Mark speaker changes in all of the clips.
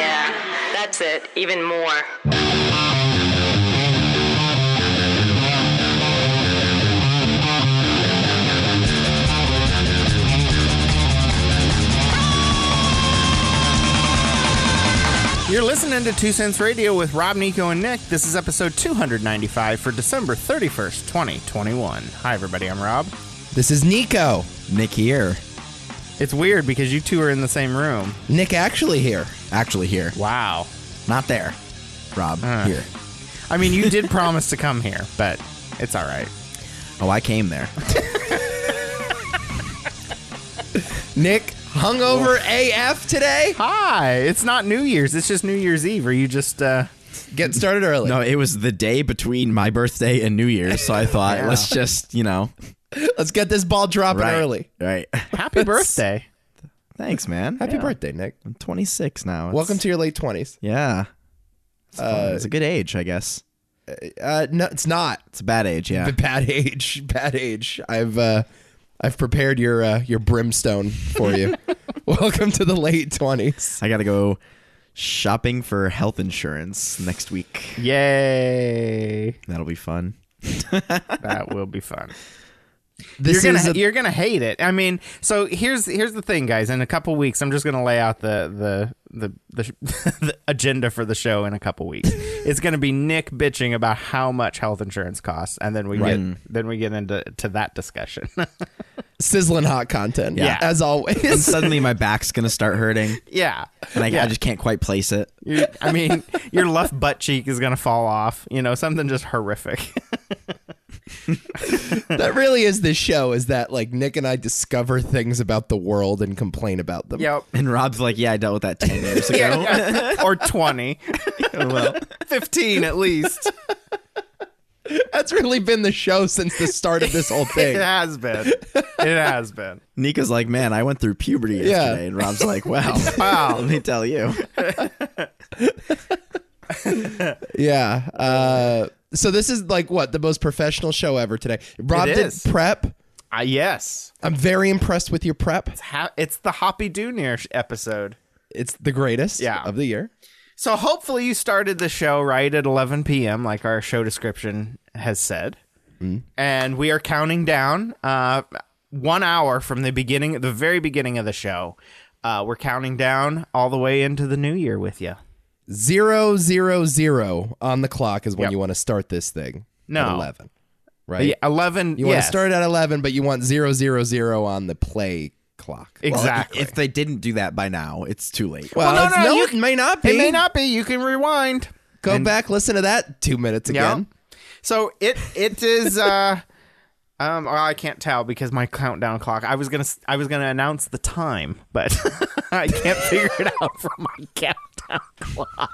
Speaker 1: Yeah, that's it. Even more.
Speaker 2: You're listening to Two Cents Radio with Rob, Nico, and Nick. This is episode 295 for December 31st, 2021. Hi, everybody. I'm Rob.
Speaker 3: This is Nico. Nick here.
Speaker 2: It's weird because you two are in the same room.
Speaker 3: Nick actually here. Actually here.
Speaker 2: Wow.
Speaker 3: Not there. Rob,
Speaker 4: Uh-huh. Uh.
Speaker 3: here.
Speaker 2: I mean, you did promise to come here, but it's all right.
Speaker 3: Oh, I came there. Nick, hungover AF today?
Speaker 2: Hi. It's not New Year's. It's just New Year's Eve. Are you just, uh,
Speaker 3: Getting started early.
Speaker 4: No, it was the day between my birthday and New Year's, so I thought let's just, you know,
Speaker 3: Let's get this ball dropping
Speaker 4: right,
Speaker 3: early.
Speaker 4: Right.
Speaker 2: happy birthday?
Speaker 4: Thanks, man.
Speaker 3: Happy
Speaker 4: Yeah.
Speaker 3: birthday, Nick.
Speaker 4: I'm 26 now. It's-
Speaker 3: Welcome to Uh, your late 20s.
Speaker 4: Yeah. It's, fun. It's a good age, I guess.
Speaker 3: Uh, no, it's not.
Speaker 4: It's a bad age, yeah.
Speaker 3: But Bad age, bad age. I've uh, I've prepared your uh, your brimstone for you. Welcome to the late 20s.
Speaker 4: I got to go shopping for health insurance next week.
Speaker 2: Yay.
Speaker 4: That'll be fun.
Speaker 2: That will be fun.
Speaker 3: This
Speaker 2: you're
Speaker 3: is
Speaker 2: gonna
Speaker 3: a-
Speaker 2: you're gonna hate it. I mean, so here's here's the thing, guys. In a couple weeks, I'm just gonna lay out the the the, the, sh- the agenda for the show in a couple weeks. it's gonna be Nick bitching about how much health insurance costs, and then we get then we get into to that discussion.
Speaker 3: sizzling hot content.
Speaker 2: Yeah.
Speaker 3: As
Speaker 4: And
Speaker 3: always.
Speaker 4: suddenly my back's going to start hurting,
Speaker 2: yeah,
Speaker 4: and I, I
Speaker 2: Yeah.
Speaker 4: just can't quite place it.
Speaker 2: You- I mean, your left butt cheek is gonna fall off. You know, something just horrific.
Speaker 3: that really is this show is that like Nick and I discover things about the world and complain about them.
Speaker 2: yep.
Speaker 4: And Rob's like, "Yeah, I dealt with that 10 years ago."
Speaker 2: or 20
Speaker 4: well,
Speaker 2: 15 at least
Speaker 3: That's really been the show since the start of this whole
Speaker 2: it
Speaker 3: thing.
Speaker 2: has been it has been
Speaker 4: Nika's like, "Man, I went through puberty yesterday." And Rob's like, "Wow. wow, let me tell you."
Speaker 3: yeah. Uh, so this is like what the most professional show ever today. Rob
Speaker 2: It
Speaker 3: did
Speaker 2: is.
Speaker 3: prep.
Speaker 2: uh, yes
Speaker 3: I'm very impressed with your prep.
Speaker 2: ha- it's the Hoppy Doonier sh- episode.
Speaker 3: It's the greatest
Speaker 2: Yeah.
Speaker 3: of the year.
Speaker 2: So hopefully you started the show right at 11 p.m., like our show description has said,
Speaker 3: Mm-hmm.
Speaker 2: and we are counting down uh, one hour from the beginning, the very beginning of the show. Uh, we're counting down all the way into the new year with you.
Speaker 3: Zero zero zero on the clock is when
Speaker 2: Yep.
Speaker 3: you want to start this thing.
Speaker 2: No.
Speaker 3: At Eleven. Right.
Speaker 2: Yeah, 11.
Speaker 3: You want to
Speaker 2: yes.
Speaker 3: start at eleven, but you want zero zero zero on the play clock.
Speaker 4: Well,
Speaker 2: exactly.
Speaker 4: if they didn't do that by now, it's too late.
Speaker 3: Well,
Speaker 2: no, no,
Speaker 3: it's- no,
Speaker 2: you-
Speaker 3: it may not be.
Speaker 2: it may not be. You can rewind.
Speaker 3: Go back, listen to that two minutes
Speaker 2: Yeah.
Speaker 3: again.
Speaker 2: So it it is. Uh, um, oh, I can't tell because my countdown clock. I was gonna s- I was gonna announce the time, but I can't figure it out from my countdown clock.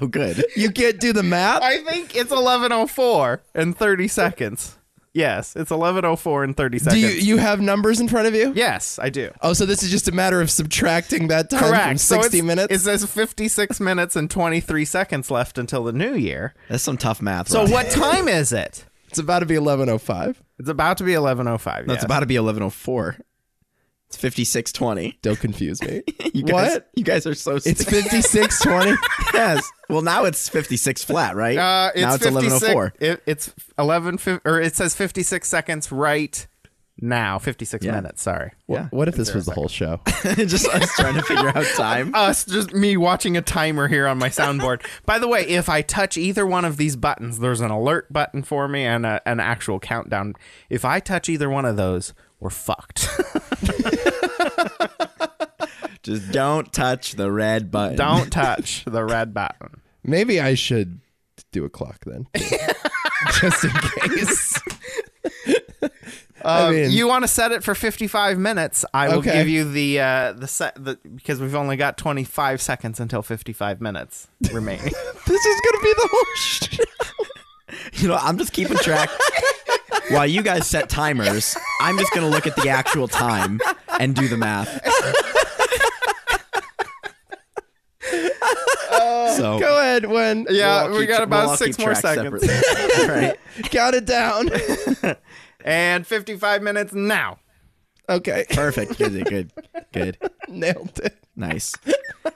Speaker 4: Oh, good.
Speaker 3: You can't do the math.
Speaker 2: I think it's eleven oh four and thirty seconds. Yes, it's eleven oh four and thirty
Speaker 3: do
Speaker 2: seconds.
Speaker 3: you you have numbers in front of you?
Speaker 2: yes, I do.
Speaker 3: Oh, so this is just a matter of subtracting that time from
Speaker 2: Correct. So
Speaker 3: sixty
Speaker 2: it's-
Speaker 3: minutes.
Speaker 2: It says fifty six minutes and twenty three seconds left until the new year.
Speaker 4: That's some tough math.
Speaker 2: So
Speaker 4: Rob.
Speaker 2: what time is it?
Speaker 3: It's about to be eleven oh five.
Speaker 2: It's about to be eleven oh five.
Speaker 4: That's
Speaker 2: yes.
Speaker 4: about to be eleven oh four. It's fifty six twenty.
Speaker 3: Don't confuse me.
Speaker 4: You guys,
Speaker 3: what?
Speaker 4: You guys are so.
Speaker 3: It's
Speaker 4: sick.
Speaker 3: fifty six twenty.
Speaker 4: yes. Well, now it's fifty six flat, right?
Speaker 2: Uh, it's
Speaker 4: now it's
Speaker 2: 56
Speaker 4: eleven oh four.
Speaker 2: It, it's eleven fif- or it says fifty six seconds right now. Fifty six minutes. Sorry.
Speaker 4: Yeah.
Speaker 3: What if this was the whole show?
Speaker 4: Just us trying to figure out time.
Speaker 2: Us Uh, just me watching a timer here on my soundboard. By the way, if I touch either one of these buttons, there's an alert button for me and a, an actual countdown. If I touch either one of those, we're fucked.
Speaker 4: Just don't touch the red button.
Speaker 2: Don't touch the red button.
Speaker 3: Maybe I should do a clock then, just in case. I mean,
Speaker 2: Um, you want to set it for 55 minutes? I will
Speaker 3: Okay.
Speaker 2: give you the uh, the set the, because we've only got 25 seconds until 55 minutes remaining.
Speaker 3: this is gonna be the whole. Sh-
Speaker 4: You know, I'm just keeping track. While you guys set timers, I'm just gonna look at the actual time and do the math. so
Speaker 3: Go ahead, when
Speaker 2: Yeah,
Speaker 4: We'll all
Speaker 2: we
Speaker 4: keep-
Speaker 2: got
Speaker 4: we'll
Speaker 2: about
Speaker 4: all
Speaker 2: six
Speaker 4: keep
Speaker 2: more
Speaker 4: track
Speaker 2: seconds.
Speaker 4: separately. right.
Speaker 3: count it down.
Speaker 2: And 55 minutes now.
Speaker 3: Okay.
Speaker 4: Perfect. Good, good, good.
Speaker 3: Nailed it.
Speaker 4: Nice.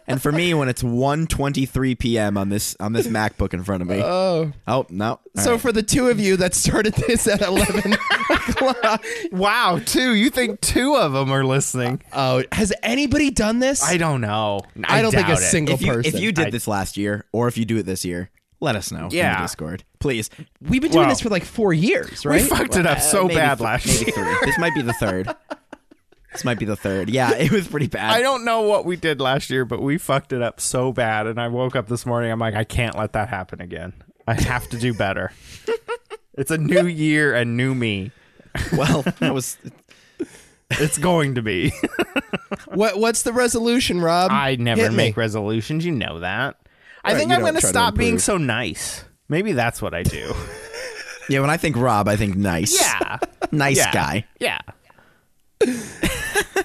Speaker 4: And for me, when it's 1.23 p.m. on this on this MacBook in front of me.
Speaker 3: Oh.
Speaker 4: oh no. All
Speaker 3: so
Speaker 4: right.
Speaker 3: for the two of you that started this at 11 o'clock.
Speaker 2: Wow, two. You think two of them are listening?
Speaker 3: Oh, has anybody done this?
Speaker 2: I don't know. I,
Speaker 3: I don't think a
Speaker 2: doubt it.
Speaker 3: single
Speaker 4: if you
Speaker 3: person.
Speaker 4: if you did this last year, or if you do it this year, let us know. in
Speaker 2: Yeah.
Speaker 4: the Discord, please.
Speaker 3: We've been doing
Speaker 2: Well,
Speaker 3: this for like four years,
Speaker 2: We
Speaker 3: right?
Speaker 2: fucked it up
Speaker 4: Uh,
Speaker 2: so
Speaker 4: maybe
Speaker 2: bad
Speaker 4: th-
Speaker 2: last
Speaker 4: maybe
Speaker 2: year.
Speaker 4: three. This might be the third. This might be the third. Yeah, it was pretty bad.
Speaker 2: I don't know what we did last year, but we fucked it up so bad. And I woke up this morning. I'm like, I can't let that happen again. I have to do better. it's a new year and new me.
Speaker 4: Well, that was
Speaker 2: It's going to be.
Speaker 3: what What's the resolution, Rob?
Speaker 2: I never
Speaker 3: Hit me.
Speaker 2: make resolutions. You know that. I
Speaker 3: Right,
Speaker 2: think
Speaker 3: you
Speaker 2: I'm
Speaker 3: don't
Speaker 2: going to
Speaker 3: try to
Speaker 2: stop being
Speaker 3: improve.
Speaker 2: so nice. Maybe that's what I do.
Speaker 4: yeah. When I think Rob, I think nice.
Speaker 2: yeah.
Speaker 4: nice
Speaker 2: yeah.
Speaker 4: guy.
Speaker 2: Yeah.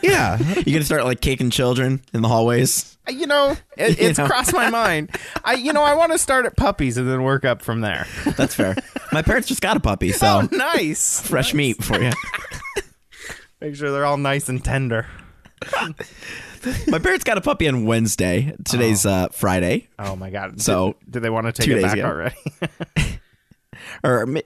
Speaker 3: Yeah.
Speaker 4: You gonna start like kicking children in the hallways?
Speaker 2: You know, it,
Speaker 4: You
Speaker 2: it's
Speaker 4: know.
Speaker 2: crossed my mind. I, you know, I want to start at puppies and then work up from there.
Speaker 4: That's fair. My parents just got a puppy, so
Speaker 2: Oh, nice.
Speaker 4: fresh meat for you.
Speaker 2: Make sure they're all nice and tender.
Speaker 4: My parents got a puppy on Wednesday. Today's uh, Friday,
Speaker 2: Oh my god!
Speaker 4: So,
Speaker 2: did, did they want to take
Speaker 4: two
Speaker 2: it
Speaker 4: days
Speaker 2: back
Speaker 4: ago.
Speaker 2: already?
Speaker 4: or mi-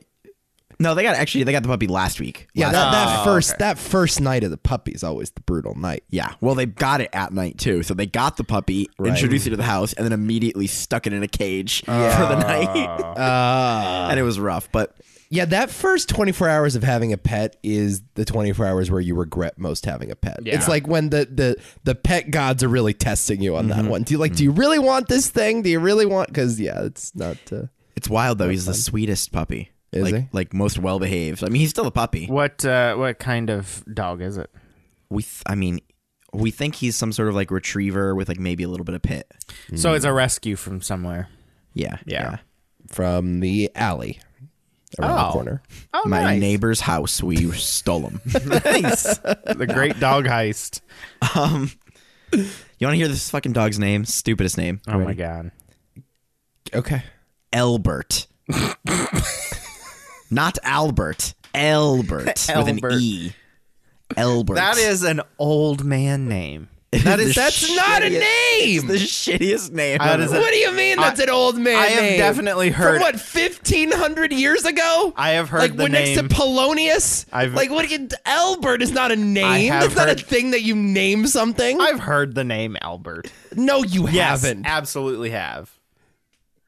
Speaker 4: no? They got actually they got the puppy last week.
Speaker 3: Yeah, that,
Speaker 4: Last-
Speaker 3: that
Speaker 2: Oh,
Speaker 3: first
Speaker 2: okay.
Speaker 3: that first night of the puppy is always the brutal night.
Speaker 4: yeah. Well, they got it at night too. So they got the puppy,
Speaker 3: Right.
Speaker 4: introduced it to the house, and then immediately stuck it in a cage for the night, Ah. and it was rough. But
Speaker 3: Yeah, that first 24 hours of having a pet is the 24 hours where you regret most having a pet.
Speaker 2: Yeah.
Speaker 3: It's like when the, the the pet gods are really testing you on
Speaker 2: Mm-hmm.
Speaker 3: that one. Do you like do you really want this thing? Do you really want cuz yeah, it's not uh,
Speaker 4: it's wild though. He's the sweetest puppy.
Speaker 3: Is
Speaker 4: like,
Speaker 3: he?
Speaker 4: like most well behaved. I mean, he's still a puppy.
Speaker 2: what uh, what kind of dog is it?
Speaker 4: We, th- I mean, we think he's some sort of like retriever with like maybe a little bit of pit.
Speaker 2: So it's a
Speaker 4: Hmm.
Speaker 2: rescue from somewhere.
Speaker 4: Yeah,
Speaker 2: Yeah.
Speaker 3: from the alley around
Speaker 2: Oh.
Speaker 3: the corner.
Speaker 2: Oh,
Speaker 4: My
Speaker 2: nice.
Speaker 4: neighbor's house, we stole him.
Speaker 2: nice. the great dog heist.
Speaker 4: You want to hear this fucking dog's name? Stupidest name.
Speaker 2: Oh my god!
Speaker 3: Okay.
Speaker 4: Elbert. Not Albert. Elbert. With an
Speaker 2: Elbert.
Speaker 4: E. Elbert.
Speaker 2: That is an old man name.
Speaker 4: That
Speaker 3: is- that's not a
Speaker 4: name. The shittiest name.
Speaker 2: That is a-
Speaker 3: What do you mean that's an old man
Speaker 2: I have
Speaker 3: name?
Speaker 2: definitely heard-
Speaker 3: From what 1500 years ago?
Speaker 2: I have heard
Speaker 3: like
Speaker 2: the
Speaker 3: when next
Speaker 2: name-
Speaker 3: to Polonius?
Speaker 2: I've-
Speaker 3: like what do you, Albert is not a name.
Speaker 2: have
Speaker 3: That's not a
Speaker 2: heard-
Speaker 3: thing that you name something.
Speaker 2: I've heard the name Albert.
Speaker 3: no, you
Speaker 2: Yes,
Speaker 3: haven't.
Speaker 2: absolutely have.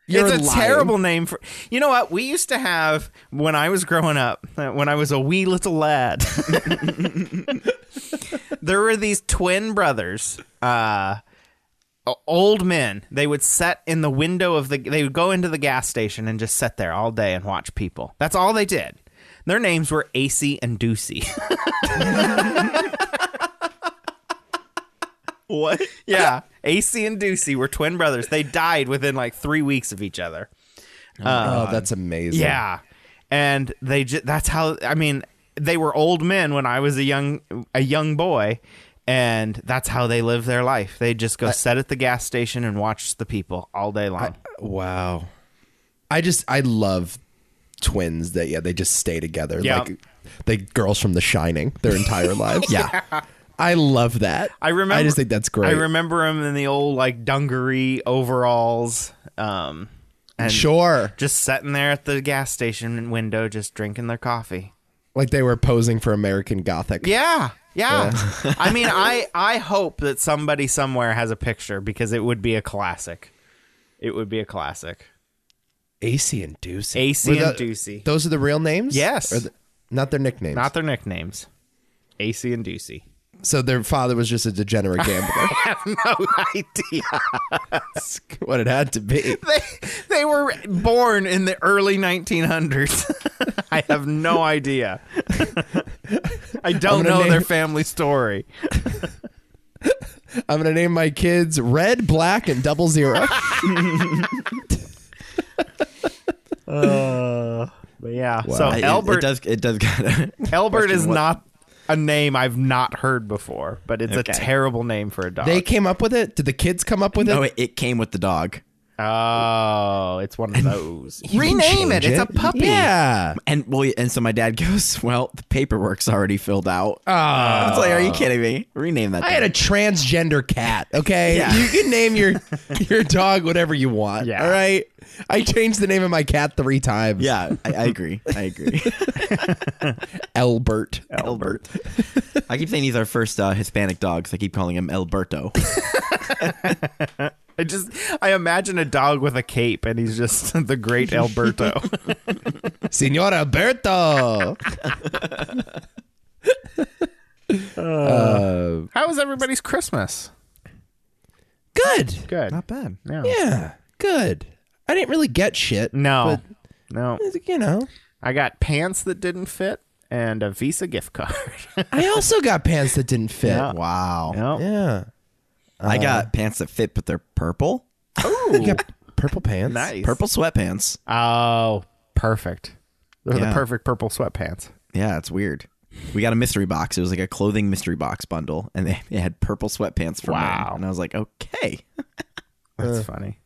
Speaker 3: You're
Speaker 2: it's a
Speaker 3: lying.
Speaker 2: terrible name for. You know what? We used to have when I was growing up, uh, when I was a wee little lad. there were these twin brothers, uh, o- old men. They would set in the window of the. They would go into the gas station and just sit there all day and watch people. That's all they did. Their names were Acey and Deucey.
Speaker 4: what?
Speaker 2: yeah, Acey and Deucey were twin brothers. They died within like three weeks of each other.
Speaker 3: oh, that's amazing.
Speaker 2: Yeah, and they just that's how I mean they were old men when I was a young a young boy, and that's how they lived their life. They just go set at the gas station and watch the people all day long.
Speaker 3: Wow. I just I love twins that yeah, they just stay together.
Speaker 2: Yeah.
Speaker 3: Like they girls from the shining their entire lives. Yeah. I love that.
Speaker 2: I remember.
Speaker 3: I just think that's great.
Speaker 2: I remember them in the old like dungaree overalls, um, and
Speaker 3: Sure.
Speaker 2: just sitting there at the gas station window, just drinking their coffee.
Speaker 3: Like they were posing for American Gothic.
Speaker 2: Yeah. Yeah. I mean, I I hope that somebody somewhere has a picture because it would be a classic. It would be a classic.
Speaker 3: AC and Deucey.
Speaker 2: AC
Speaker 3: Were
Speaker 2: and
Speaker 3: tho-
Speaker 2: Ducey.
Speaker 3: Those are the real names?
Speaker 2: Yes.
Speaker 3: Or the- not their nicknames.
Speaker 2: Not their nicknames. AC and Ducey.
Speaker 3: so their father was just a degenerate gambler.
Speaker 2: No idea.
Speaker 3: That's what it had to be.
Speaker 2: They, they were born in the early 1900s. I have no idea. I don't
Speaker 3: gonna
Speaker 2: know
Speaker 3: name-
Speaker 2: their family story.
Speaker 3: I'm gonna name my kids red, black, and double zero.
Speaker 2: But yeah. So
Speaker 4: I, Albert. It,
Speaker 2: Albert
Speaker 4: does. It does. Kinda,
Speaker 2: Albert is
Speaker 4: question what-
Speaker 2: not a name I've not heard before, but it's
Speaker 4: Okay.
Speaker 2: a terrible name for a dog.
Speaker 3: they came up with it. Did the kids come up with
Speaker 4: No,
Speaker 3: it?
Speaker 4: it, it came with the dog.
Speaker 2: Oh, it's one of those. Rename it.
Speaker 3: change
Speaker 2: It's a
Speaker 3: it.
Speaker 2: puppy.
Speaker 3: Yeah.
Speaker 4: And well, and so my dad goes, "Well, the paperwork's already filled out." Oh, I was like, "Are you kidding me? Rename that."
Speaker 3: I had a
Speaker 4: dog.
Speaker 3: transgender cat. Okay,
Speaker 4: Yeah.
Speaker 3: you can name your your dog whatever you want.
Speaker 2: Yeah.
Speaker 3: All right. I changed the name of my cat three times.
Speaker 4: yeah, I, I agree. I agree.
Speaker 3: Albert.
Speaker 4: Albert. I keep saying he's our first uh, Hispanic dog, so I keep calling him Alberto.
Speaker 2: I just I imagine a dog with a cape and he's just the great Alberto.
Speaker 3: Senor Alberto.
Speaker 2: How was everybody's Christmas?
Speaker 3: Good.
Speaker 2: Good.
Speaker 4: Not bad.
Speaker 2: Yeah.
Speaker 3: Yeah. Good. I didn't really get shit.
Speaker 2: No. no.
Speaker 3: but, you know,
Speaker 2: I got pants that didn't fit and a Visa gift card.
Speaker 3: I also got pants that didn't fit.
Speaker 2: Yeah.
Speaker 4: Wow.
Speaker 2: no.
Speaker 3: Yeah.
Speaker 2: Uh-huh.
Speaker 4: I got pants that fit, but they're purple.
Speaker 3: I got purple pants.
Speaker 2: Nice.
Speaker 4: Purple sweatpants.
Speaker 2: Oh, perfect. They're
Speaker 4: Yeah.
Speaker 2: the perfect purple sweatpants.
Speaker 4: Yeah, it's weird. We got a mystery box. It was like a clothing mystery box bundle, and they, they had purple sweatpants for
Speaker 2: Wow.
Speaker 4: men. And I was like, okay.
Speaker 2: That's funny.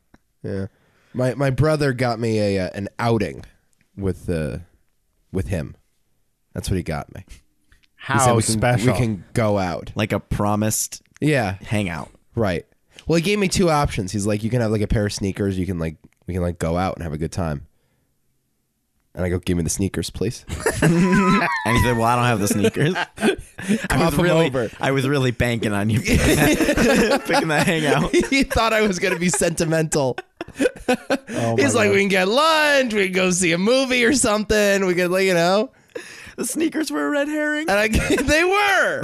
Speaker 3: Yeah. My my brother got me a uh, an outing with uh, with him. That's what he got me. He said
Speaker 2: How
Speaker 3: we can,
Speaker 2: special.
Speaker 3: We can go out.
Speaker 4: Like a promised
Speaker 3: Yeah.
Speaker 4: hangout.
Speaker 3: Right. Well, he gave me two options. He's like, you can have like a pair of sneakers. You can like, we can like go out and have a good time. And I go, give me the sneakers, please.
Speaker 4: And he said, well, I don't have the sneakers. I
Speaker 3: Pop
Speaker 4: was
Speaker 3: 'em
Speaker 4: really,
Speaker 3: over.
Speaker 4: I was really banking on you picking that, picking that hangout.
Speaker 3: he thought I was gonna be sentimental. He's like, we can get lunch. We can go see a movie or something. We could, like, you know.
Speaker 4: The sneakers were a red herring.
Speaker 3: And I, they were.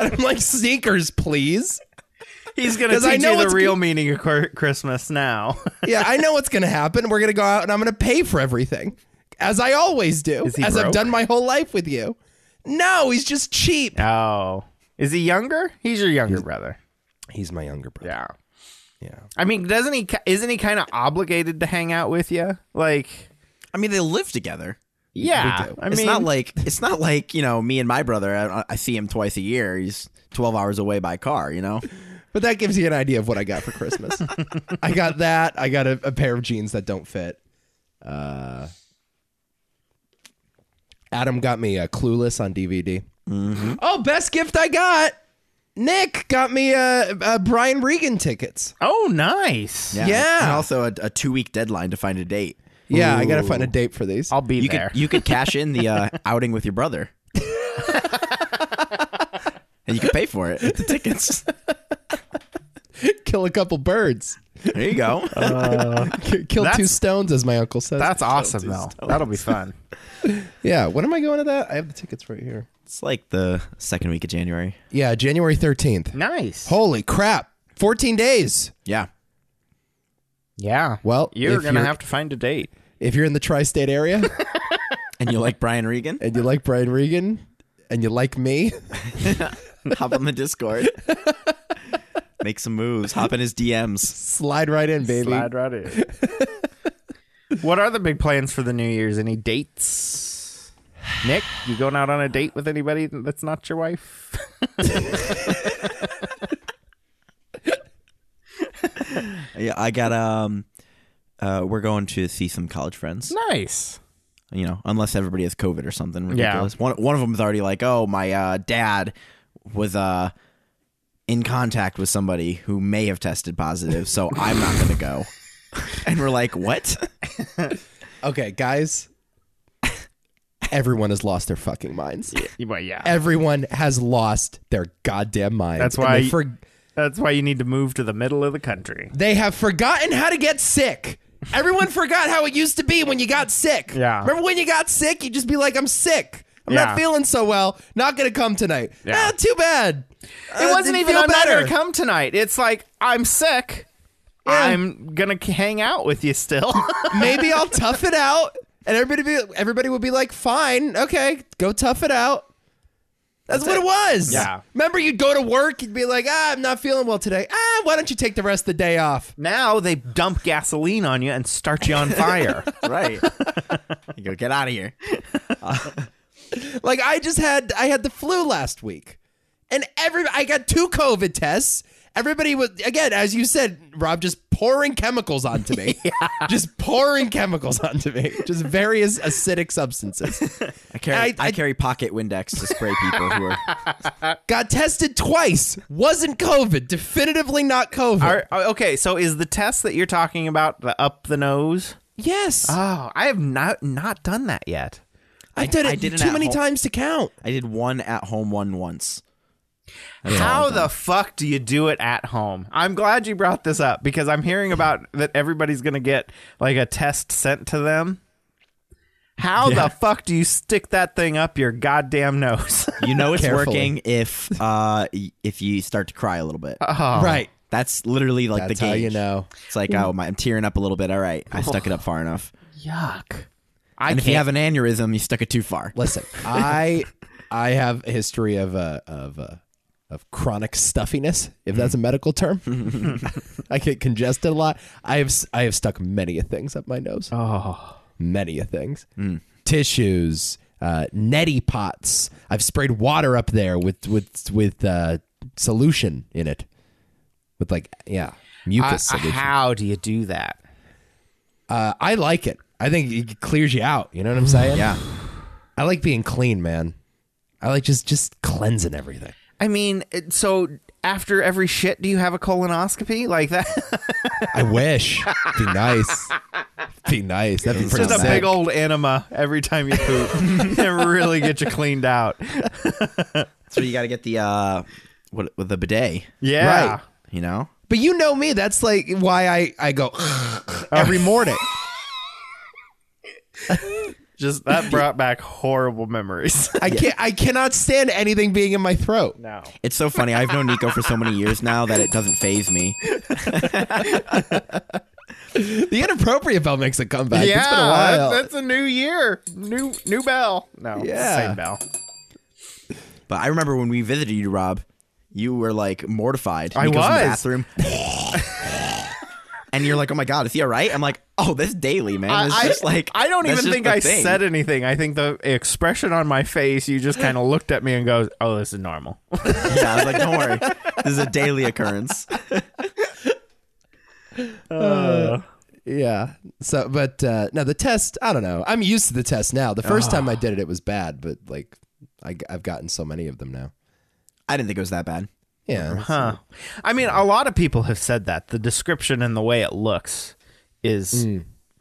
Speaker 3: And I'm like, sneakers, please.
Speaker 2: He's going to
Speaker 3: 'Cause I
Speaker 2: teach
Speaker 3: know
Speaker 2: you the
Speaker 3: it's
Speaker 2: real meaning of Cor- Christmas now.
Speaker 3: Yeah, I know what's gonna happen. We're gonna go out and I'm gonna pay for everything, as I always do,
Speaker 2: Is he
Speaker 3: as I've
Speaker 2: broke?
Speaker 3: done my whole life with you. No, he's just cheap.
Speaker 2: oh. Is he younger? He's your younger brother.
Speaker 3: He's my younger brother.
Speaker 2: Yeah.
Speaker 3: Yeah.
Speaker 2: I mean, doesn't he? ki- Isn't he kind of obligated to hang out with you? Like,
Speaker 4: I mean, they live together.
Speaker 2: yeah. I mean,
Speaker 4: it's not like it's not like you know me and my brother. I, I see him twice a year. He's twelve hours away by car. You know,
Speaker 3: But that gives you an idea of what I got for Christmas. I got that. I got a, a pair of jeans that don't fit. Uh, Adam got me a Clueless on DVD. Oh, best gift I got. Nick got me uh, uh, Brian Regan tickets.
Speaker 2: oh, nice.
Speaker 3: Yeah.
Speaker 4: And also a, a two week deadline to find a date.
Speaker 3: Yeah, I gotta find a date for these.
Speaker 2: I'll be
Speaker 4: You
Speaker 2: there.
Speaker 4: could you could cash in the uh, outing with your brother, and you could pay for it with the tickets.
Speaker 3: kill a couple birds,
Speaker 4: There you go.
Speaker 3: kill two
Speaker 2: that's-
Speaker 3: stones, as my uncle says.
Speaker 2: That's awesome, though. That'll be fun.
Speaker 3: yeah. When am I going to that? I have the tickets right here.
Speaker 4: it's like the second week of January.
Speaker 3: Yeah, January thirteenth.
Speaker 2: nice.
Speaker 3: Holy crap! Fourteen days.
Speaker 4: Yeah.
Speaker 2: yeah.
Speaker 3: Well,
Speaker 2: you're
Speaker 3: if
Speaker 2: gonna
Speaker 3: you're-
Speaker 2: have to find a date.
Speaker 3: If you're in the tri-state area.
Speaker 4: And you like Brian Regan?
Speaker 3: and you like Brian Regan and you like me,
Speaker 4: Hop on the Discord. Make some moves. Hop in his DMs.
Speaker 3: slide right in, baby.
Speaker 2: Slide right in. what are the big plans for the New Year's? Any dates? Nick, you going out on a date with anybody that's not your wife?
Speaker 4: Yeah, I got um uh we're going to see some college friends.
Speaker 2: nice.
Speaker 4: You know, unless everybody has COVID or something
Speaker 2: Yeah.
Speaker 4: ridiculous. One one of them is already like, "Oh, my uh dad was uh in contact with somebody who may have tested positive, so I'm not going to go." and we're like, "What?"
Speaker 3: Okay, guys, everyone has lost their fucking minds.
Speaker 2: Well, yeah.
Speaker 3: Everyone has lost their goddamn mind.
Speaker 2: That's
Speaker 3: And
Speaker 2: why-
Speaker 3: they, for-
Speaker 2: That's why you need to move to the middle of the country.
Speaker 3: they have forgotten how to get sick. Everyone forgot how it used to be when you got sick.
Speaker 2: Yeah.
Speaker 3: Remember when you got sick? You'd just be like, I'm sick. I'm
Speaker 2: Yeah.
Speaker 3: not feeling so well. Not going to come tonight.
Speaker 2: Yeah.
Speaker 3: Ah, too bad. Ah,
Speaker 2: It wasn't even I'm not
Speaker 3: better.
Speaker 2: gonna come tonight. It's like I'm sick. I'm gonna k- hang out with you still.
Speaker 3: maybe I'll tough it out. And everybody be everybody would be like, fine, okay, go tough it out. That's, what it was.
Speaker 2: Yeah.
Speaker 3: Remember, you'd go to work, you'd be like, ah, I'm not feeling well today. Ah, why don't you take the rest of the day off?
Speaker 2: now they dump gasoline on you and start you on fire.
Speaker 4: right. you go, "Get out of here."
Speaker 3: Like I just had I had the flu last week. And every I got two COVID tests. Everybody was again, as you said, Rob, just pouring chemicals onto me. Just pouring chemicals onto me. Just various acidic substances.
Speaker 4: I carry,
Speaker 3: I-
Speaker 4: I,
Speaker 3: I-
Speaker 4: carry pocket Windex to spray people who are.
Speaker 3: Got tested twice. Wasn't COVID. Definitively not COVID.
Speaker 2: Are, are- okay, so is the test that you're talking about the up the nose?
Speaker 3: yes.
Speaker 2: Oh, I have not not done that yet.
Speaker 3: I did it
Speaker 4: I did an
Speaker 3: too many
Speaker 4: at-home-
Speaker 3: times to count.
Speaker 4: I did one at home, one once.
Speaker 2: How the fuck do you do it at home? I'm glad you brought this up because I'm hearing about that everybody's going to get like a test sent to them. How the fuck do you stick that thing up your goddamn nose?
Speaker 4: You know it's
Speaker 3: Carefully.
Speaker 4: working if uh y- if you start to cry a little bit.
Speaker 3: Right.
Speaker 4: That's literally like
Speaker 3: That's
Speaker 4: the
Speaker 3: how
Speaker 4: gauge.
Speaker 3: you know.
Speaker 4: It's like oh my, I'm tearing up a little bit. All right, I stuck it up far enough.
Speaker 2: Yuck. I
Speaker 4: And
Speaker 2: can't.
Speaker 4: if you have an aneurysm, you stuck it too far.
Speaker 3: Listen, I I have a history of uh, of uh, of chronic stuffiness, if that's a
Speaker 4: Mm-hmm.
Speaker 3: medical term. I get congested a lot. I have s- I have stuck many of things up my nose.
Speaker 2: oh.
Speaker 3: Many of things.
Speaker 2: Mm.
Speaker 3: Tissues, uh, neti pots. I've sprayed water up there with with with uh, solution in it, with like yeah
Speaker 2: I-
Speaker 3: mucus
Speaker 2: I-
Speaker 3: solution.
Speaker 2: how do you do that?
Speaker 3: uh, I like it. I think it clears you out. You know what I'm saying?
Speaker 4: Yeah.
Speaker 3: I like being clean, man. I like just just cleansing everything.
Speaker 2: I mean, it- so after every shit, do you have a colonoscopy like that?
Speaker 3: I wish. Be nice. Be nice. That'd be pretty
Speaker 2: Just a
Speaker 3: sick.
Speaker 2: big old enema every time you poop and really get you cleaned out.
Speaker 4: So you got to get the uh what with the bidet.
Speaker 2: Yeah.
Speaker 3: Right.
Speaker 4: You know.
Speaker 3: but you know me. That's like why I I go
Speaker 2: Oh.
Speaker 3: every morning.
Speaker 2: Just that brought back horrible memories.
Speaker 3: I can't. I cannot stand anything being in my throat.
Speaker 2: no.
Speaker 4: It's so funny. I've known Nico for so many years now that it doesn't phase me.
Speaker 3: The inappropriate bell makes a comeback. it's been a
Speaker 2: that-
Speaker 3: while.
Speaker 2: that's a new year, new new bell. No,
Speaker 3: Yeah.
Speaker 2: same bell.
Speaker 4: But I remember when we visited you, Rob, you were like mortified.
Speaker 2: I
Speaker 4: Nico's in the
Speaker 2: was.
Speaker 4: bathroom. And you're like, oh my god, is he all right? I'm like, oh, this daily, man. It's just like
Speaker 2: I don't
Speaker 4: that's
Speaker 2: even
Speaker 4: just
Speaker 2: think
Speaker 4: the
Speaker 2: I
Speaker 4: thing.
Speaker 2: said anything. I think the expression on my face, you just kind of looked at me and goes, "Oh, this is normal."
Speaker 4: Yeah, I was like, don't worry, this is a daily occurrence.
Speaker 3: yeah. So, but uh, no, the test. I don't know. I'm used to the test now. The first
Speaker 2: Ah.
Speaker 3: time I did it, it was bad. But like, I, I've gotten so many of them now.
Speaker 4: I didn't think it was that bad.
Speaker 3: Yeah.
Speaker 2: Huh. I mean, a lot of people have said that the description and the way it looks is,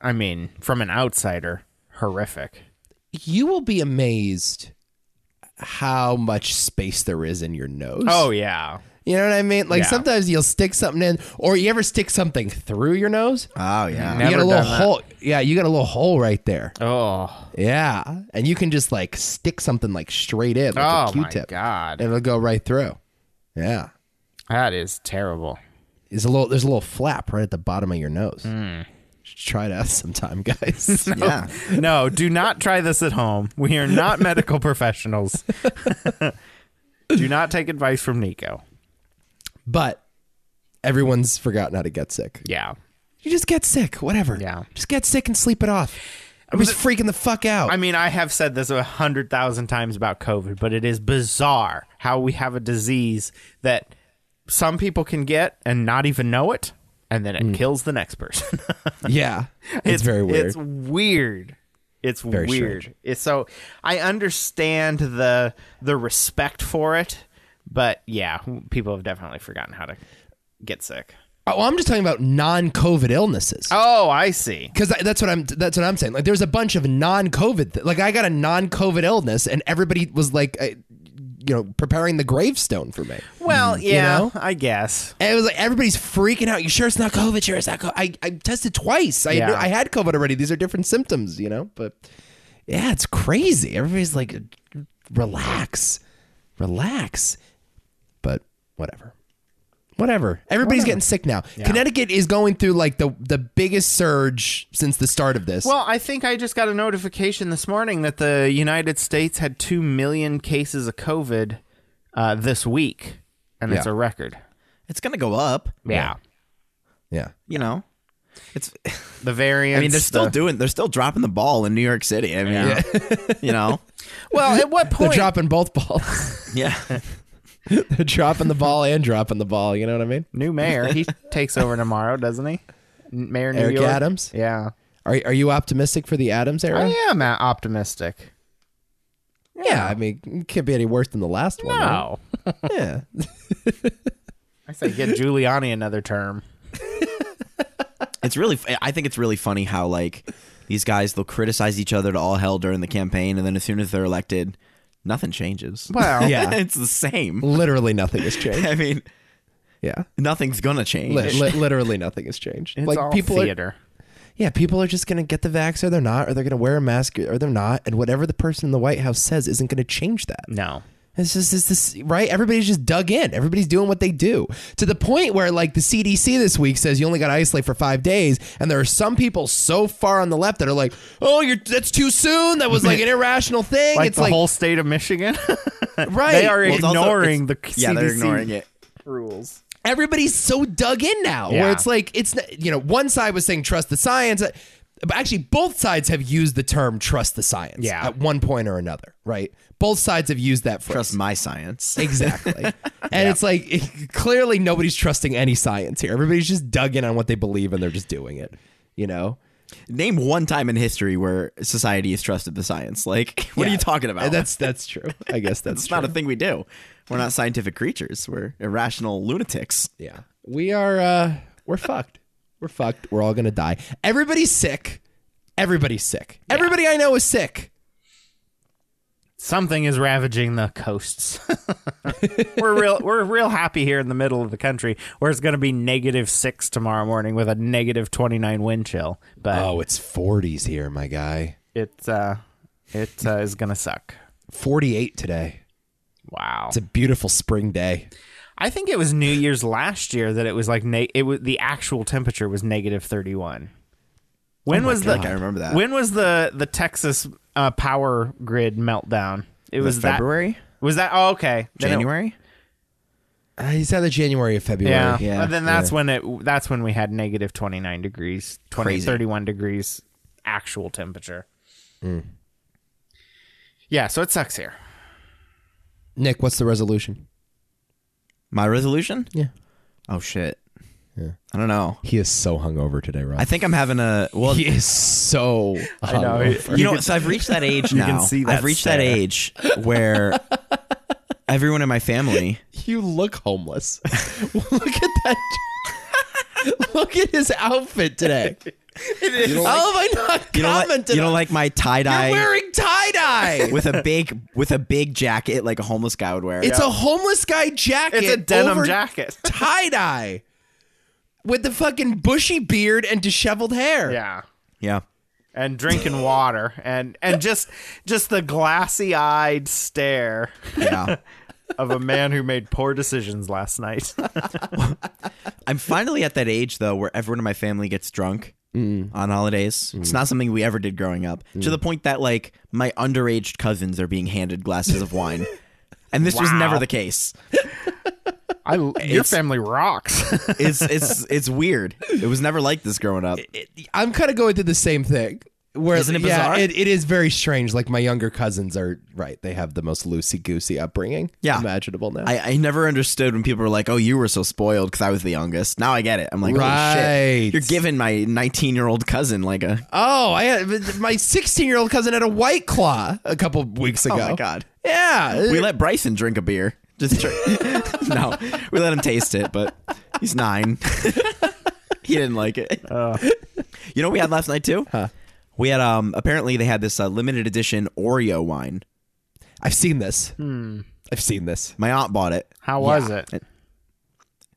Speaker 2: I mean, from an outsider, horrific.
Speaker 3: you will be amazed how much space there is in your nose.
Speaker 2: Oh yeah.
Speaker 3: you know what I mean? Like
Speaker 2: Yeah.
Speaker 3: sometimes you'll stick something in, or you ever stick something through your nose?
Speaker 4: Oh yeah,
Speaker 2: Never
Speaker 3: you got a
Speaker 2: done
Speaker 3: little
Speaker 2: that.
Speaker 3: hole. Yeah, you got a little hole right there.
Speaker 2: Oh.
Speaker 3: Yeah, and you can just like stick something like straight in, like
Speaker 2: Oh
Speaker 3: a
Speaker 2: my
Speaker 3: Q-tip,
Speaker 2: god.
Speaker 3: and it'll go right through. Yeah,
Speaker 2: That is terrible.
Speaker 3: there's a little there's a little flap right at the bottom of your nose.
Speaker 2: Hmm.
Speaker 3: Just Try it out sometime, guys.
Speaker 4: yeah.
Speaker 2: No, do not try this at home. We are not medical professionals. do not take advice from Nico.
Speaker 3: but everyone's forgotten how to get sick.
Speaker 2: Yeah.
Speaker 3: You just get sick, whatever.
Speaker 2: Yeah.
Speaker 3: Just get sick and sleep it off. I'm just freaking the fuck out.
Speaker 2: I mean, I have said this a hundred thousand times about COVID, but it is bizarre how we have a disease that some people can get and not even know it, and then it kills the next person.
Speaker 3: yeah. It's, very weird.
Speaker 2: It's weird. It's weird.
Speaker 3: strange.
Speaker 2: It's so I understand the the respect for it, but yeah, people have definitely forgotten how to get sick.
Speaker 3: oh, well, I'm just talking about non-COVID illnesses.
Speaker 2: Oh, I see.
Speaker 3: Cuz that's what I'm that's what I'm saying. Like there's a bunch of non-COVID th- like I got a non-COVID illness and everybody was like uh, you know preparing the gravestone for me.
Speaker 2: Well, yeah,
Speaker 3: Hmm. know?
Speaker 2: I guess.
Speaker 3: And it was like everybody's freaking out. You sure it's not COVID? Sure it's not COVID. I I tested twice. I
Speaker 2: Yeah.
Speaker 3: I had COVID already. These are different symptoms, you know? But yeah, it's crazy. Everybody's like relax. Relax. But whatever. Whatever. Everybody's getting sick now. Connecticut is going through like the the biggest surge since the start of this.
Speaker 2: Well, I think I just got a notification this morning that the United States had two million cases of COVID uh, this week, and it's
Speaker 3: Yeah.
Speaker 2: a record.
Speaker 4: It's gonna go up.
Speaker 2: Yeah,
Speaker 3: yeah.
Speaker 4: You know, it's.
Speaker 2: the variants.
Speaker 4: I mean, they're still
Speaker 2: the-
Speaker 4: doing. They're still dropping the ball in New York City. I mean, you know.
Speaker 2: well. At what
Speaker 3: They're
Speaker 2: point?
Speaker 3: dropping both balls.
Speaker 4: Yeah.
Speaker 3: They're dropping the ball and dropping the ball. You know what I mean?
Speaker 2: New mayor. He takes over tomorrow, doesn't he? N- Mayor New
Speaker 3: Eric
Speaker 2: York.
Speaker 3: Adams?
Speaker 2: Yeah.
Speaker 3: Are are you optimistic for the Adams era?
Speaker 2: I am uh, optimistic.
Speaker 3: yeah. I mean, it can't be any worse than the last one. right? Yeah.
Speaker 2: I say get Giuliani another term.
Speaker 4: It's really, I think it's really funny how like these guys they'll criticize each other to all hell during the campaign, and then as soon as they're elected, nothing changes.
Speaker 2: Well,
Speaker 3: Yeah.
Speaker 4: it's the same.
Speaker 3: literally nothing has changed.
Speaker 4: I mean,
Speaker 3: Yeah.
Speaker 4: nothing's gonna change.
Speaker 3: Li- li- literally nothing has changed.
Speaker 2: it's
Speaker 3: like
Speaker 2: all
Speaker 3: people are-
Speaker 2: theater.
Speaker 3: Yeah, people are just going to get the vax or they're not, or they're going to wear a mask or they're not. And whatever the person in the White House says isn't going to change that.
Speaker 2: no.
Speaker 3: It's just it's this, right? Everybody's just dug in. Everybody's doing what they do to the point where, like, the CDC this week says you only got to isolate for five days. And there are some people so far on the left that are like, oh, you're that's too soon. That was like an irrational thing.
Speaker 2: Like
Speaker 3: it's
Speaker 2: the
Speaker 3: like,
Speaker 2: whole state of Michigan.
Speaker 3: right.
Speaker 2: they are
Speaker 4: Well, it's also-
Speaker 2: ignoring the
Speaker 4: it's- yeah, they're
Speaker 2: CDC
Speaker 4: ignoring it.
Speaker 2: rules.
Speaker 3: everybody's so dug in now where
Speaker 2: Yeah.
Speaker 3: it's like it's not- you know one side was saying trust the science uh, but actually both sides have used the term trust the science
Speaker 2: Yeah.
Speaker 3: at one point or another right both sides have used that phrase
Speaker 4: Trust my science.
Speaker 3: exactly and it's like clearly nobody's trusting any science here everybody's just dug in on what they believe and they're just doing it you know
Speaker 4: Name one time in history where society has trusted the science. Like, what are
Speaker 3: Yeah.
Speaker 4: you talking about?
Speaker 3: that's that's true i guess that's
Speaker 4: It's
Speaker 3: true.
Speaker 4: not a thing we do. We're not scientific creatures. We're irrational lunatics.
Speaker 3: Yeah. We are uh we're fucked. We're fucked. We're all gonna die. Everybody's sick. Everybody's sick. Everybody I know is sick.
Speaker 2: Something is ravaging the coasts. we're real we're real happy here in the middle of the country where it's going to be negative 6 tomorrow morning with a negative 29 wind chill. But
Speaker 3: Oh, it's forties here, my guy.
Speaker 2: it's uh it uh, is going to suck.
Speaker 3: Forty eight today.
Speaker 2: Wow.
Speaker 3: It's a beautiful spring day.
Speaker 2: I think it was New Year's last year that it was like na- it was the actual temperature was negative thirty one. When was the
Speaker 4: Oh God, I remember that.
Speaker 2: When was the the Texas uh, power grid meltdown? It was that
Speaker 4: February?
Speaker 2: Was that oh, okay? Then it-
Speaker 4: January?
Speaker 3: Uh, he's either January or February.
Speaker 2: yeah.
Speaker 4: Yeah,
Speaker 2: But then that's when it that's when we had negative twenty nine degrees, 20,
Speaker 4: Crazy.
Speaker 2: 31 degrees actual temperature.
Speaker 4: Mm.
Speaker 2: Yeah, so it sucks here.
Speaker 3: Nick, what's the resolution?
Speaker 4: My resolution?
Speaker 3: Yeah.
Speaker 4: Oh shit. I don't know.
Speaker 3: He is so hungover today, Rob.
Speaker 4: I think I'm having a well.
Speaker 3: he is so hungover.
Speaker 4: You know, so I've reached that age now.
Speaker 2: see that
Speaker 4: I've reached that
Speaker 2: stare.
Speaker 4: age where everyone in my family.
Speaker 3: You look homeless. look at that. look at his outfit today. How have I not
Speaker 4: You know, like,
Speaker 3: commented
Speaker 4: you know,
Speaker 3: on
Speaker 4: like my tie
Speaker 3: You're
Speaker 4: dye
Speaker 3: wearing tie dye.
Speaker 4: with a big with a big jacket like a homeless guy would wear.
Speaker 3: It's a homeless guy jacket.
Speaker 2: It's a denim
Speaker 3: over
Speaker 2: jacket.
Speaker 3: tie dye with the fucking bushy beard and disheveled hair.
Speaker 2: Yeah.
Speaker 4: yeah.
Speaker 2: and drinking water and and just just the glassy-eyed stare
Speaker 4: Yeah.
Speaker 2: of a man who made poor decisions last night.
Speaker 4: I'm finally at that age though where everyone in my family gets drunk on holidays. It's not something we ever did growing up. To the point that like my underage cousins are being handed glasses of wine. And this was never the case.
Speaker 2: I, your family rocks.
Speaker 4: It's it's it's weird. It was never like this growing up.
Speaker 3: I'm kind of going through the same thing. Where,
Speaker 4: Isn't it
Speaker 3: yeah,
Speaker 4: bizarre?
Speaker 3: it, it is very strange. Like my younger cousins are right; they have the most loosey goosey upbringing
Speaker 4: Yeah.
Speaker 3: imaginable now.
Speaker 4: I, I never understood when people were like, "Oh, you were so spoiled because I was the youngest." Now I get it. I'm like, "Holy
Speaker 3: Right.
Speaker 4: shit!" You're giving my 19 year old cousin like a
Speaker 3: oh, I had, my 16 year old cousin had a white claw a couple weeks ago.
Speaker 4: oh my god.
Speaker 3: Yeah,
Speaker 4: We let Bryson drink a beer. Just drink. no, we let him taste it, but he's nine. he didn't like it.
Speaker 2: Uh.
Speaker 4: You know what we had last night too? We had um. Apparently, they had this uh, limited edition Oreo wine.
Speaker 3: I've seen this.
Speaker 4: Hmm.
Speaker 3: I've seen this.
Speaker 4: My aunt bought it.
Speaker 2: How was it?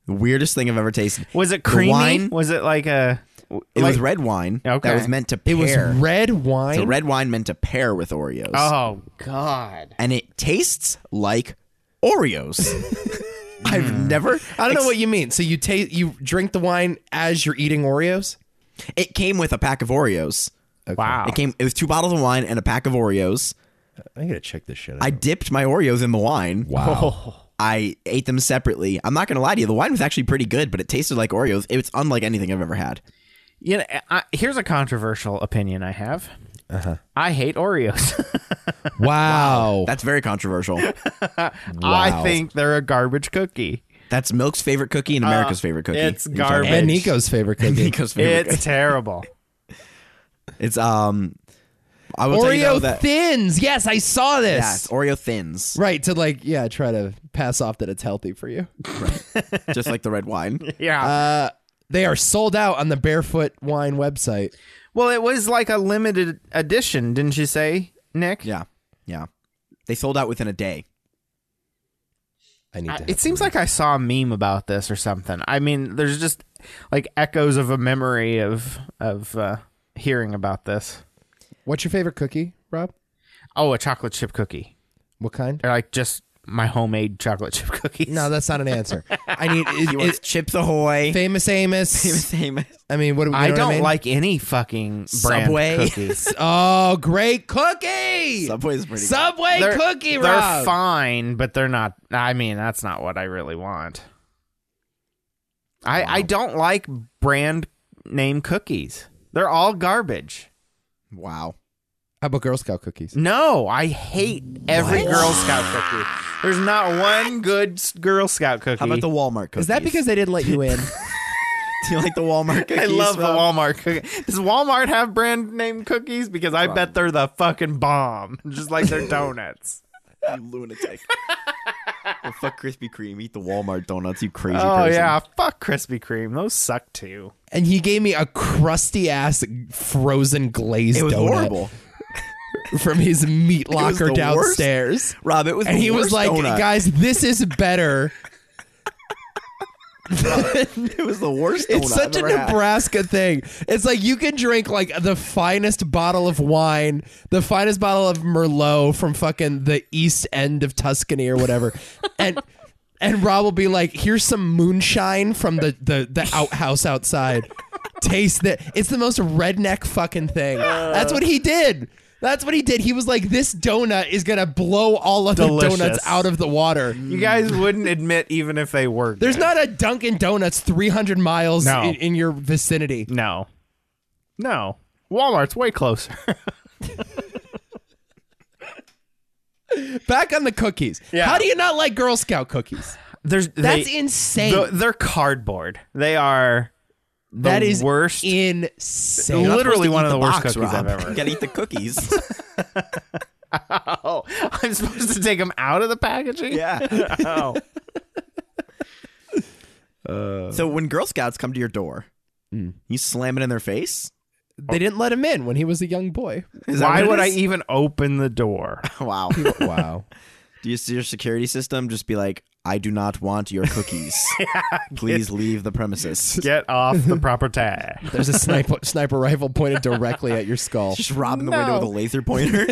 Speaker 4: The weirdest thing I've ever tasted.
Speaker 2: Was it
Speaker 4: The
Speaker 2: creamy?
Speaker 4: wine-
Speaker 2: was it like a
Speaker 4: It
Speaker 2: like-
Speaker 4: was red wine
Speaker 2: Okay.
Speaker 4: that was meant to
Speaker 3: It
Speaker 4: pair.
Speaker 3: was red wine.
Speaker 4: the red wine meant to pair with Oreos.
Speaker 2: Oh god.
Speaker 4: and it tastes like Oreos. I've never.
Speaker 3: I don't know what you mean. So you take you drink the wine as you're eating Oreos.
Speaker 4: It came with a pack of Oreos.
Speaker 2: Wow.
Speaker 4: It came. It was two bottles of wine and a pack of Oreos.
Speaker 3: I gotta check this shit out.
Speaker 4: I dipped my Oreos in the wine.
Speaker 3: wow.
Speaker 4: I ate them separately. I'm not gonna lie to you. The wine was actually pretty good, but it tasted like Oreos. It's unlike anything I've ever had.
Speaker 2: You know, I, here's a controversial opinion I have.
Speaker 4: Uh-huh.
Speaker 2: I hate Oreos.
Speaker 3: Wow.
Speaker 4: That's very controversial.
Speaker 2: I
Speaker 3: Wow.
Speaker 2: think they're a garbage cookie.
Speaker 4: That's Milk's favorite cookie and
Speaker 3: Uh,
Speaker 4: America's favorite cookie.
Speaker 2: it's
Speaker 4: You're talking about-
Speaker 2: garbage.
Speaker 3: and Nico's favorite cookie.
Speaker 4: Nico's favorite.
Speaker 2: It's
Speaker 4: It's,
Speaker 2: terrible.
Speaker 4: it's um. I will tell you though
Speaker 3: Oreo
Speaker 4: that
Speaker 3: thins. Yes, I saw this.
Speaker 4: yeah, it's Oreo thins,
Speaker 3: Right to like yeah, try to pass off that it's healthy for you.
Speaker 4: just like the red wine.
Speaker 2: Yeah.
Speaker 3: Uh, they are sold out on the Barefoot Wine website.
Speaker 2: well, it was like a limited edition, didn't you say, Nick?
Speaker 4: Yeah, yeah. They sold out within a day.
Speaker 3: I need
Speaker 2: I-
Speaker 3: to. have
Speaker 2: it seems like I saw a meme about this or something. I mean, there's just like echoes of a memory of of uh, hearing about this.
Speaker 3: What's your favorite cookie, Rob?
Speaker 2: Oh, a chocolate chip cookie.
Speaker 3: What kind?
Speaker 2: They're like just my homemade chocolate chip cookies.
Speaker 3: No, that's not an answer. I need
Speaker 4: He
Speaker 3: it,
Speaker 4: wants
Speaker 3: it,
Speaker 4: Chips Ahoy.
Speaker 3: famous Amos.
Speaker 4: famous.
Speaker 3: I mean, what do we?
Speaker 2: I
Speaker 3: you know what
Speaker 2: don't
Speaker 3: I mean?
Speaker 2: like any fucking brand
Speaker 4: Subway.
Speaker 2: cookies.
Speaker 3: Oh, great cookie!
Speaker 4: Subway's pretty. good.
Speaker 3: Subway
Speaker 2: they're,
Speaker 3: cookie,
Speaker 2: they're
Speaker 3: Rob.
Speaker 2: fine, but they're not. I mean, that's not what I really want. I I don't like brand name cookies. They're all garbage.
Speaker 4: Wow.
Speaker 3: How about Girl Scout cookies?
Speaker 2: No, I hate every Girl Scout cookie. There's not one good s- Girl Scout cookie.
Speaker 4: How about the Walmart cookies?
Speaker 3: Is that because they didn't let you in?
Speaker 4: do you like the Walmart cookies?
Speaker 2: I love the
Speaker 4: Rob?
Speaker 2: Walmart cookie. Does Walmart have brand name cookies? Because I bet they're the fucking bomb, just like their donuts.
Speaker 4: you lunatic. well, fuck Krispy Kreme. Eat the Walmart donuts, you crazy
Speaker 2: oh
Speaker 4: person.
Speaker 2: yeah, fuck Krispy Kreme. Those suck too.
Speaker 3: and he gave me a crusty ass frozen glazed
Speaker 4: It was
Speaker 3: donut
Speaker 4: horrible.
Speaker 3: from his meat locker
Speaker 4: the worst.
Speaker 3: downstairs.
Speaker 4: Rob, it was
Speaker 3: and
Speaker 4: the
Speaker 3: he was
Speaker 4: worst
Speaker 3: like,
Speaker 4: donut.
Speaker 3: "Guys, this is better.
Speaker 4: it was the worst donut
Speaker 3: It's such a
Speaker 4: I've ever had.
Speaker 3: Nebraska thing. It's like you can drink like the finest bottle of wine, the finest bottle of Merlot from fucking the east end of Tuscany or whatever, and." And Rob will be like, "Here's some moonshine from the the, the outhouse outside. Taste that. It's the most redneck fucking thing. That's what he did. That's what he did. He was like, this donut is gonna blow all other
Speaker 2: Delicious. Mm.
Speaker 3: donuts out of the water.
Speaker 2: You guys wouldn't admit even if they were.
Speaker 3: There's
Speaker 2: good.
Speaker 3: not a Dunkin' Donuts 300 miles
Speaker 2: No.
Speaker 3: in, in your vicinity.
Speaker 2: No. No. Walmart's way closer.
Speaker 3: Back on the cookies.
Speaker 2: Yeah.
Speaker 3: How do you not like Girl Scout cookies?
Speaker 2: There's
Speaker 3: That's
Speaker 2: they,
Speaker 3: insane.
Speaker 2: th- they're cardboard. They are the
Speaker 3: that is
Speaker 2: worst.
Speaker 3: insane.
Speaker 2: literally one of the, worst
Speaker 4: Box,
Speaker 2: cookies
Speaker 4: Rob.
Speaker 2: I've ever.
Speaker 4: You gotta eat the cookies.
Speaker 2: Oh, I'm supposed to take them out of the packaging.
Speaker 4: yeah.
Speaker 2: Oh.
Speaker 4: So when Girl Scouts come to your door, you slam it in their face.
Speaker 3: They didn't let him in when he was a young boy.
Speaker 4: Is that
Speaker 2: Why
Speaker 4: what it
Speaker 2: would I
Speaker 4: is?
Speaker 2: even open the door?
Speaker 4: Wow.
Speaker 3: wow.
Speaker 4: Do you see your security system just be like, I do not want your cookies. Please leave the premises.
Speaker 2: Get off the proper tag.
Speaker 3: There's a sniper, sniper rifle pointed directly at your skull.
Speaker 4: Just Rob in the window with a
Speaker 2: No.
Speaker 4: laser pointer.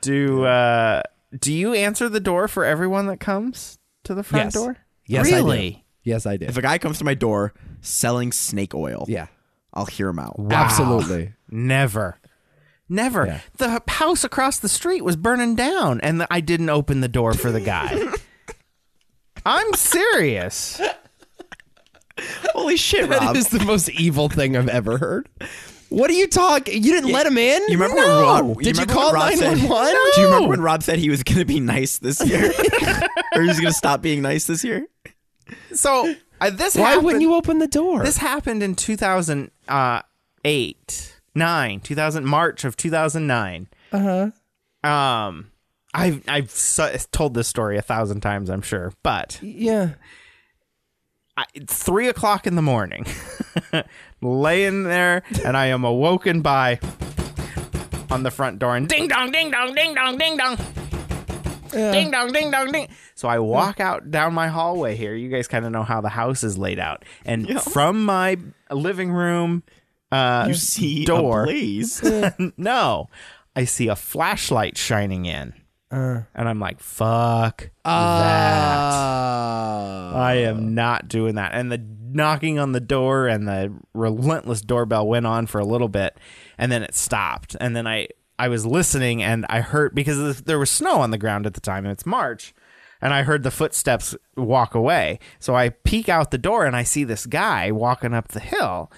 Speaker 2: Do uh, do you answer the door for everyone that comes to the front
Speaker 3: Yes.
Speaker 2: door?
Speaker 3: Yes, I do.
Speaker 2: really?
Speaker 3: Yes, I did.
Speaker 4: if a guy comes to my door selling snake oil,
Speaker 3: Yeah.
Speaker 4: I'll hear him out.
Speaker 3: Absolutely.
Speaker 2: Never. Never.
Speaker 3: Yeah.
Speaker 2: The house across the street was burning down, and I didn't open the door for the guy. I'm serious.
Speaker 4: Holy shit,
Speaker 3: That
Speaker 4: Rob.
Speaker 3: is the most evil thing I've ever heard. What are you talking? You didn't let him in?
Speaker 4: you remember
Speaker 3: no.
Speaker 4: when Rob?
Speaker 3: Did you,
Speaker 4: remember
Speaker 3: call
Speaker 4: when Rob said-
Speaker 3: 911?
Speaker 4: Do you remember when Rob said he was going to be nice this year, or he was going to stop being nice this year?
Speaker 2: So uh, this
Speaker 3: Why
Speaker 2: happened,
Speaker 3: wouldn't you open the door?
Speaker 2: This happened in 2008, nine, 2000 March of 2009. Uh huh. Um, I've I've so- told this story a thousand times, I'm sure, but
Speaker 3: yeah.
Speaker 2: I, it's three o'clock in the morning, laying there, and I am awoken by on the front door and ding dong, ding dong, ding dong, ding dong, ding dong, ding dong, ding. So I walk out down my hallway here. You guys kind of know how the house is laid out, and from my living room uh,
Speaker 4: You see
Speaker 2: door.
Speaker 4: a blaze.
Speaker 2: no, I see a flashlight shining in, and I'm like, "Fuck that."
Speaker 3: Uh,
Speaker 2: I am not doing that. And the knocking on the door and the relentless doorbell went on for a little bit, and then it stopped. And then I I was listening, and I heard because there was snow on the ground at the time, and it's March. and I heard the footsteps walk away. So I peek out the door and I see this guy walking up the hill.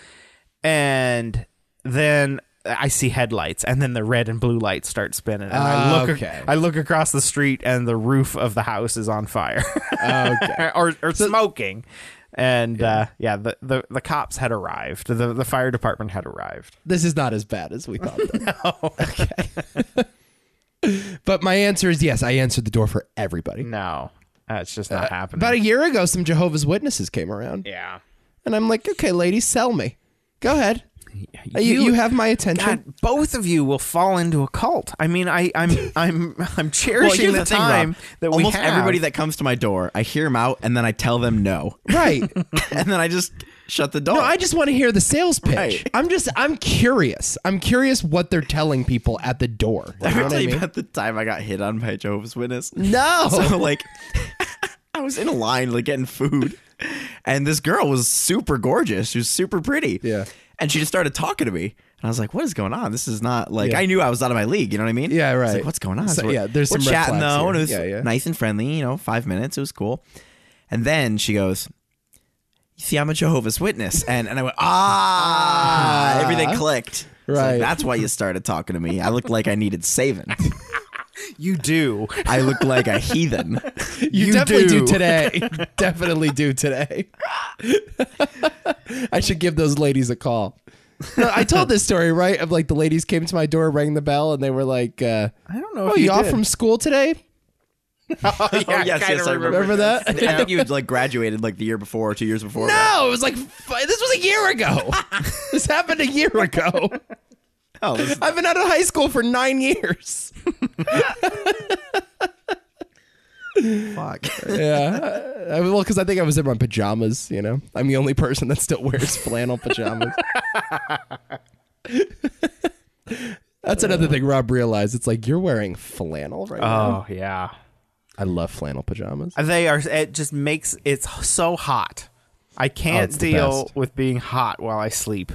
Speaker 2: And then I see headlights and then the red and blue lights start spinning. And I
Speaker 3: Ah,
Speaker 2: look
Speaker 3: okay.
Speaker 2: I look across the street and the roof of the house is on fire. or or smoking. And yeah, uh, yeah the, the, the cops had arrived. The the fire department had arrived.
Speaker 3: This is not as bad as we thought. Then. no. Okay. but my answer is yes. I answered the door for everybody.
Speaker 2: No. That's just not happening.
Speaker 3: About a year ago, some Jehovah's Witnesses came around,
Speaker 2: yeah.
Speaker 3: and I'm like, okay, ladies, sell me. Go ahead. Uh, You, you, have my attention.
Speaker 2: God, both of you will fall into a cult. I mean, I, I'm, I'm, I'm
Speaker 4: Well,
Speaker 2: cherishing
Speaker 4: here's
Speaker 2: the,
Speaker 4: the thing,
Speaker 2: time
Speaker 4: Rob.
Speaker 2: that we
Speaker 4: almost
Speaker 2: have.
Speaker 4: everybody that comes to my door, I hear them out and then I tell them no,
Speaker 3: Right.
Speaker 4: and then I just shut the door.
Speaker 3: No, I just want to hear the sales pitch.
Speaker 4: Right.
Speaker 3: I'm just, I'm curious. I'm curious what they're telling people at the door. You
Speaker 4: I
Speaker 3: know what
Speaker 4: tell
Speaker 3: I
Speaker 4: you
Speaker 3: mean?
Speaker 4: about the time I got hit on by a Jehovah's Witness.
Speaker 3: No.
Speaker 4: So like I was in a line like getting food and this girl was super gorgeous. She was super pretty.
Speaker 3: Yeah.
Speaker 4: And she just started talking to me. And I was like, what is going on? This is not like
Speaker 3: Yeah.
Speaker 4: I knew I was out of my league, you know what I mean?
Speaker 3: Yeah,
Speaker 4: I was
Speaker 3: right.
Speaker 4: like, what's going on?
Speaker 3: So,
Speaker 4: we're-
Speaker 3: yeah, there's
Speaker 4: we're
Speaker 3: some red
Speaker 4: chatting
Speaker 3: flags
Speaker 4: though,
Speaker 3: here.
Speaker 4: and it was
Speaker 3: Yeah, yeah.
Speaker 4: nice and friendly, you know, five minutes. It was cool. And then she goes, You see, I'm a Jehovah's Witness. And and I went, Ah, everything clicked. So
Speaker 3: Right.
Speaker 4: that's why you started talking to me. I looked like I needed saving.
Speaker 2: you do.
Speaker 4: I look like a heathen.
Speaker 3: you,
Speaker 2: You
Speaker 3: definitely do,
Speaker 2: do.
Speaker 3: today. definitely do today. I should give those ladies a call. No, I told this story right of like the ladies came to my door, rang the bell, and they were like, uh,
Speaker 2: I don't know.
Speaker 3: "Oh,
Speaker 2: if you
Speaker 3: y'all
Speaker 2: did.
Speaker 3: from school today?
Speaker 2: Oh, yeah,
Speaker 4: yes,
Speaker 2: kinda
Speaker 4: yes, I remember.
Speaker 3: Remember that?"
Speaker 4: I think you had like graduated like the year before, or two years before.
Speaker 3: No, it was like f- this was a year ago. this happened a year ago.
Speaker 4: Oh, this-
Speaker 3: I've been out of high school for nine years.
Speaker 4: fuck.
Speaker 3: I, well, because I think I was in my pajamas. You know, I'm the only person that still wears flannel pajamas. That's another thing Rob realized. It's like you're wearing flannel right now.
Speaker 2: Oh yeah.
Speaker 3: I love flannel pajamas.
Speaker 2: They are. It just makes it's so hot. I can't
Speaker 3: it's the
Speaker 2: deal
Speaker 3: best.
Speaker 2: with being hot while I sleep.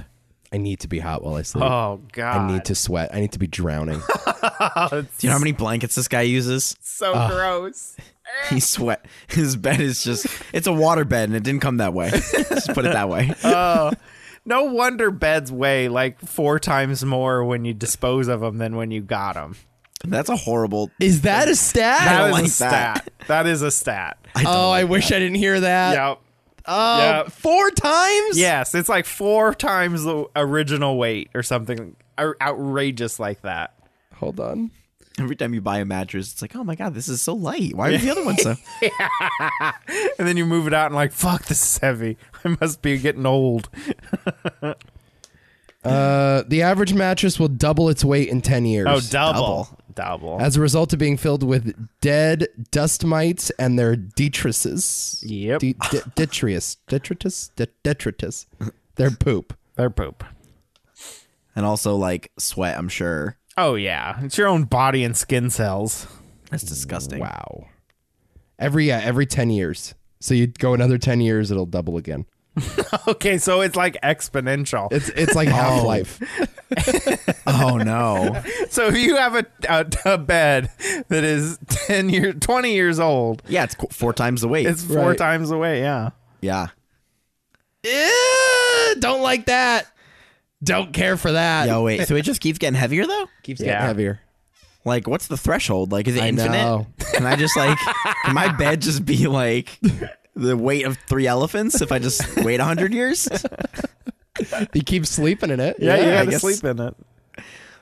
Speaker 3: I need to be hot while I sleep.
Speaker 2: Oh god.
Speaker 3: I need to sweat. I need to be drowning.
Speaker 4: Do you know how many blankets this guy uses?
Speaker 2: So gross.
Speaker 4: He sweat. His bed is just—it's a water bed, and it didn't come that way. just put it that way.
Speaker 2: No wonder beds weigh like four times more when you dispose of them than when you got them.
Speaker 4: That's a horrible.
Speaker 3: Is that a stat?
Speaker 2: That
Speaker 4: don't
Speaker 2: is a
Speaker 4: like that.
Speaker 2: stat. That is a stat.
Speaker 3: oh, I wish I didn't hear that.
Speaker 2: Yep.
Speaker 3: Uh, Oh,
Speaker 2: Yep.
Speaker 3: four times.
Speaker 2: Yes, it's like four times the original weight or something ou- outrageous like that.
Speaker 3: Hold on.
Speaker 4: Every time you buy a mattress, it's like, oh my god, this is so light. Why was the other one so?
Speaker 2: And then you move it out and like, fuck, this is heavy. I must be getting old.
Speaker 3: Uh, the average mattress will double its weight in ten years.
Speaker 2: Oh, double, double.
Speaker 3: as a result of being filled with dead dust mites and their detritus.
Speaker 2: Yep.
Speaker 3: De- de- detritus. Detritus? De- detritus. Their poop.
Speaker 2: Their poop.
Speaker 4: And also like sweat. I'm sure
Speaker 2: Oh yeah, it's your own body and skin cells.
Speaker 4: that's disgusting.
Speaker 3: Wow. Every yeah, every 10 years. So you go another 10 years it'll double again.
Speaker 2: Okay, so it's like exponential.
Speaker 3: It's it's like half-life.
Speaker 4: Oh no.
Speaker 2: so if you have a, a, a bed that is ten years, twenty years old,
Speaker 4: Yeah, it's qu- four times the weight.
Speaker 2: it's four
Speaker 3: Right.
Speaker 2: times away. Yeah.
Speaker 4: yeah.
Speaker 3: Ew, don't like that. Don't care for that.
Speaker 4: Yo, wait. So it just keeps getting heavier though.
Speaker 3: keeps
Speaker 2: yeah.
Speaker 3: getting heavier.
Speaker 4: Like, what's the threshold? Like, is it
Speaker 3: I
Speaker 4: infinite?
Speaker 3: know.
Speaker 4: Can I just like, can my bed just be like the weight of three elephants if I just wait hundred years?
Speaker 3: You keep sleeping in it.
Speaker 2: Yeah, you
Speaker 4: I
Speaker 2: gotta
Speaker 4: guess-
Speaker 2: sleep in it.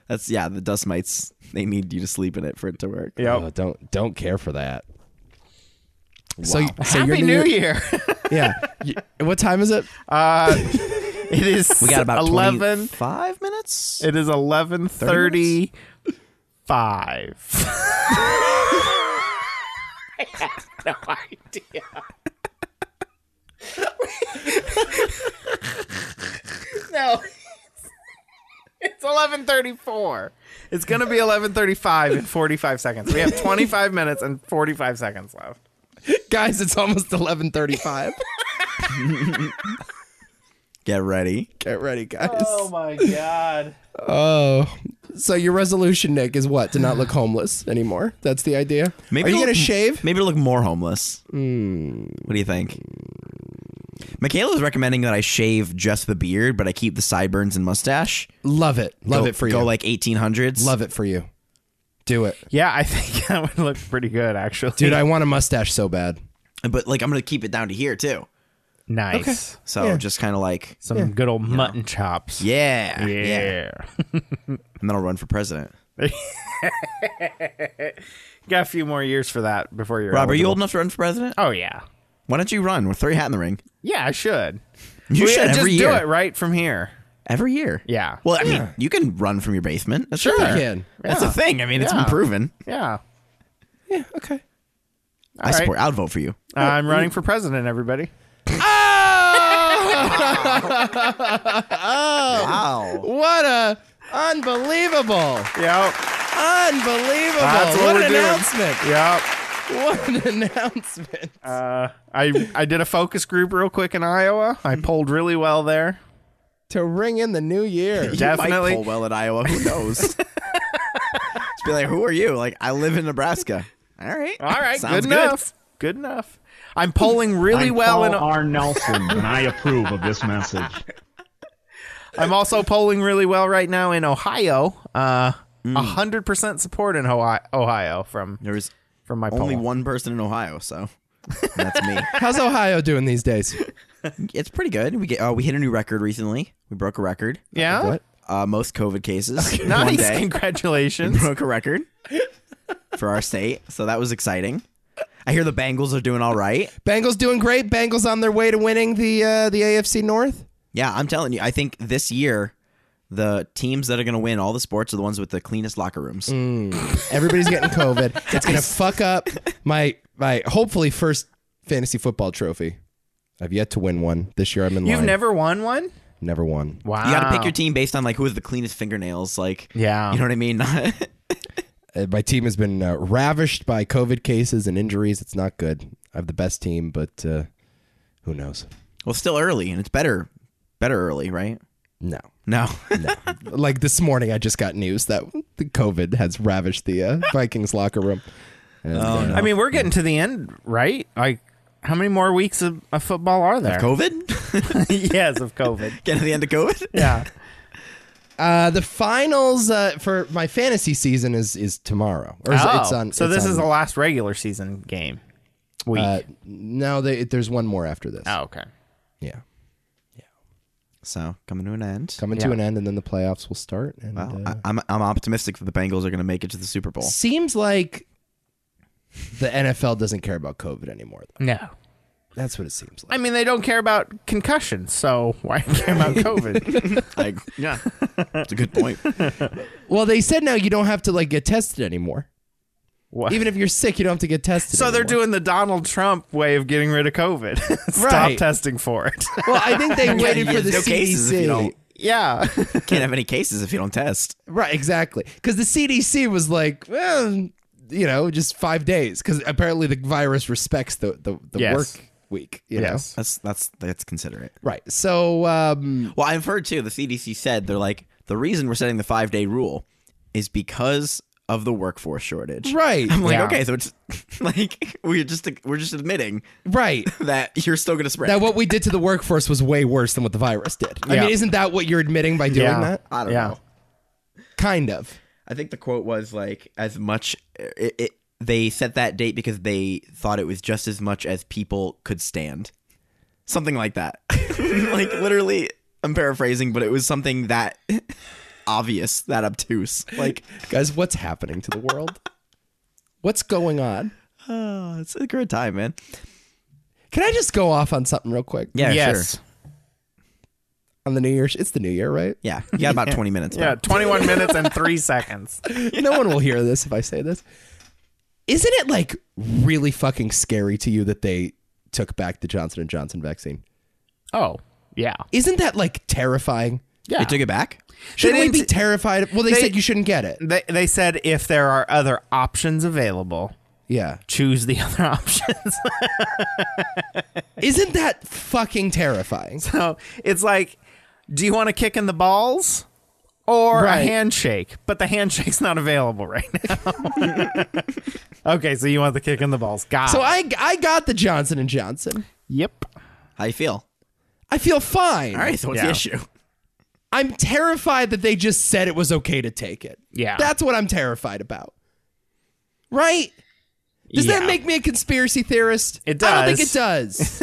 Speaker 4: That's yeah. The dust mites. They need you to sleep in it for it to work.
Speaker 2: Yep.
Speaker 3: Oh, don't don't care for that. So, so your
Speaker 2: Happy New Year.
Speaker 3: Yeah. Y- What time is it?
Speaker 2: it is.
Speaker 4: We got about
Speaker 2: eleven.
Speaker 4: five minutes.
Speaker 2: It is eleven thirty-five. I have no idea. no, it's eleven thirty-four. It's gonna be eleven thirty-five in forty-five seconds. We have twenty-five minutes and forty-five seconds left.
Speaker 3: Guys, it's almost 11:35.
Speaker 4: Get ready.
Speaker 2: Oh.
Speaker 3: Get ready, guys.
Speaker 2: my god!
Speaker 3: Oh. So your resolution, Nick, is what? To not look homeless anymore. That's the idea. Are you
Speaker 4: it'll
Speaker 3: gonna
Speaker 4: look-
Speaker 3: shave? Hmm.
Speaker 4: Maybe to look more homeless. What do you think? Michaela's recommending that I shave just the beard, but I keep the sideburns and mustache.
Speaker 3: Love it. Love
Speaker 4: Go-
Speaker 3: it for you.
Speaker 4: Go like 1800s.
Speaker 3: Love it for you. Do it,
Speaker 2: Yeah, I think that would look pretty good, actually.
Speaker 3: dude. I want a mustache so bad.
Speaker 4: But like I'm going to keep it down to here too.
Speaker 2: nice.
Speaker 4: So
Speaker 3: Yeah.
Speaker 4: just kind of like,
Speaker 2: Some good old mutton chops.
Speaker 4: yeah, yeah,
Speaker 2: Yeah.
Speaker 4: And then I'll run for president.
Speaker 2: Got a few more years for that before you're.
Speaker 4: Rob, are you
Speaker 2: eligible.
Speaker 4: old enough to run for president?
Speaker 2: Oh yeah.
Speaker 4: Why don't you run? We'll throw your hat in the ring.
Speaker 2: Yeah, I should.
Speaker 4: You
Speaker 2: Well,
Speaker 4: should
Speaker 2: yeah,
Speaker 4: every
Speaker 2: just
Speaker 4: year.
Speaker 2: do it right from here.
Speaker 4: Every year.
Speaker 2: Yeah.
Speaker 4: Well, I mean, you can run from your basement. That's
Speaker 3: Sure,
Speaker 4: fair.
Speaker 3: you can.
Speaker 4: That's the
Speaker 2: Yeah.
Speaker 4: thing. I mean, it's been
Speaker 2: Yeah.
Speaker 4: proven.
Speaker 2: Yeah.
Speaker 3: Yeah. Okay.
Speaker 4: I support. I'll vote for you.
Speaker 2: I'm running for president, everybody. Oh,
Speaker 4: Wow.
Speaker 3: What a unbelievable,
Speaker 2: Yep.
Speaker 3: unbelievable!
Speaker 2: That's what
Speaker 3: what,
Speaker 2: we're
Speaker 3: an
Speaker 2: doing.
Speaker 3: announcement!
Speaker 2: Yep.
Speaker 3: What an announcement!
Speaker 2: Uh, I I did a focus group real quick in Iowa.
Speaker 4: Mm-hmm.
Speaker 2: I polled really well there.
Speaker 3: to ring in the new year.
Speaker 4: You
Speaker 2: Definitely.
Speaker 4: might poll well at Iowa. Who knows? Just be like, who are you? Like, I live in Nebraska. All right.
Speaker 2: All right,
Speaker 4: Sounds
Speaker 2: good, enough. Good enough. I'm polling really
Speaker 5: I'm
Speaker 2: well,
Speaker 5: Paul
Speaker 2: and
Speaker 5: R. Nelson, and I approve of this message.
Speaker 2: I'm also polling really well right now in Ohio. Uh,
Speaker 4: Mm.
Speaker 2: hundred percent support in Ohio, Ohio from
Speaker 4: There was
Speaker 2: from my poll.
Speaker 4: only one person in Ohio, so that's me.
Speaker 3: How's Ohio doing these days?
Speaker 4: it's pretty good. We get uh, we hit a new record recently. We broke a record.
Speaker 2: Yeah,
Speaker 3: What?
Speaker 4: Uh, most COVID cases. in One
Speaker 2: nice.
Speaker 4: day.
Speaker 2: Congratulations.
Speaker 4: broke a record for our state, so that was exciting. I hear the Bengals are doing all right.
Speaker 3: Bengals doing great. Bengals on their way to winning the uh, the AFC North.
Speaker 4: Yeah, I'm telling you, I think this year the teams that are going to win all the sports are the ones with the cleanest locker rooms.
Speaker 2: Mm.
Speaker 3: Everybody's getting COVID. It's gonna fuck up my my hopefully first fantasy football trophy. I've yet to win one this year. I'm in
Speaker 2: You've
Speaker 3: line.
Speaker 2: never won one.
Speaker 3: never won.
Speaker 2: Wow.
Speaker 4: You got to pick your team based on like who has the cleanest fingernails. Like,
Speaker 2: Yeah.
Speaker 4: you know what I mean.
Speaker 3: Uh, My team has been uh, ravished by COVID cases and injuries. It's not good. I have the best team, but uh, who knows?
Speaker 4: well, it's still early, and it's better, better early, right?
Speaker 3: No.
Speaker 4: No,
Speaker 3: Like this morning, I just got news that the COVID has ravished the uh, Vikings locker room. And, uh,
Speaker 2: I mean, we're getting to the end, right? Like, how many more weeks of, of football are there?
Speaker 4: COVID.
Speaker 2: yes, of COVID.
Speaker 4: Get to the end of COVID.
Speaker 2: Yeah.
Speaker 3: Uh, the finals uh, for my fantasy season is is tomorrow. Or is it-
Speaker 2: Oh,
Speaker 3: it's on.
Speaker 2: so
Speaker 3: it's
Speaker 2: this
Speaker 3: on-
Speaker 2: is the last regular season game week.
Speaker 3: Uh, no, they, there's one more after this.
Speaker 2: oh, okay.
Speaker 3: Yeah,
Speaker 4: So coming to an end.
Speaker 3: coming to
Speaker 2: Yeah.
Speaker 3: an end, and then the playoffs will start. And
Speaker 4: Wow,
Speaker 3: uh,
Speaker 4: I, I'm I'm optimistic that the Bengals are going to make it to the Super Bowl.
Speaker 3: seems like the NFL doesn't care about COVID anymore. Though.
Speaker 2: No.
Speaker 3: That's what it seems like.
Speaker 2: I mean, they don't care about concussions, so why care about COVID?
Speaker 4: Like, yeah, it's a good point.
Speaker 3: well, they said now you don't have to like get tested anymore.
Speaker 2: What?
Speaker 3: Even if you're sick, you don't have to get tested.
Speaker 2: so they're
Speaker 3: anymore.
Speaker 2: doing the Donald Trump way of getting rid of COVID. Stop
Speaker 3: Right.
Speaker 2: testing for it.
Speaker 3: Well, I think they waited for the
Speaker 4: no
Speaker 3: CDC.
Speaker 4: cases if you don't
Speaker 2: yeah.
Speaker 4: can't have any cases if you don't test.
Speaker 3: Right, exactly. Because the CDC was like, well, you know, just five days. Because apparently the virus respects the the, the
Speaker 2: Yes.
Speaker 3: work week. You
Speaker 2: Yes.
Speaker 3: know,
Speaker 4: That's that's that's considerate.
Speaker 3: right. So um,
Speaker 4: Well, I've heard too. The CDC said they're like the reason we're setting the five day rule is because of the workforce shortage.
Speaker 3: right,
Speaker 4: I'm like,
Speaker 2: Yeah.
Speaker 4: okay, so it's like we're just we're just admitting
Speaker 3: right.
Speaker 4: that you're still gonna spread.
Speaker 3: That what we did to the workforce was way worse than what the virus did. I
Speaker 2: Yeah.
Speaker 3: mean, isn't that what you're admitting by doing
Speaker 2: Yeah.
Speaker 3: that?
Speaker 4: I don't
Speaker 2: Yeah.
Speaker 4: know.
Speaker 3: Kind of.
Speaker 4: I think the quote was like as much it, it they set that date because they thought it was just as much as people could stand. Something like that. like literally I'm paraphrasing, but it was something that obvious, that obtuse. Like
Speaker 3: Guys, what's happening to the world? What's going on?
Speaker 4: oh, it's a great time, man.
Speaker 3: Can I just go off on something real quick?
Speaker 4: Yeah,
Speaker 2: yes.
Speaker 4: sure.
Speaker 3: On the New Year's, it's the New Year, right?
Speaker 4: Yeah. You got about twenty minutes.
Speaker 2: Yeah.
Speaker 4: man.
Speaker 2: 21 minutes and three seconds.
Speaker 3: no one will hear this if I say this. Isn't it like really fucking scary to you that they took back the Johnson and Johnson vaccine?
Speaker 2: Oh, yeah.
Speaker 3: Isn't that like terrifying?
Speaker 2: Yeah.
Speaker 4: They took it back?
Speaker 3: Shouldn't we
Speaker 2: didn't-
Speaker 3: be terrified? Well, they,
Speaker 2: they-
Speaker 3: said you shouldn't get it.
Speaker 2: They, they said if there are other options available,
Speaker 3: Yeah.
Speaker 2: choose the other options.
Speaker 3: Isn't that fucking terrifying?
Speaker 2: so it's like, do you want to kick in the balls or a
Speaker 3: Right.
Speaker 2: handshake, but the handshake's not available right now. okay, so you want the kick in the balls. Got
Speaker 3: So
Speaker 2: it.
Speaker 3: I I got the Johnson and Johnson.
Speaker 2: Yep.
Speaker 4: How you feel?
Speaker 3: I feel fine.
Speaker 4: All right, so what's
Speaker 2: Yeah.
Speaker 4: the issue?
Speaker 3: I'm terrified that they just said it was okay to take it.
Speaker 2: Yeah.
Speaker 3: That's what I'm terrified about. Right? Does
Speaker 2: Yeah.
Speaker 3: that make me a conspiracy theorist?
Speaker 2: It
Speaker 3: I don't think
Speaker 2: does.
Speaker 3: it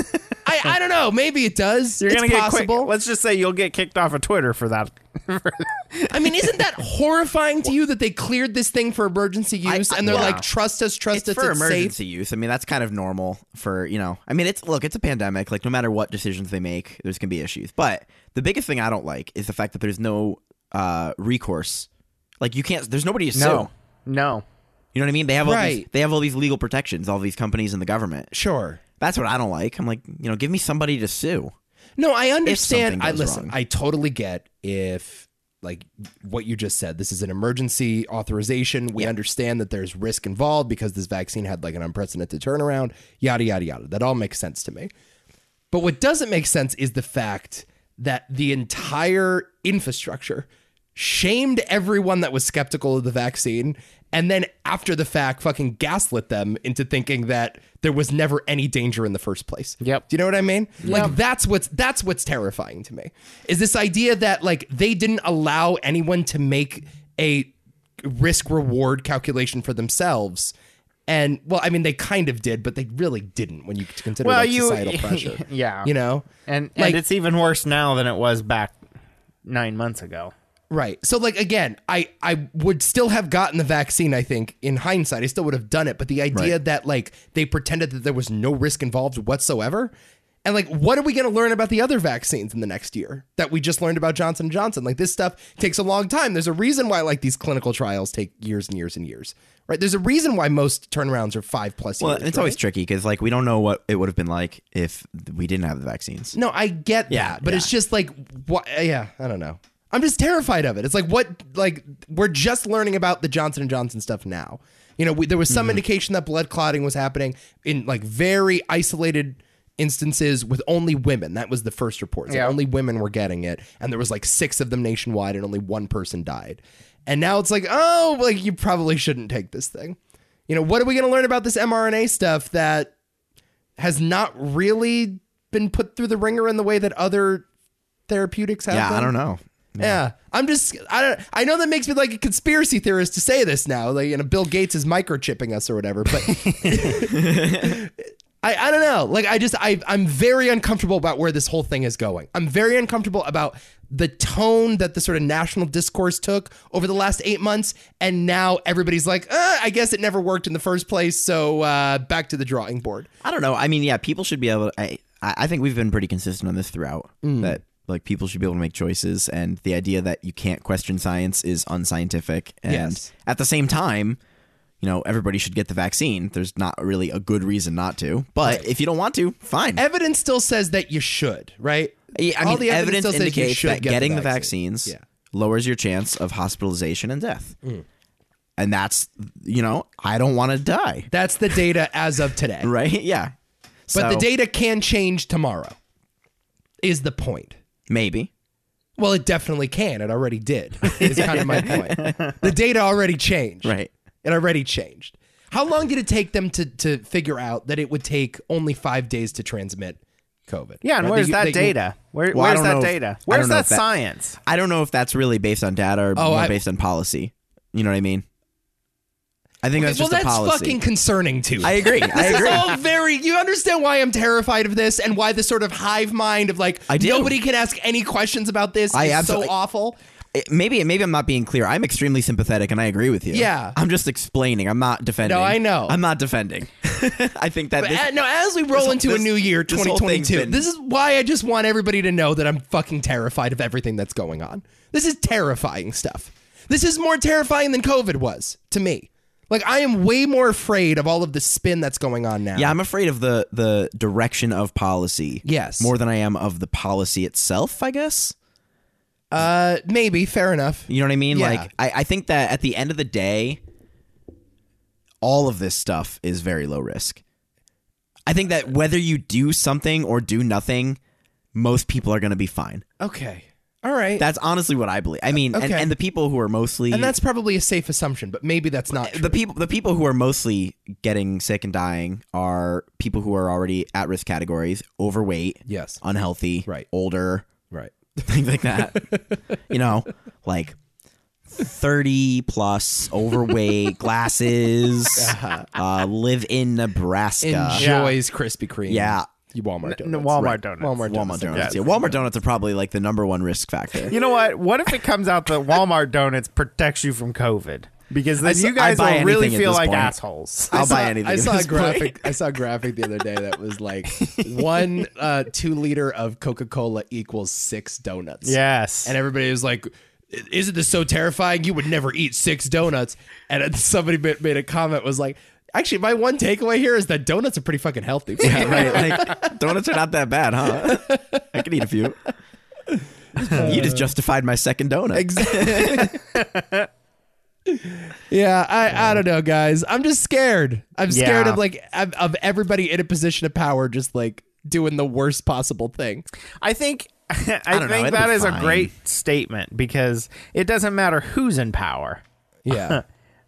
Speaker 3: does. I, I don't know. Maybe it does.
Speaker 2: You're
Speaker 3: it's
Speaker 2: gonna get
Speaker 3: possible.
Speaker 2: Quick, let's just say you'll get kicked off of Twitter for that.
Speaker 3: I mean, isn't that horrifying to you that they cleared this thing for emergency
Speaker 4: I-
Speaker 3: use
Speaker 4: I-
Speaker 3: and they're
Speaker 4: yeah.
Speaker 3: like, trust us, trust
Speaker 4: It's,
Speaker 3: us,
Speaker 4: for
Speaker 3: it's
Speaker 4: emergency use. I mean, that's kind of normal for you know. I mean, it's look, it's a pandemic. Like, no matter what decisions they make, there's gonna be issues. But the biggest thing I don't like is the fact that there's no uh, recourse. Like, you can't. There's nobody to sue.
Speaker 2: no.
Speaker 4: You know what I mean? They have all these,
Speaker 3: Right.
Speaker 4: they have all these legal protections, all these companies and the government.
Speaker 3: safe. Sure.
Speaker 4: That's what I don't like. I'm like, you know, give me somebody to sue.
Speaker 3: No, I understand.
Speaker 4: something
Speaker 3: I
Speaker 4: goes
Speaker 3: listen.
Speaker 4: wrong.
Speaker 3: I totally get if like what you just said. This is an emergency authorization. We understand that there's risk involved because this vaccine had like an unprecedented turnaround. Yada yada yada. That all makes sense to me. But what doesn't make sense is the fact that the entire infrastructure shamed everyone that was skeptical of the vaccine and then after the fact fucking gaslit them into thinking that there was never any danger in the first place.
Speaker 2: Yep.
Speaker 3: Do you know what I mean? Like that's what's that's what's terrifying to me. Is this idea that like they didn't allow anyone to make a risk reward calculation for themselves. And well, I mean, they kind of did, but they really didn't when you consider
Speaker 2: Well,
Speaker 3: like,
Speaker 2: you-
Speaker 3: societal pressure.
Speaker 2: yeah.
Speaker 3: you know,
Speaker 2: And and
Speaker 3: Like-
Speaker 2: it's even worse now than it was back nine months ago.
Speaker 3: right? So, like again, I I would still have gotten the vaccine. I think in hindsight, I still would have done it. But the idea that like they pretended that there was no risk involved whatsoever, and like, what are we going to learn about the other vaccines in the next year that we just learned about Johnson and Johnson? Like this stuff takes a long time. There's a reason why like these clinical trials take years and years and years. Right? There's a reason why most turnarounds are five plus
Speaker 4: Well,
Speaker 3: years.
Speaker 4: it's always tricky because like we don't know what it would have been like if we didn't have the vaccines.
Speaker 3: No, I get that,
Speaker 4: Yeah,
Speaker 3: but
Speaker 4: yeah.
Speaker 3: it's just like what? Yeah, I don't know. I'm just terrified of it. It's like what? Like we're just learning about the Johnson and Johnson stuff now. You know, we, there was some
Speaker 4: Mm-hmm.
Speaker 3: indication that blood clotting was happening in like very isolated instances with only women. That was the first report. So
Speaker 2: Yeah.
Speaker 3: Only women were getting it, and there was like six of them nationwide, and only one person died. And now it's like, oh, like you probably shouldn't take this thing. You know, what are we going to learn about this mRNA stuff that has not really been put through the ringer in the way that other therapeutics have.
Speaker 4: Yeah, I
Speaker 3: been.
Speaker 4: don't know.
Speaker 3: Yeah. I'm just I don't I know that makes me like a conspiracy theorist to say this now, like you know Bill Gates is microchipping us or whatever, but I, I don't know. Like I just I I'm very uncomfortable about where this whole thing is going. I'm very uncomfortable about the tone that the sort of national discourse took over the last eight months, and now everybody's like, uh, I guess it never worked in the first place, so uh, back to the drawing board.
Speaker 4: I don't know. I mean, yeah, people should be able. To, I I I think we've been pretty consistent on this throughout.
Speaker 3: Mm.
Speaker 4: That like people should be able to make choices, and the idea that you can't question science is unscientific. And
Speaker 3: Yes.
Speaker 4: at the same time, you know, everybody should get the vaccine. There's not really a good reason not to. But if you don't want to, fine.
Speaker 3: evidence still says that you should, right?
Speaker 4: Yeah, I mean, evidence,
Speaker 3: still says you
Speaker 4: indicates
Speaker 3: should
Speaker 4: that
Speaker 3: get
Speaker 4: getting the
Speaker 3: vaccine.
Speaker 4: vaccines lowers your chance of hospitalization and death.
Speaker 3: Mm.
Speaker 4: And that's, you know, I don't want to die.
Speaker 3: That's the data as of today.
Speaker 4: Right? Yeah.
Speaker 3: But the
Speaker 4: So,
Speaker 3: data can change tomorrow, is the point.
Speaker 4: Maybe.
Speaker 3: Well, it definitely can. It already did, is kind of my point. The data already changed.
Speaker 4: Right.
Speaker 3: It already changed. How long did it take them to, to figure out that it would take only five days to transmit COVID?
Speaker 2: Yeah, and
Speaker 3: Right?
Speaker 2: where's
Speaker 3: They-
Speaker 2: that
Speaker 3: they-
Speaker 2: data? Where,
Speaker 4: Well, I
Speaker 2: where's
Speaker 4: don't
Speaker 2: that
Speaker 4: know if- I
Speaker 2: data?
Speaker 4: don't
Speaker 2: Where's
Speaker 4: know
Speaker 2: that
Speaker 4: if that-
Speaker 2: science?
Speaker 4: I don't know if that's really based on data or
Speaker 3: Oh,
Speaker 4: more
Speaker 3: I-
Speaker 4: based on policy. You know what I mean? I think that's
Speaker 3: well,
Speaker 4: just
Speaker 3: that's
Speaker 4: a policy.
Speaker 3: fucking concerning to me.
Speaker 4: I agree. I
Speaker 3: This is
Speaker 4: agree.
Speaker 3: all very. You understand why I'm terrified of this and why this sort of hive mind of like
Speaker 4: I do.
Speaker 3: nobody can ask any questions about this
Speaker 4: I
Speaker 3: is
Speaker 4: absolutely-
Speaker 3: so awful.
Speaker 4: It- maybe maybe I'm not being clear. I'm extremely sympathetic and I agree with you.
Speaker 3: Yeah.
Speaker 4: I'm just explaining. I'm not defending.
Speaker 3: No, I know.
Speaker 4: I'm not defending. I think that
Speaker 3: But
Speaker 4: this,
Speaker 3: a- no, as we roll
Speaker 4: whole-
Speaker 3: into
Speaker 4: this-
Speaker 3: a new year,
Speaker 4: this whole thing's
Speaker 3: 2022,
Speaker 4: been-
Speaker 3: this is why I just want everybody to know that I'm fucking terrified of everything that's going on. This is terrifying stuff. This is more terrifying than COVID was to me. Like I am way more afraid of all of the spin that's going on now.
Speaker 4: Yeah, I'm afraid of the the direction of policy.
Speaker 3: Yes.
Speaker 4: more than I am of the policy itself. I guess
Speaker 3: Uh, maybe fair enough.
Speaker 4: you know what I mean.
Speaker 3: Yeah.
Speaker 4: Like, I, I think that at the end of the day, all of this stuff is very low risk. I think that whether you do something or do nothing, most people are going to be fine.
Speaker 3: Okay. All right.
Speaker 4: That's honestly what I believe. I mean, and,
Speaker 3: Okay.
Speaker 4: and the people who are mostly
Speaker 3: and that's probably a safe assumption, but maybe that's not true.
Speaker 4: Uh, the people the people who are mostly getting sick and dying are people who are already at risk categories, overweight,
Speaker 3: Yes.
Speaker 4: unhealthy,
Speaker 3: Right.
Speaker 4: older,
Speaker 3: Right.
Speaker 4: things like that. you know, like 30 plus, overweight, glasses,
Speaker 3: Uh-huh.
Speaker 4: uh live in Nebraska.
Speaker 3: Enjoys Krispy Kreme.
Speaker 4: Yeah.
Speaker 3: Walmart donuts.
Speaker 2: No, Walmart
Speaker 3: right.
Speaker 2: donuts.
Speaker 3: Walmart
Speaker 4: Walmart
Speaker 3: donuts.
Speaker 4: donuts. Yeah. Walmart donuts are probably like the number one risk factor.
Speaker 2: You know what? What if it comes out that Walmart donuts protects you from COVID? Because then
Speaker 4: s-
Speaker 2: you guys
Speaker 4: I buy
Speaker 2: will really
Speaker 4: anything at
Speaker 2: feel
Speaker 4: this
Speaker 2: like
Speaker 4: point.
Speaker 2: assholes.
Speaker 4: I'll
Speaker 3: saw-
Speaker 4: buy anything.
Speaker 3: I
Speaker 4: at
Speaker 3: saw a
Speaker 4: this point.
Speaker 3: graphic. I saw a graphic the other day that was like one uh, two liter of Coca Cola equals six donuts.
Speaker 2: Yes.
Speaker 3: and everybody was like, "I- "Isn't this so terrifying? You would never eat six donuts." And then somebody ma- made a comment was like, "Actually, my one takeaway here is that donuts are pretty fucking healthy."
Speaker 4: Yeah, right. Like donuts are not that bad, huh? I could eat a few. You just justified my second donut.
Speaker 3: Exactly. yeah, I, I don't know, guys. I'm just scared. I'm scared
Speaker 2: Yeah.
Speaker 3: of like of, of everybody in a position of power just like doing the worst possible thing.
Speaker 2: I think I,
Speaker 4: don't know,
Speaker 2: think
Speaker 4: it'll
Speaker 2: that
Speaker 4: be
Speaker 2: is a
Speaker 4: fine.
Speaker 2: great statement because it doesn't matter who's in power.
Speaker 3: Yeah.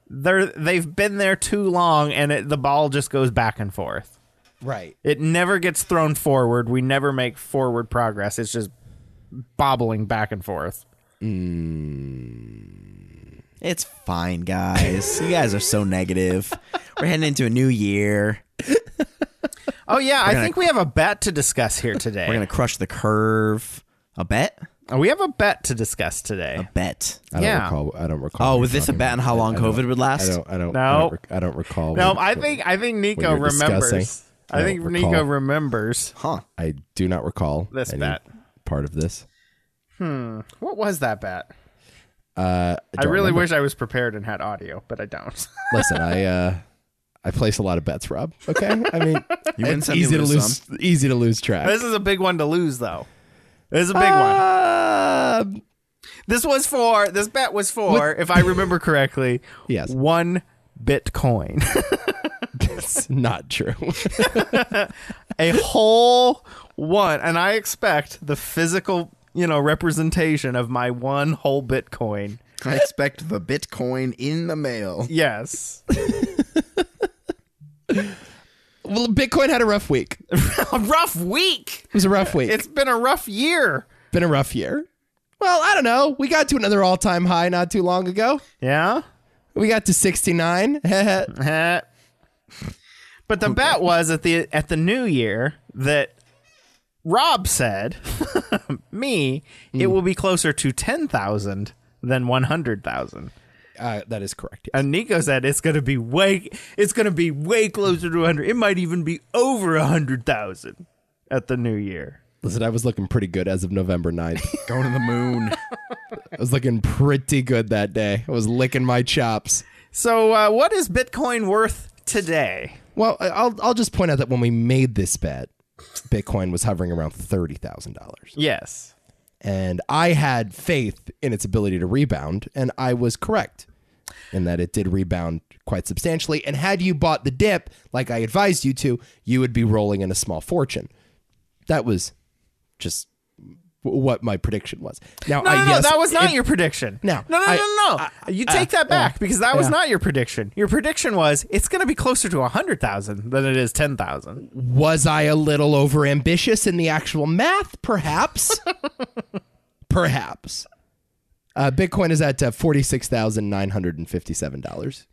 Speaker 2: They're they've been there too long, and it, the ball just goes back and forth.
Speaker 3: right.
Speaker 2: It never gets thrown forward. We never make forward progress. It's just bobbling back and forth.
Speaker 4: It's fine, guys. you guys are so negative. We're heading into a new year.
Speaker 2: Oh yeah, I
Speaker 4: gonna-
Speaker 2: think we have a bet to discuss here today.
Speaker 4: We're gonna crush the curve. A bet?
Speaker 2: We have a bet to discuss today.
Speaker 4: Bet.
Speaker 3: I don't
Speaker 2: Yeah.
Speaker 3: recall. I don't recall.
Speaker 4: Oh, was this a bet on how long COVID would
Speaker 3: I
Speaker 4: last?
Speaker 3: don't. I don't. I
Speaker 2: No.
Speaker 3: don't, rec- I don't recall.
Speaker 2: No,
Speaker 3: what-
Speaker 2: I
Speaker 3: what-
Speaker 2: think I think Nico
Speaker 3: you're
Speaker 2: remembers.
Speaker 3: discussing. I
Speaker 2: I think
Speaker 3: don't
Speaker 2: Nico
Speaker 3: recall.
Speaker 2: remembers.
Speaker 4: Huh.
Speaker 3: I do not recall
Speaker 2: This
Speaker 3: any
Speaker 2: bet.
Speaker 3: part of this.
Speaker 2: What was that bet?
Speaker 3: Uh,
Speaker 2: I
Speaker 3: don't
Speaker 2: really
Speaker 3: remember.
Speaker 2: wish I was prepared and had audio, but I don't.
Speaker 3: Listen, I uh, I place a lot of bets, Rob. Okay, I mean,
Speaker 4: You win
Speaker 3: it's
Speaker 4: some, you
Speaker 3: easy to
Speaker 4: lose
Speaker 3: lose. Easy to lose track.
Speaker 2: this is a big one to lose, though. This is a big
Speaker 3: Ah.
Speaker 2: one.
Speaker 3: Um,
Speaker 2: This was for this bet was for, if I remember correctly,
Speaker 3: Yes.
Speaker 2: one Bitcoin,
Speaker 3: it's not true.
Speaker 2: a whole one, and I expect the physical, you know, representation of my one whole Bitcoin.
Speaker 4: I expect the Bitcoin in the mail.
Speaker 2: Yes,
Speaker 3: well, Bitcoin had a rough week. It
Speaker 2: a rough week.
Speaker 3: was a rough week.
Speaker 2: It's been a rough year.
Speaker 3: been a rough year. Well, I don't know. We got to another all-time high not too long ago.
Speaker 2: Yeah.
Speaker 3: We got to 69. Uh,
Speaker 2: Heh. but the bet was at the at the new year that Rob said me it will be closer to 10,000 than 100,000.
Speaker 3: uh, that is correct.
Speaker 2: And Nico said it's going to be way it's going to be way closer to 100. It might even be over 100,000 at the new year.
Speaker 3: Listen, I was looking pretty good as of November 9th.
Speaker 4: Going to the moon.
Speaker 3: I was looking pretty good that day. I was licking my chops.
Speaker 2: So uh, what is Bitcoin worth today?
Speaker 3: Well, I- I'll I'll just point out that when we made this bet, Bitcoin was hovering around thirty thousand dollars,
Speaker 2: Yes.
Speaker 3: and I had faith in its ability to rebound, and I was correct in that it did rebound quite substantially. And had you bought the dip like I advised you to, you would be rolling in a small fortune. That was just w- what my prediction was. Now,
Speaker 2: No,
Speaker 3: I,
Speaker 2: no, no,
Speaker 3: yes,
Speaker 2: that was not
Speaker 3: if-
Speaker 2: your prediction.
Speaker 3: No,
Speaker 2: no, no,
Speaker 3: I- uh,
Speaker 2: no, no. you take that back because that was not your prediction. Your prediction was it's going to be closer to hundred thousand than it is ten thousand.
Speaker 3: Was I a little over ambitious in the actual math? Perhaps. Perhaps. Uh, Bitcoin is at uh, $46,957.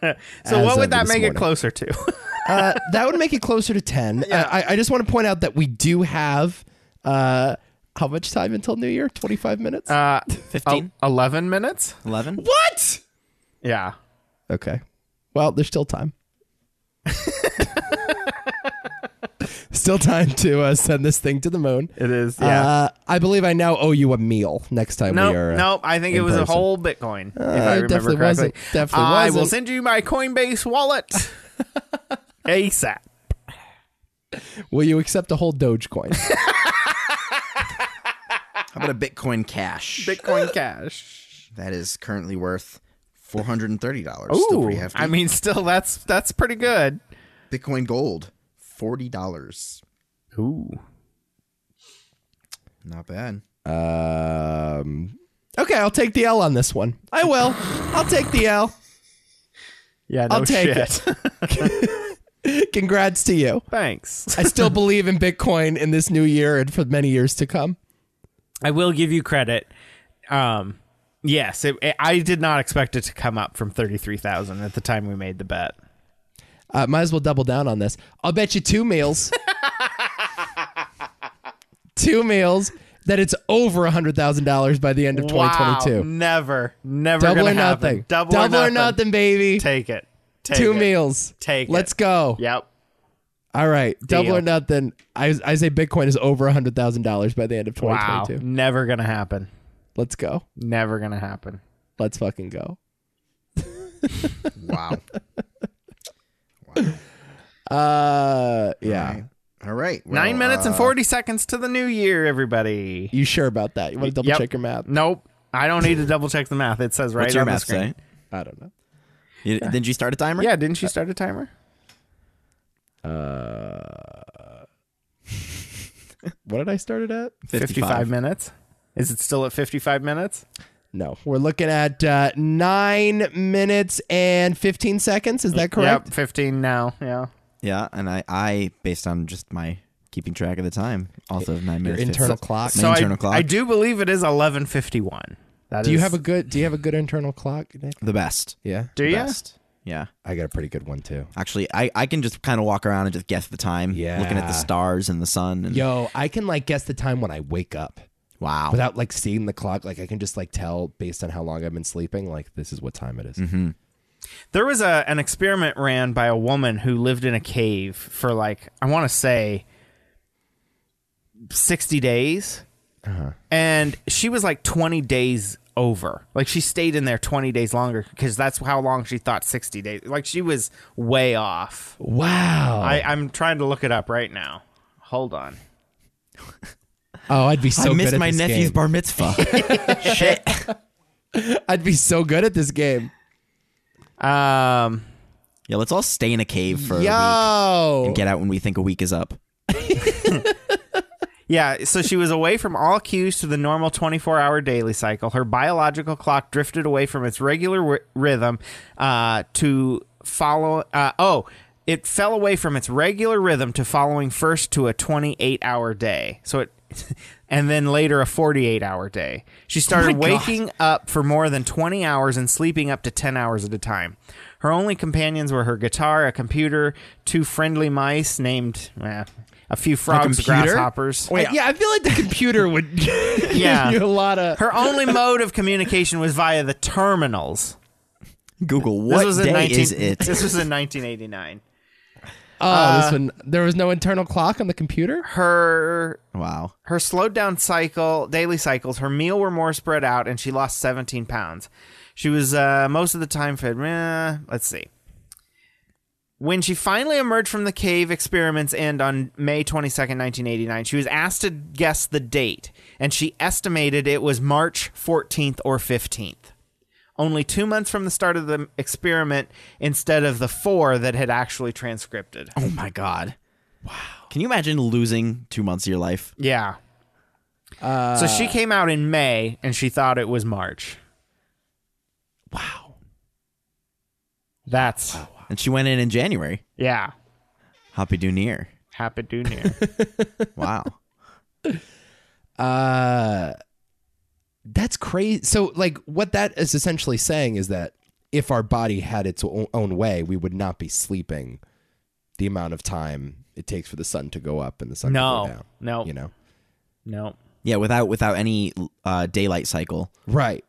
Speaker 2: So
Speaker 3: As
Speaker 2: what
Speaker 3: of
Speaker 2: would that
Speaker 3: this
Speaker 2: make
Speaker 3: morning.
Speaker 2: it closer to?
Speaker 3: Uh, that would make it closer to 10. Uh, I, I just want to point out that we do have uh, how much time until New Year? 25 minutes?
Speaker 2: Uh,
Speaker 4: 15?
Speaker 2: eleven minutes.
Speaker 4: 11?
Speaker 3: what?
Speaker 2: Yeah.
Speaker 3: Okay. Well, there's still time. still time to uh, send this thing to the moon.
Speaker 2: It is, yeah.
Speaker 3: Uh, I believe I now owe you a meal next time
Speaker 2: No,
Speaker 3: we are. uh,
Speaker 2: no. I think it
Speaker 3: in
Speaker 2: was a
Speaker 3: person. Uh,
Speaker 2: whole Bitcoin. if I remember
Speaker 3: definitely
Speaker 2: correctly,
Speaker 3: wasn't. Definitely
Speaker 2: I will
Speaker 3: wasn't.
Speaker 2: send you my Coinbase wallet ASAP.
Speaker 3: Will you accept a whole Dogecoin?
Speaker 4: How about a Bitcoin Cash?
Speaker 2: Bitcoin Cash.
Speaker 4: that is currently worth $430.
Speaker 2: Ooh, I mean, still that's that's pretty good.
Speaker 4: Bitcoin Gold, $40.
Speaker 2: Ooh.
Speaker 4: Not bad.
Speaker 3: Um, okay, I'll take the L on this one. I will. I'll take the L.
Speaker 2: Yeah, no
Speaker 3: I'll take
Speaker 2: shit.
Speaker 3: Congrats to you.
Speaker 2: Thanks.
Speaker 3: I still believe in Bitcoin in this new year and for many years to come.
Speaker 2: I will give you credit. Um, yes, it, it- I did not expect it to come up from thirty three thousand at the time we made the bet.
Speaker 3: Uh, might as well double down on this. I'll bet you two meals. two meals that it's over $100,000 by the end of 2022.
Speaker 2: Wow, never, never
Speaker 3: Double
Speaker 2: gonna
Speaker 3: or
Speaker 2: happen.
Speaker 3: nothing.
Speaker 2: Double,
Speaker 3: or nothing, baby.
Speaker 2: Take it. Take
Speaker 3: two
Speaker 2: it.
Speaker 3: meals.
Speaker 2: Take it.
Speaker 3: Let's go.
Speaker 2: Yep.
Speaker 3: All right. Double
Speaker 2: Deal.
Speaker 3: or nothing. I, I say Bitcoin is over $100,000 by the end of
Speaker 2: Wow.
Speaker 3: 2022.
Speaker 2: Never gonna happen.
Speaker 3: Let's go.
Speaker 2: Never gonna happen.
Speaker 3: Let's fucking go.
Speaker 6: Wow.
Speaker 3: Uh, yeah.
Speaker 6: All right. well,
Speaker 2: Nine minutes and
Speaker 6: uh,
Speaker 2: forty seconds to the new year, everybody.
Speaker 3: You sure about that? You want to double
Speaker 2: Yep.
Speaker 3: check your map?
Speaker 2: Nope. I don't need to double check the math. It says right
Speaker 4: What's your
Speaker 2: on the
Speaker 4: math
Speaker 2: screen.
Speaker 4: say?
Speaker 3: I don't know.
Speaker 4: You, did you start a timer?
Speaker 2: Yeah, didn't you start a timer?
Speaker 3: What did I start it at?
Speaker 2: 55. minutes. Is it still at 55 minutes?
Speaker 3: No, we're looking at uh, nine minutes and 15 seconds. Is that correct?
Speaker 2: Yep, 15 now. Yeah.
Speaker 4: Yeah, and I, I based on just my keeping track of the time, also nine minutes. fifty-
Speaker 3: internal clock.
Speaker 4: My
Speaker 2: so
Speaker 4: internal
Speaker 2: I,
Speaker 4: clock.
Speaker 2: I do believe it is 11:51. That
Speaker 3: Do you
Speaker 2: is-
Speaker 3: have a good Do you have a good internal clock? Nick?
Speaker 4: the best.
Speaker 3: Yeah,
Speaker 2: Do you?
Speaker 4: Best. Yeah.
Speaker 3: I got a pretty good one too.
Speaker 4: Actually, I, I can just kind of walk around and just guess the time.
Speaker 3: Yeah.
Speaker 4: Looking at the stars and the sun. And,
Speaker 3: Yo, I can like guess the time when I wake up
Speaker 4: Wow.
Speaker 3: without like seeing the clock. Like I can just like tell based on how long I've been sleeping. Like this is what time it is.
Speaker 2: There was a an experiment ran by a woman who lived in a cave for like I want to say 60 days.
Speaker 4: Uh-huh.
Speaker 2: And she was like 20 days over. Like she stayed in there 20 days longer because that's how long she thought 60 days. Like she was way off.
Speaker 3: Wow.
Speaker 2: I, I'm trying to look it up right now. Hold on.
Speaker 3: oh, I'd be so.
Speaker 4: I
Speaker 3: good
Speaker 4: missed
Speaker 3: at
Speaker 4: my
Speaker 3: this
Speaker 4: nephew's
Speaker 3: game.
Speaker 4: bar mitzvah. Shit.
Speaker 3: I'd be so good at this game.
Speaker 2: Um,
Speaker 4: Yeah, let's all stay in a cave for a week
Speaker 3: Yo.
Speaker 4: and get out when we think a week is up.
Speaker 2: yeah, so she was away from all cues to the normal 24 hour daily cycle. Her biological clock drifted away from its regular w- rhythm uh, to follow. Uh, oh, it fell away from its regular rhythm to following first to a 28 hour day. So it. And then later a 48 hour day. She started waking up for more than 20 hours and sleeping up to 10 hours at a time. Her only companions were her guitar, a computer, two friendly mice named eh, a few frogs,
Speaker 4: computer?
Speaker 2: grasshoppers.
Speaker 4: Oh,
Speaker 3: Wait, Oh, yeah, I feel like the computer would
Speaker 2: Yeah.
Speaker 3: give you a lot of.
Speaker 2: Her only mode of communication was via the terminals.
Speaker 4: Google,
Speaker 2: This
Speaker 4: what
Speaker 2: was
Speaker 4: day
Speaker 2: in 19
Speaker 4: is it?
Speaker 2: This was in 1989.
Speaker 3: Oh, this one. There was no internal clock on the computer.
Speaker 2: Her
Speaker 4: Wow.
Speaker 2: her slowed down cycle, daily cycles, her meal were more spread out, and she lost 17 pounds. She was uh, most of the time fed. eh, let's see. When she finally emerged from the cave experiments end on May 22nd, 1989, she was asked to guess the date, and she estimated it was March 14th or 15th. Only two months from the start of the experiment instead of the four that had actually transcripted.
Speaker 4: Oh my god. Wow. Can you imagine losing two months of your life?
Speaker 2: Yeah. so
Speaker 4: Uh,
Speaker 2: she came out in May and she thought it was March.
Speaker 4: Wow.
Speaker 2: That's
Speaker 4: And she went in in January.
Speaker 2: yeah.
Speaker 4: Happy New Year.
Speaker 2: Happy New Year.
Speaker 4: Wow.
Speaker 3: Uh, that's crazy. So, like, what that is essentially saying is that if our body had its o- own way, we would not be sleeping the amount of time it takes for the sun to go up and the sun
Speaker 2: No.
Speaker 3: to go down.
Speaker 2: No.
Speaker 3: You know,
Speaker 2: no.
Speaker 4: yeah, without without any uh, daylight cycle.
Speaker 3: right?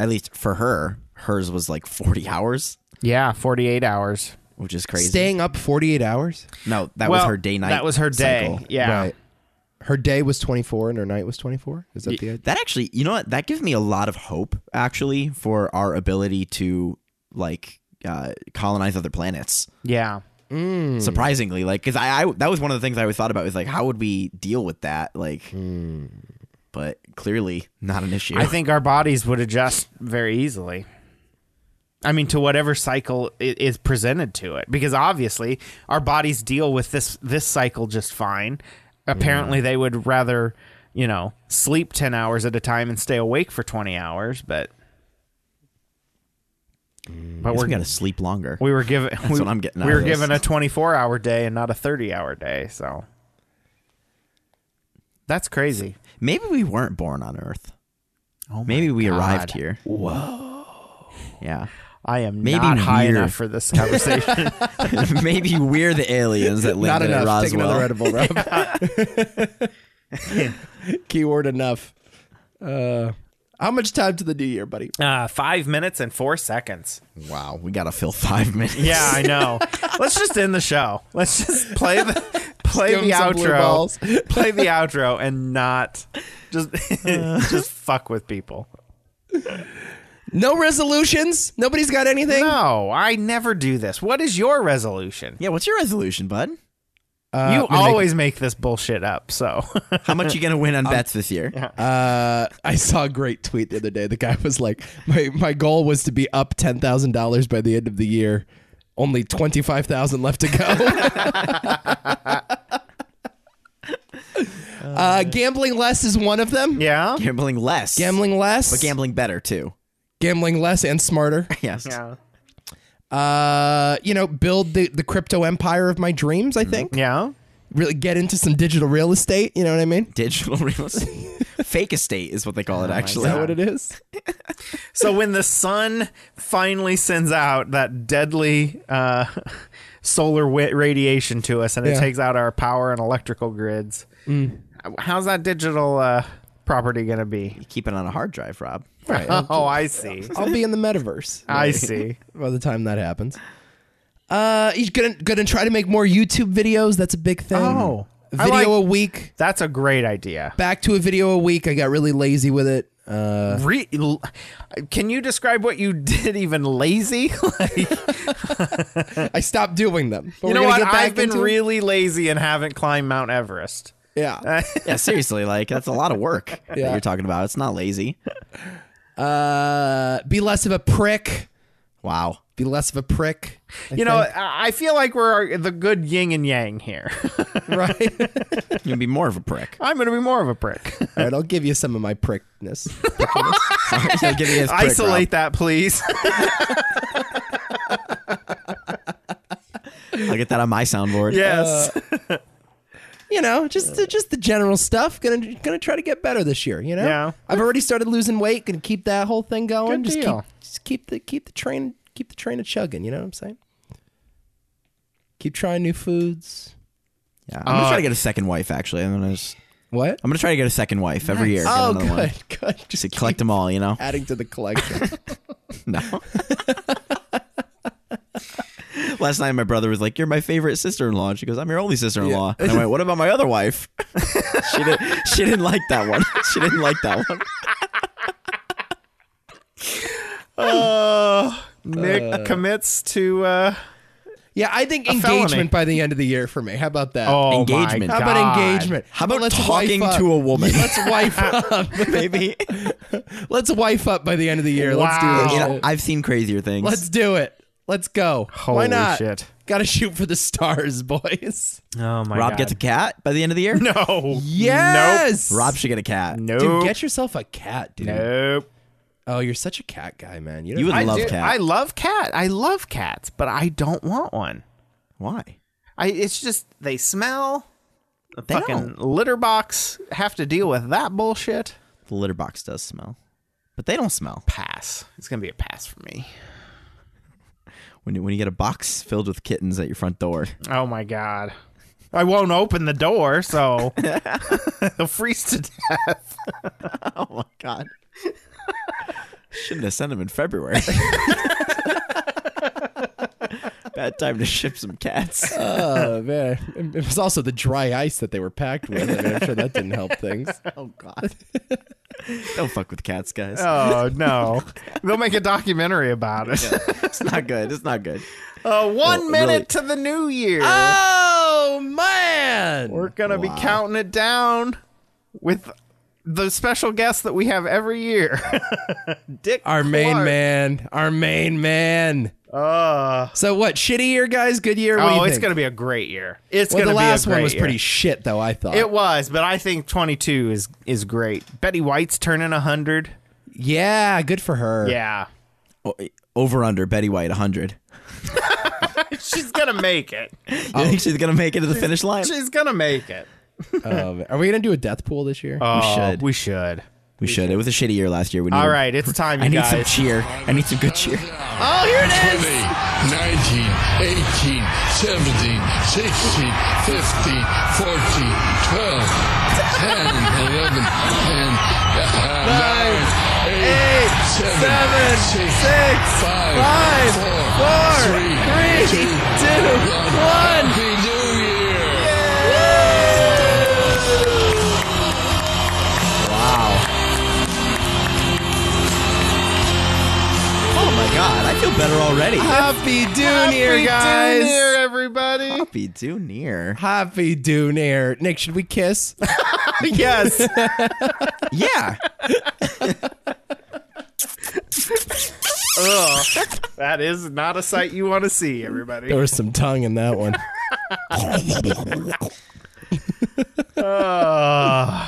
Speaker 4: At least for her, hers was like 40 hours,
Speaker 2: Yeah, 48 hours.
Speaker 4: which is crazy.
Speaker 3: Staying up forty-eight hours.
Speaker 4: no, that was
Speaker 2: Well,
Speaker 4: her day night.
Speaker 2: That was her day.
Speaker 4: cycle.
Speaker 2: Yeah.
Speaker 3: Right. Her day was twenty-four and her night was twenty-four. Is that the idea?
Speaker 4: That actually, you know what? That gives me a lot of hope actually for our ability to like uh, colonize other planets.
Speaker 2: Yeah.
Speaker 4: surprisingly like because I, I that was one of the things i always thought about was like how would we deal with that like but clearly not an issue
Speaker 2: I think our bodies would adjust very easily. I mean, to whatever cycle i- is presented to it, because obviously our bodies deal with this this cycle just fine. Apparently, they would rather you know, sleep 10 hours at a time and stay awake for 20 hours, but but
Speaker 4: We're
Speaker 2: we're
Speaker 4: gonna sleep longer.
Speaker 2: we were given we,
Speaker 4: what I'm getting
Speaker 2: we
Speaker 4: out
Speaker 2: were
Speaker 4: of this.
Speaker 2: given a 24 hour day and not a 30 hour day, so That's crazy.
Speaker 4: Maybe we weren't born on Earth. Maybe we arrived here. Whoa. Yeah.
Speaker 2: I am
Speaker 4: Maybe
Speaker 2: not high
Speaker 4: we're-
Speaker 2: enough for this conversation.
Speaker 4: Maybe we're the aliens that
Speaker 3: Not
Speaker 4: landed
Speaker 3: enough.
Speaker 4: at
Speaker 3: Take another
Speaker 4: Roswell.
Speaker 3: edible, Rob. Keyword enough. Uh, how much time to the new year, buddy?
Speaker 2: uh, 5 minutes and 4 seconds.
Speaker 4: Wow, we gotta fill five minutes.
Speaker 2: Yeah, I know. Let's just end the show. Let's just play the play
Speaker 3: Give 'em
Speaker 2: the
Speaker 3: some blue
Speaker 2: outro.
Speaker 3: balls.
Speaker 2: Play the outro and not just
Speaker 3: Uh.
Speaker 2: just fuck with people.
Speaker 3: No resolutions. Nobody's got anything.
Speaker 2: No, I never do this. What is your resolution?
Speaker 4: Yeah, what's your resolution, bud?
Speaker 3: Uh,
Speaker 2: you
Speaker 3: I mean,
Speaker 2: always make this bullshit up. So
Speaker 4: How much you gonna win
Speaker 3: Um,
Speaker 4: on bets this year?
Speaker 3: Uh, I saw a great tweet the other day. The guy was like, "My my goal was to be up ten thousand dollars by the end of the year. Only twenty five thousand left to go." uh, gambling less is one of them.
Speaker 2: yeah,
Speaker 4: Gambling less.
Speaker 3: Gambling less,
Speaker 4: But gambling better too.
Speaker 3: gambling less and smarter.
Speaker 4: Yes.
Speaker 2: yeah,
Speaker 3: Uh, you know, build the, the crypto empire of my dreams. I think
Speaker 2: yeah.
Speaker 3: Mm-hmm. really get into some digital real estate. You know what I mean?
Speaker 4: Digital real estate. Fake estate is what they call it
Speaker 3: Is
Speaker 4: actually.
Speaker 3: that what it is?
Speaker 2: So when the sun finally sends out that deadly uh, solar wi- radiation to us, and it
Speaker 3: Yeah. Mm.
Speaker 2: takes out our power and electrical grids, how's that digital uh, property going to be?
Speaker 4: Keep it on a hard drive, Rob.
Speaker 3: Right.
Speaker 2: Oh, I see.
Speaker 3: I'll be in the metaverse.
Speaker 2: I see.
Speaker 3: by the time that happens. Uh, he's gonna gonna try to make more YouTube videos. That's a big thing.
Speaker 2: Oh. I
Speaker 3: video a
Speaker 2: like-
Speaker 3: week.
Speaker 2: That's a great idea.
Speaker 3: Back to a video a week. I got really lazy with it. Uh,
Speaker 2: Re- l- can you describe what you did? Even lazy? like,
Speaker 3: I stopped doing them.
Speaker 2: you
Speaker 3: But we're
Speaker 2: know
Speaker 3: gonna
Speaker 2: what?
Speaker 3: get back
Speaker 2: I've been
Speaker 3: into it.
Speaker 2: really lazy and haven't climbed Mount Everest.
Speaker 3: yeah.
Speaker 4: Yeah, seriously, like that's a lot of work that
Speaker 3: Yeah.
Speaker 4: you're talking about. It's not lazy.
Speaker 3: Uh, be less of a prick.
Speaker 4: Wow.
Speaker 3: Be less of a prick. I
Speaker 2: you know, I I feel like we're uh, the good yin and yang here.
Speaker 3: think, right? All
Speaker 4: You're gonna be more of a prick.
Speaker 2: I'm going to be more of a prick.
Speaker 3: right. I'll give you some of my prickness.
Speaker 4: So give me a prick, Rob. Uh,
Speaker 2: Isolate that, please.
Speaker 4: I'll get that on my soundboard.
Speaker 2: yes.
Speaker 3: you know, just the, just the general stuff. Gonna gonna try to get better this year. You know,
Speaker 2: Yeah.
Speaker 3: I've already started losing weight. Gonna keep that whole thing going.
Speaker 2: Good
Speaker 3: just
Speaker 2: deal.
Speaker 3: keep just keep the keep the train keep the train a chugging. You know what I'm saying? Keep trying new foods.
Speaker 4: Yeah. I'm gonna
Speaker 2: Uh,
Speaker 4: try to get a second wife. Actually, I'm gonna just,
Speaker 3: What?
Speaker 4: I'm gonna try to get a second wife every year. Get
Speaker 3: oh,
Speaker 4: another
Speaker 3: good,
Speaker 4: one.
Speaker 3: good. Just
Speaker 4: Just collect them all, you know.
Speaker 3: adding to the collection.
Speaker 4: No. Last night, my brother was like, "You're my favorite sister-in-law." And she goes, "I'm your only sister-in-law." And I went, "What about my other wife?" she didn't. She didn't like that one. She didn't like that one.
Speaker 2: Uh, Nick commits to. Uh,
Speaker 3: yeah, I think
Speaker 2: felony.
Speaker 3: engagement by the end of the year for me. How about that?
Speaker 2: oh,
Speaker 4: Engagement.
Speaker 2: My
Speaker 3: How
Speaker 2: God.
Speaker 3: about engagement?
Speaker 4: How about
Speaker 3: wife
Speaker 4: talking
Speaker 3: up.
Speaker 4: to a woman?
Speaker 3: Let's wife up.
Speaker 4: Maybe.
Speaker 3: Let's wife up by the end of the year. Let's do
Speaker 2: Wow.
Speaker 3: this.
Speaker 4: You
Speaker 3: shit.
Speaker 4: know, I've seen crazier things.
Speaker 3: Let's do it. Let's go. Why
Speaker 2: Holy
Speaker 3: not?
Speaker 2: shit.
Speaker 3: Gotta shoot for the stars, boys.
Speaker 2: Oh my
Speaker 4: Rob
Speaker 2: God.
Speaker 4: gets a cat by the end of the year.
Speaker 2: No.
Speaker 3: Yes.
Speaker 4: Rob should get a cat.
Speaker 2: Nope.
Speaker 3: Dude,
Speaker 2: Nope.
Speaker 3: get yourself a cat, dude.
Speaker 2: nope.
Speaker 3: Oh, you're such a cat guy, man. You,
Speaker 4: You would
Speaker 3: I,
Speaker 4: love
Speaker 2: do-
Speaker 4: cat.
Speaker 2: I love cat. I love cats, but I don't want one.
Speaker 4: Why?
Speaker 2: I. It's just they smell. The
Speaker 4: They
Speaker 2: fucking litter box. Have to deal with that bullshit.
Speaker 4: The litter box does smell, but they don't smell.
Speaker 2: Pass. It's gonna be a pass for me.
Speaker 4: When you, when you get a box filled with kittens at your front door,
Speaker 2: Oh my god. I won't open the door, so they'll freeze to death.
Speaker 4: oh my god! Shouldn't have sent them in February. Bad time to ship some cats.
Speaker 3: oh man, It- it was also the dry ice that they were packed with. I mean, I'm sure that didn't help things.
Speaker 4: oh god! don't fuck with cats, guys.
Speaker 2: Oh no. They'll make a documentary about it.
Speaker 4: It's not good. It's not good.
Speaker 2: Uh, one
Speaker 4: Oh, really?
Speaker 2: minute to the new year.
Speaker 3: Oh man,
Speaker 2: We're gonna be
Speaker 4: Wow.
Speaker 2: counting it down with the special guest that we have every year, Dick.
Speaker 3: Our main
Speaker 2: Clark.
Speaker 3: man. Our main man.
Speaker 2: Uh,
Speaker 3: So what? Shitty year, guys. Good year. What do
Speaker 2: oh,
Speaker 3: you
Speaker 2: it's
Speaker 3: think?
Speaker 2: gonna be a great year. It's
Speaker 3: Well,
Speaker 2: gonna
Speaker 3: the last
Speaker 2: be a great
Speaker 3: one was
Speaker 2: year.
Speaker 3: pretty shit, though. I thought.
Speaker 2: It was, but I think 22 is is great. Betty White's turning 100.
Speaker 3: yeah, good for her.
Speaker 2: Yeah.
Speaker 4: O- Over under Betty White 100.
Speaker 2: She's going to make it.
Speaker 4: You think she's going to make it to the finish line?
Speaker 2: She's going to make it.
Speaker 3: Um, are we gonna do a death pool this year?
Speaker 2: Oh,
Speaker 4: should.
Speaker 2: We should.
Speaker 4: We should. It was a shitty year last year. We need
Speaker 2: All right, it's time, you
Speaker 4: I need some
Speaker 2: guys.
Speaker 4: cheer. I need some good cheer.
Speaker 2: oh, here it is.
Speaker 6: 20, 19, 18, 17, 16, 15, 14, 12, 10, 11, 10, uh, 9, 8, 7, 6, 5, 4, 3, 2, 1. Happy New Year!
Speaker 4: Oh my god, I feel better already.
Speaker 3: Happy Dune Year,
Speaker 2: Happy
Speaker 3: guys.
Speaker 2: New Year, everybody.
Speaker 4: Be too near.
Speaker 3: Happy Dune Year. Nick, should we kiss?
Speaker 2: yes.
Speaker 4: Yeah.
Speaker 2: Ugh. That is not a sight you want to see, everybody.
Speaker 3: there was some tongue in that one.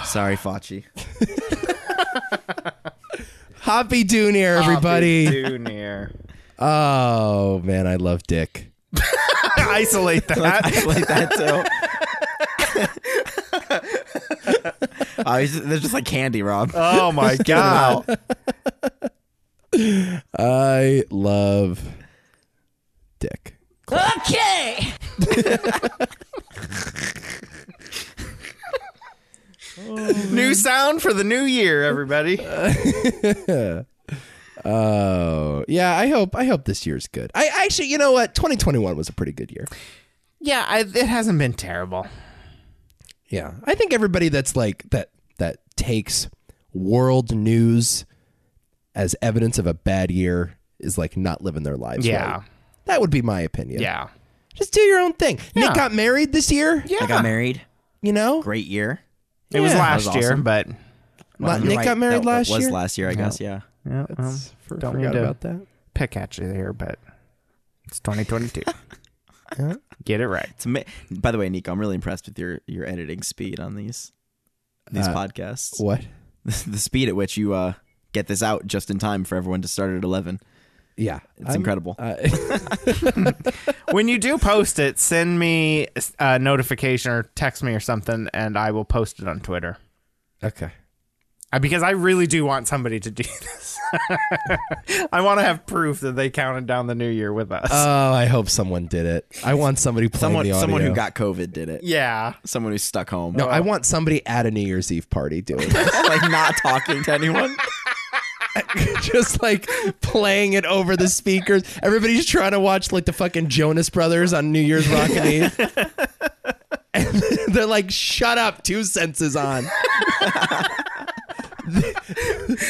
Speaker 4: Sorry, Fachi.
Speaker 3: Happy Dune Year, everybody.
Speaker 2: Happy New Year.
Speaker 3: Oh man, I love Dick.
Speaker 2: Isolate that.
Speaker 4: like that too. Oh, he's just, they're just like candy, Rob.
Speaker 2: Oh, my God.
Speaker 3: I love Dick.
Speaker 7: Okay.
Speaker 2: new sound for the new year, everybody.
Speaker 3: Oh yeah, I hope I hope this year's good. I actually, you know what, 2021 was a pretty good year.
Speaker 2: Yeah, I, it hasn't been terrible.
Speaker 3: Yeah, I think everybody that's like that that takes world news as evidence of a bad year is like not living their lives.
Speaker 2: Yeah.
Speaker 3: right. that would be my opinion.
Speaker 2: Yeah.
Speaker 3: just do your own thing.
Speaker 2: Yeah.
Speaker 3: Nick got married this year.
Speaker 4: I got married.
Speaker 3: you know,
Speaker 4: Great year.
Speaker 2: It was
Speaker 3: Yeah.
Speaker 2: last
Speaker 4: That was
Speaker 2: year,
Speaker 4: awesome.
Speaker 2: but
Speaker 3: La-
Speaker 4: You're
Speaker 3: Nick
Speaker 4: right.
Speaker 3: got married
Speaker 4: That-
Speaker 3: last
Speaker 4: that was
Speaker 3: year.
Speaker 4: last year, I guess. Yeah.
Speaker 2: yeah, well,
Speaker 3: For-
Speaker 2: don't mean
Speaker 3: forgot
Speaker 2: to
Speaker 3: about that.
Speaker 2: pick at you there, but it's 2022. Get it right.
Speaker 4: It's ama- By the way, Nico, I'm really impressed with your your editing speed on these these
Speaker 3: Uh,
Speaker 4: podcasts.
Speaker 3: What?
Speaker 4: The speed at which you uh, get this out just in time for everyone to start at 11.
Speaker 3: Yeah,
Speaker 4: It's incredible.
Speaker 2: When you do post it, send me a notification or text me or something, and I will post it on Twitter.
Speaker 3: okay.
Speaker 2: Uh, Because I really do want somebody to do this. I want to have proof that they counted down the new year with us.
Speaker 3: Oh, I hope someone did it. I want somebody playing
Speaker 4: someone
Speaker 3: the audio.
Speaker 4: someone who got COVID did it.
Speaker 2: yeah.
Speaker 4: Someone who's stuck home.
Speaker 3: No, I want somebody at a New Year's Eve party doing it.
Speaker 4: like not talking to anyone.
Speaker 3: just like playing it over the speakers. Everybody's trying to watch like the fucking Jonas Brothers on New Year's Rockin' Eve. And they're like, shut up, two senses on.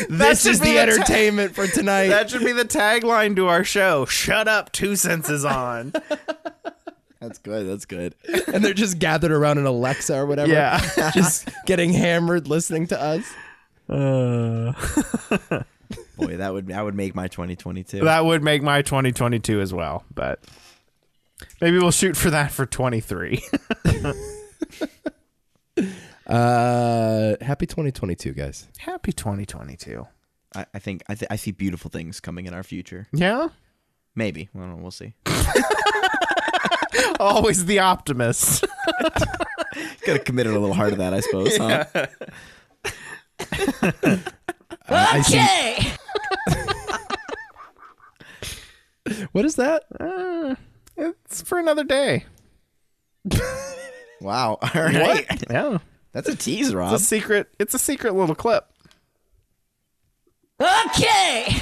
Speaker 3: this
Speaker 2: should
Speaker 3: is
Speaker 2: be the
Speaker 3: the
Speaker 2: ta-
Speaker 3: entertainment for tonight.
Speaker 2: That should be the tagline to our show. Shut up, two senses on.
Speaker 4: That's good. That's good.
Speaker 3: and they're just gathered around an Alexa or whatever.
Speaker 2: Yeah.
Speaker 3: just getting hammered listening to us.
Speaker 4: Boy, that would that would make my 2022.
Speaker 2: that would make my 2022 as well but maybe we'll shoot for that for 23
Speaker 3: Uh, happy 2022, guys.
Speaker 2: happy 2022
Speaker 4: I, I think I, th- I see beautiful things coming in our future.
Speaker 2: yeah
Speaker 4: Maybe. I don't know. We'll see.
Speaker 2: always the optimist
Speaker 4: Got to commit it a little harder to that, I suppose. Huh?
Speaker 7: Okay.
Speaker 3: What is that?
Speaker 2: it's for another day
Speaker 4: Wow. All right.
Speaker 2: yeah
Speaker 4: That's a tease, Rob.
Speaker 2: it's a secret it's a secret little clip
Speaker 7: Okay.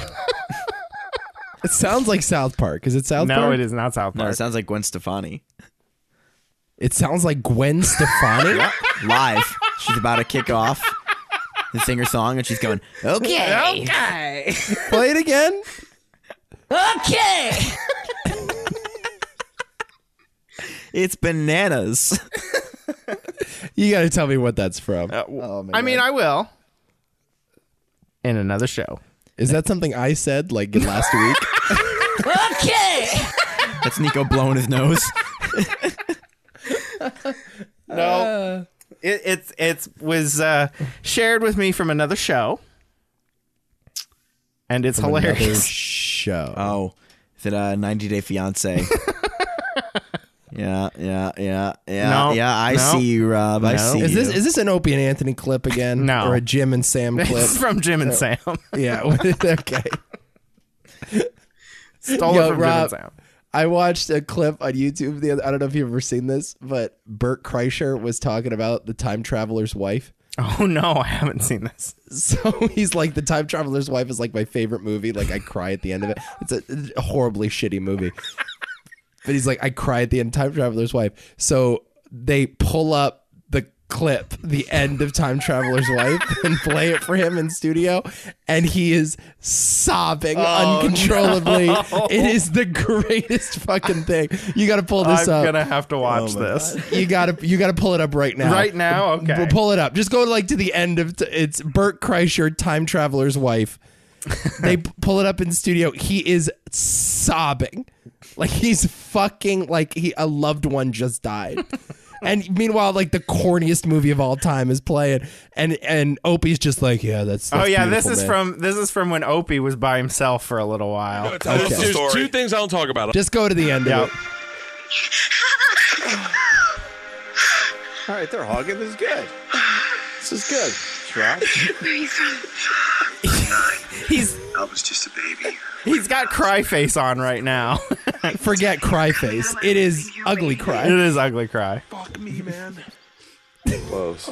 Speaker 3: It sounds like South Park. Is it South
Speaker 2: no
Speaker 3: Park?
Speaker 2: it is not south
Speaker 4: no,
Speaker 2: park
Speaker 4: it sounds like Gwen Stefani.
Speaker 3: It sounds like Gwen Stefani.
Speaker 4: Live. She's about to kick off and sing her song, and she's going, okay.
Speaker 7: Okay.
Speaker 3: Play it again.
Speaker 7: Okay.
Speaker 4: It's bananas.
Speaker 3: You got to tell me what that's from.
Speaker 2: i mean i will in another show.
Speaker 3: Is that something I said like last week?
Speaker 7: Okay.
Speaker 4: That's Nico blowing his nose.
Speaker 2: No, it, it's it's was uh, shared with me from another show, and it's
Speaker 3: Another
Speaker 2: hilarious.
Speaker 3: show.
Speaker 4: Oh, is it a 90 Day Fiance? yeah, yeah, yeah, yeah,
Speaker 2: No,
Speaker 4: yeah. I
Speaker 2: no.
Speaker 4: see you, Rob. I
Speaker 2: No.
Speaker 4: see
Speaker 3: is
Speaker 4: you.
Speaker 3: this is this an Opie and Anthony clip again?
Speaker 2: No.
Speaker 3: Or a Jim and Sam clip?
Speaker 2: It's from Jim and Sam.
Speaker 3: yeah. okay.
Speaker 2: Stole
Speaker 3: Yo,
Speaker 2: it from
Speaker 3: Rob,
Speaker 2: Jim and Sam.
Speaker 3: I watched a clip on YouTube. The other, I don't know if you've ever seen this, but Bert Kreischer was talking about the time traveler's wife.
Speaker 2: Oh no, I haven't seen this.
Speaker 3: So he's like, the time traveler's wife is like my favorite movie. Like I cry at the end of it. It's a, a horribly shitty movie. But he's like, I cry at the end. of Time traveler's wife. So they pull up the clip, the end of time traveler's wife, and play it for him in studio, and he is sobbing
Speaker 2: Oh,
Speaker 3: uncontrollably. It is the greatest fucking thing. You got to pull this
Speaker 2: I'm
Speaker 3: up.
Speaker 2: gonna have to watch this.
Speaker 3: You gotta you gotta pull it up right now.
Speaker 2: Right now? Okay.
Speaker 3: Uh, We'll pull it up. Just go like to the end of t- it's Bert Kreischer, time traveler's wife. they p- pull it up in studio. He is sobbing, like he's fucking like he a loved one just died. And meanwhile, like the corniest movie of all time is playing, and and Opie's just like, yeah, that's.
Speaker 2: Oh
Speaker 3: that's
Speaker 2: yeah, this
Speaker 3: beautiful,
Speaker 2: is
Speaker 3: man."
Speaker 2: from this is from when Opie was by himself for a little while.
Speaker 8: There's,
Speaker 3: Okay.
Speaker 8: there's two things I don't talk about.
Speaker 3: Just go to the end
Speaker 2: Yep.
Speaker 3: of it.
Speaker 9: All right, they're hugging. This is good. This is good.
Speaker 2: He's
Speaker 10: I was just a baby.
Speaker 2: he's got cry face on right now.
Speaker 3: Forget cry face. It is ugly
Speaker 2: it
Speaker 3: cry.
Speaker 2: is ugly cry.
Speaker 8: Fuck me, man.
Speaker 9: Close.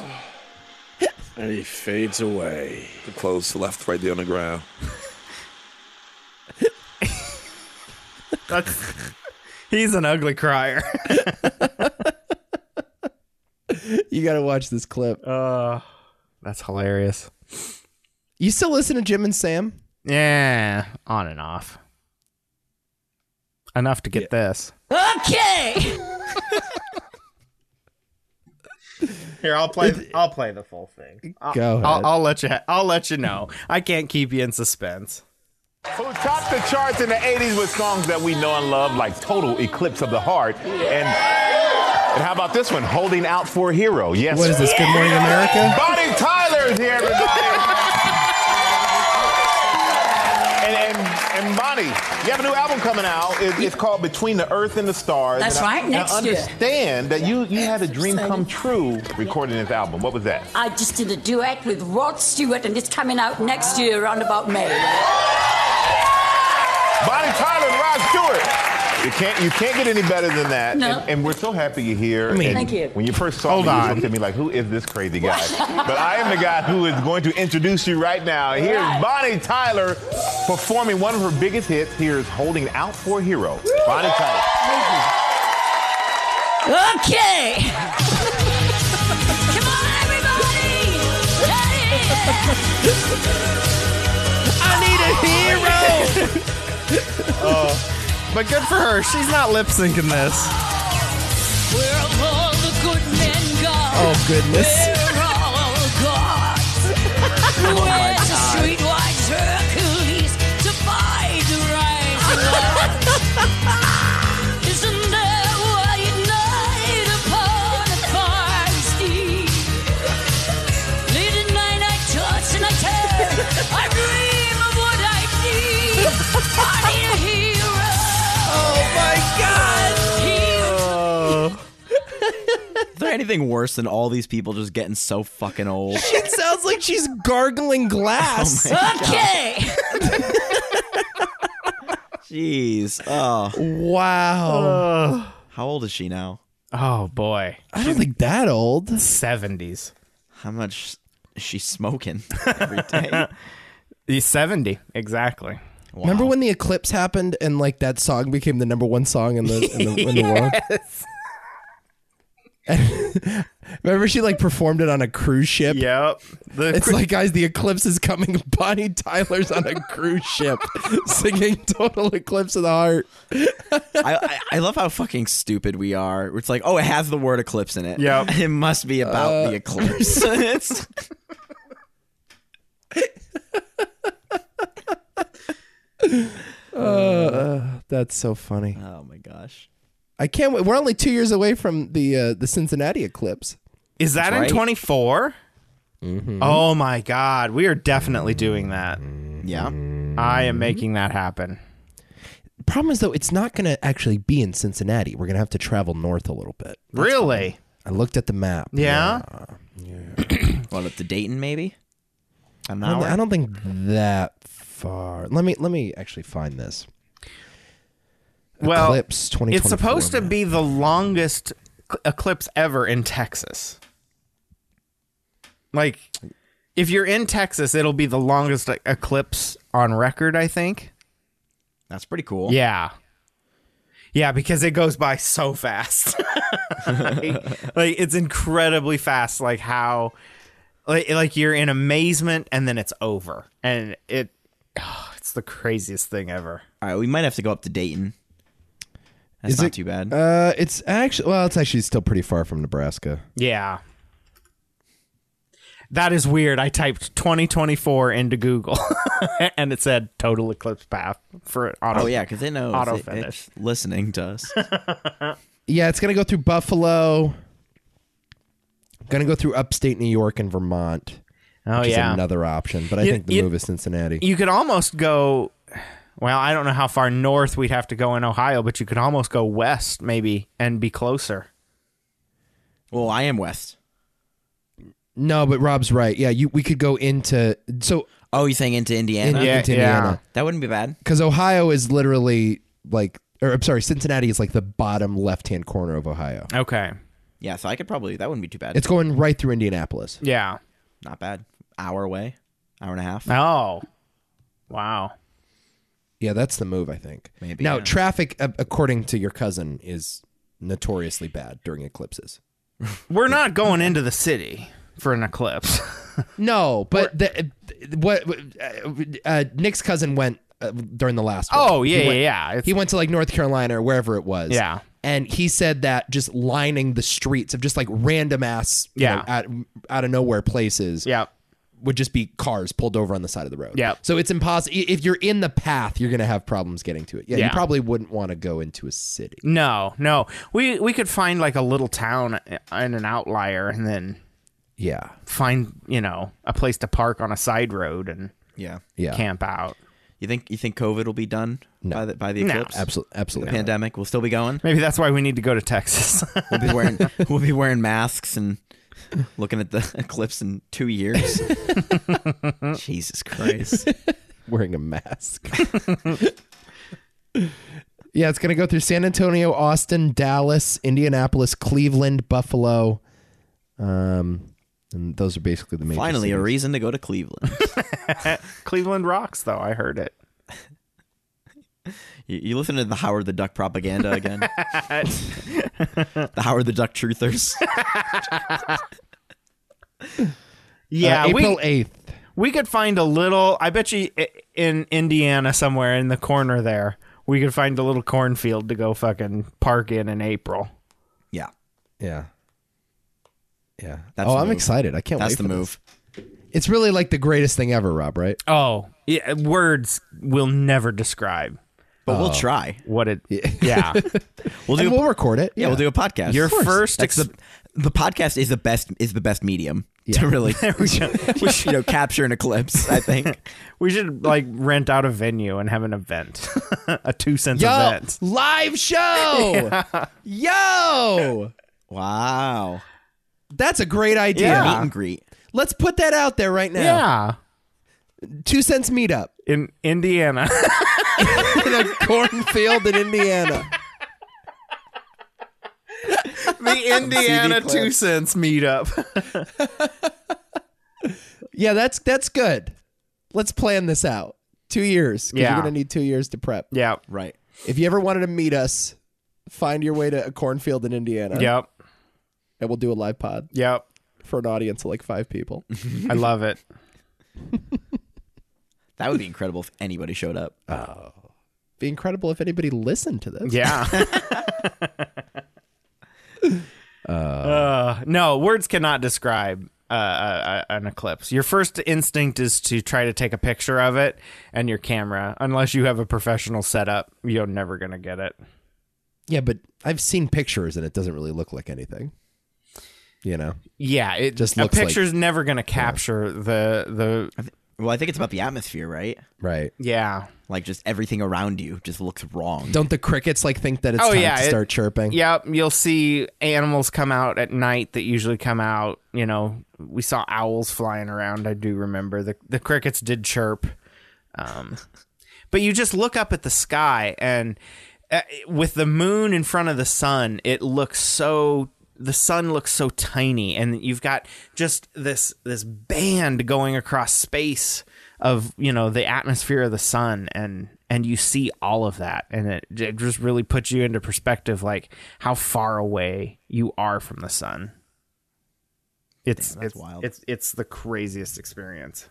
Speaker 8: And he fades away.
Speaker 9: The clothes left right there on the ground.
Speaker 2: That's he's an ugly crier.
Speaker 3: You gotta watch this clip.
Speaker 2: Uh, that's hilarious.
Speaker 3: You still listen to Jim and Sam?
Speaker 2: Yeah, on and off. Enough to get this.
Speaker 7: Okay.
Speaker 2: Here, I'll play. I'll play the full thing. I'll,
Speaker 3: Go ahead.
Speaker 2: Uh, I'll, I'll let you. ha- I'll let you know. I can't keep you in suspense.
Speaker 11: Who topped the charts in the 80s with songs that we know and love, like Total Eclipse of the Heart. And, and how about this one, Holding Out for a Hero? Yes.
Speaker 3: What is this? Good Morning America.
Speaker 11: Bonnie Tyler is here, everybody. and, and, and Bonnie, you have a new album coming out. It, it's called Between the Earth and the Stars.
Speaker 7: That's
Speaker 11: And I-
Speaker 7: right,
Speaker 11: and
Speaker 7: next
Speaker 11: I
Speaker 7: year.
Speaker 11: understand that you, you had a dream come true recording this album. What was that?
Speaker 7: I just did a duet with Rod Stewart, and it's coming out next year, around about May.
Speaker 11: Bonnie Tyler and Rod Stewart. You can't, you can't get any better than that.
Speaker 7: No.
Speaker 11: And, and we're so happy you're here.
Speaker 3: mean-
Speaker 11: And
Speaker 7: Thank you.
Speaker 11: When you first saw
Speaker 2: Hold
Speaker 11: me,
Speaker 2: on.
Speaker 11: you looked at me like, who is this crazy guy? but I am the guy who is going to introduce you right now. Here's
Speaker 7: Right.
Speaker 11: Bonnie Tyler performing one of her biggest hits. Here's Holding Out for a Hero. Bonnie Tyler.
Speaker 7: Okay. Come on, everybody. That is.
Speaker 2: But good for her. She's not lip syncing this.
Speaker 7: Where all the good men go.
Speaker 3: Oh goodness.
Speaker 7: Where all the gods. Where's the street wise Hercules to find the right one? Isn't there why at night upon a fiery steed? Late at night I toss and I turn. I dream of what I need. I need a hero. Oh my God.
Speaker 4: Is there anything worse than all these people just getting so fucking old?
Speaker 3: It sounds like she's
Speaker 7: Oh
Speaker 3: gargling glass.
Speaker 7: Okay.
Speaker 4: Jeez. Oh,
Speaker 7: Uh,
Speaker 3: wow.
Speaker 4: how old is she now?
Speaker 2: Oh boy,
Speaker 3: I don't think that old.
Speaker 2: seventies.
Speaker 4: How much is she smoking every day?
Speaker 2: He's seventy exactly.
Speaker 3: Remember when the eclipse happened and like that song became the number one song in the in the, in the world? Remember she like performed it on a cruise ship?
Speaker 2: Yep. The
Speaker 3: It's like guys, the eclipse is coming. Bonnie Tyler's on a cruise ship singing "Total Eclipse of the Heart."
Speaker 4: I, I I love how fucking stupid we are. It's like, oh, it has the word eclipse in it.
Speaker 2: Yep.
Speaker 4: It Uh. must be about the eclipse. It's-
Speaker 3: Uh, uh, that's so funny.
Speaker 4: Oh my gosh.
Speaker 3: I can't wait. We're only two years away from the uh, the Cincinnati eclipse.
Speaker 2: Is that in 24? Oh my god, we are definitely doing that.
Speaker 4: Yeah.
Speaker 2: Mm-hmm. I am making that happen.
Speaker 3: Problem is though, it's not going to actually be in Cincinnati. We're going to have to travel north a little bit.
Speaker 2: Really?
Speaker 3: I looked at the map.
Speaker 2: Yeah.
Speaker 4: What up to Dayton maybe? An
Speaker 3: I don't,
Speaker 4: hour.
Speaker 3: I don't think that far. Let me let me actually find this.
Speaker 2: Well,
Speaker 3: Eclipse 2024
Speaker 2: it's supposed to be the longest cl- eclipse ever in Texas. Like, if you're in Texas, it'll be the longest like, eclipse on record, I think.
Speaker 4: That's pretty cool.
Speaker 2: Yeah. Yeah, because it goes by so fast. like, like, it's incredibly fast like how like, like you're in amazement and then it's over. And it it's the craziest thing ever.
Speaker 4: All right, we might have to go up to Dayton. That's
Speaker 3: Is
Speaker 4: not
Speaker 3: it-
Speaker 4: too bad.
Speaker 3: Uh, it's actually well, it's actually still pretty far from Nebraska.
Speaker 2: Yeah. That is weird. I typed 2024 into Google and it said total eclipse path for auto.
Speaker 4: oh yeah, because they know
Speaker 2: auto
Speaker 4: it-
Speaker 2: finish.
Speaker 4: it's listening to us.
Speaker 3: Yeah, it's gonna go through Buffalo. Gonna go through upstate New York and Vermont.
Speaker 2: Oh
Speaker 3: which
Speaker 2: yeah.
Speaker 3: is another option. But I
Speaker 2: You-
Speaker 3: think the
Speaker 2: you-
Speaker 3: move is Cincinnati.
Speaker 2: you could almost go well, I don't know how far north we'd have to go in Ohio, but you could almost go west maybe and be closer.
Speaker 4: well, I am West.
Speaker 3: no, but Rob's right. Yeah, you we could go into so
Speaker 4: Oh, you're saying into Indiana?
Speaker 3: in,
Speaker 2: Yeah,
Speaker 3: into
Speaker 2: yeah.
Speaker 3: Indiana
Speaker 4: That wouldn't be bad.
Speaker 3: because Ohio is literally like, or I'm sorry, Cincinnati is like the bottom left hand corner of Ohio.
Speaker 2: Okay.
Speaker 4: Yeah, so I could probably that wouldn't be too bad.
Speaker 3: It's going right through Indianapolis.
Speaker 2: Yeah.
Speaker 4: not bad. Hour away, hour and a half.
Speaker 2: Oh. Wow.
Speaker 3: Yeah, that's the move. I think.
Speaker 4: Maybe,
Speaker 3: now
Speaker 4: yeah.
Speaker 3: traffic, a- according to your cousin, is notoriously bad during eclipses.
Speaker 2: We're not going into the city for an eclipse.
Speaker 3: No, but the, what uh, uh, Nick's cousin went uh, during the last. one.
Speaker 2: Oh, yeah,
Speaker 3: He went-
Speaker 2: yeah, yeah. It's-
Speaker 3: He went to like North Carolina or wherever it was.
Speaker 2: Yeah.
Speaker 3: and he said that just lining the streets of just like random ass, you
Speaker 2: Yeah.
Speaker 3: know, out, out of nowhere places.
Speaker 2: yeah.
Speaker 3: would just be cars pulled over on the side of the road.
Speaker 2: Yeah.
Speaker 3: so it's impossible. If you're in the path, you're gonna have problems getting to it. Yeah, you
Speaker 2: Yeah.
Speaker 3: probably wouldn't want to go into a city.
Speaker 2: No, no. We we could find like a little town and an outlier, and then
Speaker 3: Yeah,
Speaker 2: find you know a place to park on a side road and
Speaker 4: Yeah.
Speaker 3: yeah,
Speaker 2: camp out.
Speaker 4: You think you think COVID will be done by the by the
Speaker 2: No.
Speaker 4: eclipse?
Speaker 3: absolutely, absolutely.
Speaker 4: Pandemic will still be going.
Speaker 2: Maybe that's why we need to go to Texas.
Speaker 4: We'll be wearing we'll be wearing masks and looking at the eclipse in two years. Jesus Christ!
Speaker 3: wearing a mask. yeah, it's going to go through San Antonio, Austin, Dallas, Indianapolis, Cleveland, Buffalo. Um, and those are basically the major.
Speaker 4: Finally, a
Speaker 3: cities.
Speaker 4: reason to go to Cleveland.
Speaker 2: Cleveland rocks, though. I heard it. Uh,
Speaker 4: You, you listen to the Howard the Duck propaganda again. the Howard the Duck truthers.
Speaker 2: Yeah,
Speaker 3: Uh,
Speaker 2: we
Speaker 3: April eighth.
Speaker 2: we could find a little. I bet you i- in Indiana somewhere in the corner there, we could find a little cornfield to go fucking park in in April.
Speaker 4: Yeah,
Speaker 3: Yeah. Yeah.
Speaker 4: That's
Speaker 3: oh,
Speaker 4: the
Speaker 3: I'm
Speaker 4: move.
Speaker 3: excited. I can't
Speaker 4: that's
Speaker 3: wait.
Speaker 4: the
Speaker 3: for this.
Speaker 4: move.
Speaker 3: It's really like the greatest thing ever, Rob. Right?
Speaker 2: Oh, yeah, words will never describe
Speaker 4: But we'll
Speaker 3: Oh.
Speaker 4: try.
Speaker 2: what it. Yeah,
Speaker 4: We'll do.
Speaker 3: And
Speaker 4: a-
Speaker 3: we'll record it.
Speaker 4: yeah, we'll do a podcast.
Speaker 2: your
Speaker 4: Of course.
Speaker 2: first
Speaker 4: That's
Speaker 2: ex-
Speaker 4: the the podcast is the best is the best medium to really you know capture an eclipse. I think.
Speaker 2: We should like rent out a venue and have an event, a two cents
Speaker 3: Yo,
Speaker 2: event.
Speaker 3: live show. Yo,
Speaker 4: Wow.
Speaker 3: that's a great idea.
Speaker 2: Yeah.
Speaker 4: Meet and greet.
Speaker 3: Let's put that out there right now.
Speaker 2: Yeah,
Speaker 3: Two cents meetup.
Speaker 2: in Indiana.
Speaker 3: in a cornfield in Indiana.
Speaker 2: the Indiana
Speaker 4: clip.
Speaker 2: two cents meetup.
Speaker 3: Yeah, that's that's good. Let's plan this out. Two years. 'cause
Speaker 2: Yeah.
Speaker 3: You're gonna need two years to prep.
Speaker 2: yeah.
Speaker 4: Right.
Speaker 3: If you ever wanted to meet us, find your way to a cornfield in Indiana.
Speaker 2: Yep.
Speaker 3: And we'll do a live pod
Speaker 2: Yep.
Speaker 3: for an audience of like five people.
Speaker 2: I love it.
Speaker 4: That would be incredible if anybody showed up.
Speaker 3: Be incredible if anybody listened to this.
Speaker 2: Yeah. uh, no, words cannot describe uh, uh, an eclipse. Your first instinct is to try to take a picture of it, and your camera, unless you have a professional setup, you're never gonna get it.
Speaker 3: Yeah, but I've seen pictures and it doesn't really look like anything. You know?
Speaker 2: Yeah, it
Speaker 3: Just
Speaker 2: a
Speaker 3: looks like-
Speaker 2: picture's never gonna capture the the.
Speaker 4: Well, I think it's about the atmosphere, right?
Speaker 3: Right.
Speaker 2: Yeah.
Speaker 4: Like just everything around you just looks wrong.
Speaker 3: Don't the crickets like think that it's
Speaker 2: Oh,
Speaker 3: time
Speaker 2: yeah,
Speaker 3: to
Speaker 2: it-
Speaker 3: start chirping?
Speaker 2: Yep, you'll see animals come out at night that usually come out. You know, we saw owls flying around. I do remember the the crickets did chirp, um, but you just look up at the sky and uh, with the moon in front of the sun, it looks so. The sun looks so tiny, and you've got just this this band going across space of you know the atmosphere of the sun and and you see all of that and it, it just really puts you into perspective like how far away you are from the sun it's it's
Speaker 4: wild.
Speaker 2: it's it's the craziest experience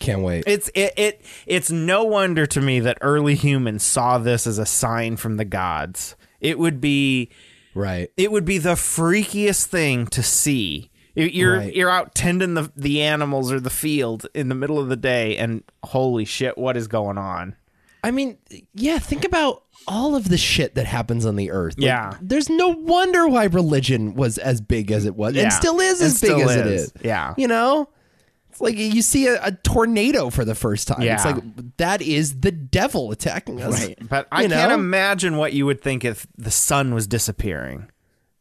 Speaker 3: Can't wait.
Speaker 2: it's it, it it's no wonder to me that early humans saw this as a sign from the gods it would be
Speaker 3: Right.
Speaker 2: it would be the freakiest thing to see. You- You're
Speaker 3: Right.
Speaker 2: you're out tending the the animals or the field in the middle of the day, and holy shit, what is going on?
Speaker 3: I mean, yeah, think about all of the shit that happens on the earth. Like,
Speaker 2: Yeah.
Speaker 3: There's no wonder why religion was as big as it was
Speaker 2: Yeah.
Speaker 3: and still is
Speaker 2: And
Speaker 3: as big
Speaker 2: still
Speaker 3: as it
Speaker 2: is.
Speaker 3: is.
Speaker 2: Yeah.
Speaker 3: You know? It's like you see a, a tornado for the first time. It's
Speaker 2: Yeah.
Speaker 3: like that is the devil attacking us.
Speaker 4: Right.
Speaker 2: But I
Speaker 3: You
Speaker 2: can't
Speaker 3: know?
Speaker 2: imagine what you would think if the sun was disappearing.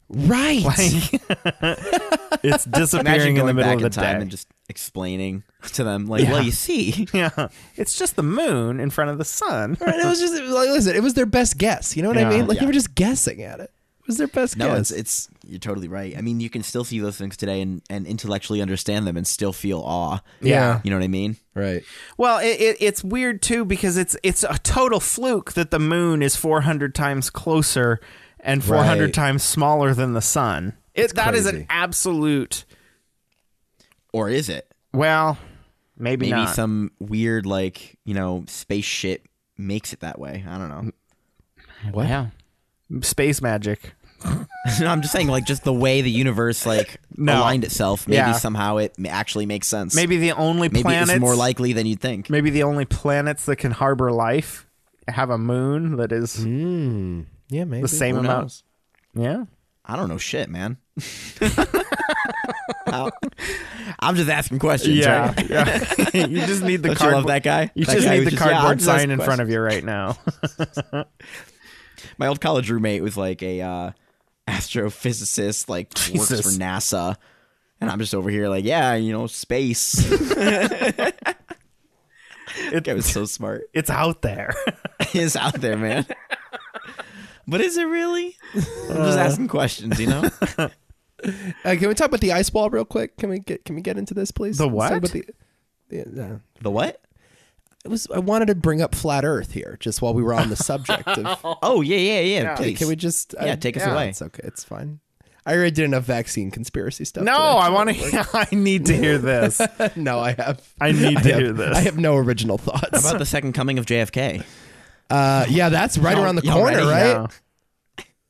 Speaker 3: Right.
Speaker 2: It's
Speaker 4: Imagine
Speaker 2: disappearing in
Speaker 4: going
Speaker 2: the middle
Speaker 4: back
Speaker 2: of
Speaker 4: in
Speaker 2: the
Speaker 4: time
Speaker 2: day.
Speaker 4: and just explaining to them like, well, you see,
Speaker 2: yeah, it's just the moon in front of the sun.
Speaker 3: Right, it was just it was like listen, it was their best guess. You know what
Speaker 2: Yeah.
Speaker 3: I mean? Like
Speaker 4: Yeah.
Speaker 3: they were just guessing at it. It was their best
Speaker 4: no,
Speaker 3: guess.
Speaker 4: it's it's you're totally right. I mean, you can still see those things today and and intellectually understand them and still feel awe.
Speaker 2: Yeah.
Speaker 4: you know what I mean.
Speaker 3: right.
Speaker 2: Well, it, it, it's weird too because it's it's a total fluke that the moon is 400 times closer and 400
Speaker 3: Right.
Speaker 2: times smaller than the sun. It, that is an
Speaker 3: crazy.
Speaker 2: absolute.
Speaker 4: Or is it
Speaker 2: Well, maybe,
Speaker 4: maybe
Speaker 2: not.
Speaker 4: some weird like you know space shit makes it that way? I don't know.
Speaker 3: What?
Speaker 2: Yeah. Space magic.
Speaker 4: no, I'm just saying like just the way the universe like
Speaker 2: No.
Speaker 4: aligned itself. Maybe
Speaker 2: Yeah.
Speaker 4: somehow it ma- actually makes sense.
Speaker 2: Maybe the only
Speaker 4: maybe
Speaker 2: planets
Speaker 4: it's more likely than you'd think.
Speaker 2: maybe the only planets that can harbor life have a moon that is
Speaker 3: Yeah, maybe.
Speaker 2: the same
Speaker 4: Hmm. Who
Speaker 2: amount. Yeah.
Speaker 4: I don't know shit, man. How- I'm just asking questions.
Speaker 2: Yeah.
Speaker 4: right?
Speaker 2: yeah. you just need the
Speaker 4: Don't you love
Speaker 2: cardboard-
Speaker 4: that guy?
Speaker 2: You
Speaker 4: That
Speaker 2: just
Speaker 4: guy
Speaker 2: need
Speaker 4: who's
Speaker 2: the
Speaker 4: just, yeah, I'm
Speaker 2: cardboard
Speaker 4: just
Speaker 2: sign
Speaker 4: asking
Speaker 2: in front of you right now.
Speaker 4: My old college roommate was like a uh, astrophysicist, like works
Speaker 2: Jesus.
Speaker 4: for NASA, and I'm just over here like, yeah, you know, space. Guy was so smart.
Speaker 2: it's out there.
Speaker 4: Is out there, man. But is it really? I'm just asking questions, you know.
Speaker 3: Uh, can we talk about the ice wall real quick? Can we get can we get into this, please?
Speaker 2: The
Speaker 3: Let's talk
Speaker 2: what?
Speaker 3: about the, the, uh,
Speaker 4: The what?
Speaker 3: it was I wanted to bring up flat Earth here, just while we were on the subject of.
Speaker 4: Oh yeah, yeah, yeah. Please.
Speaker 3: Can we just?
Speaker 4: Yeah, take us away.
Speaker 3: It's okay. It's fine. I already did enough vaccine conspiracy stuff.
Speaker 2: No, I want to. I need to hear this.
Speaker 3: to. no, I have.
Speaker 2: I need to hear this.
Speaker 3: I have no original thoughts.
Speaker 4: about the second coming of JFK?
Speaker 3: Uh, yeah, that's right
Speaker 4: Y'all-
Speaker 3: around the
Speaker 4: y'all
Speaker 3: corner,
Speaker 4: ready?
Speaker 3: right?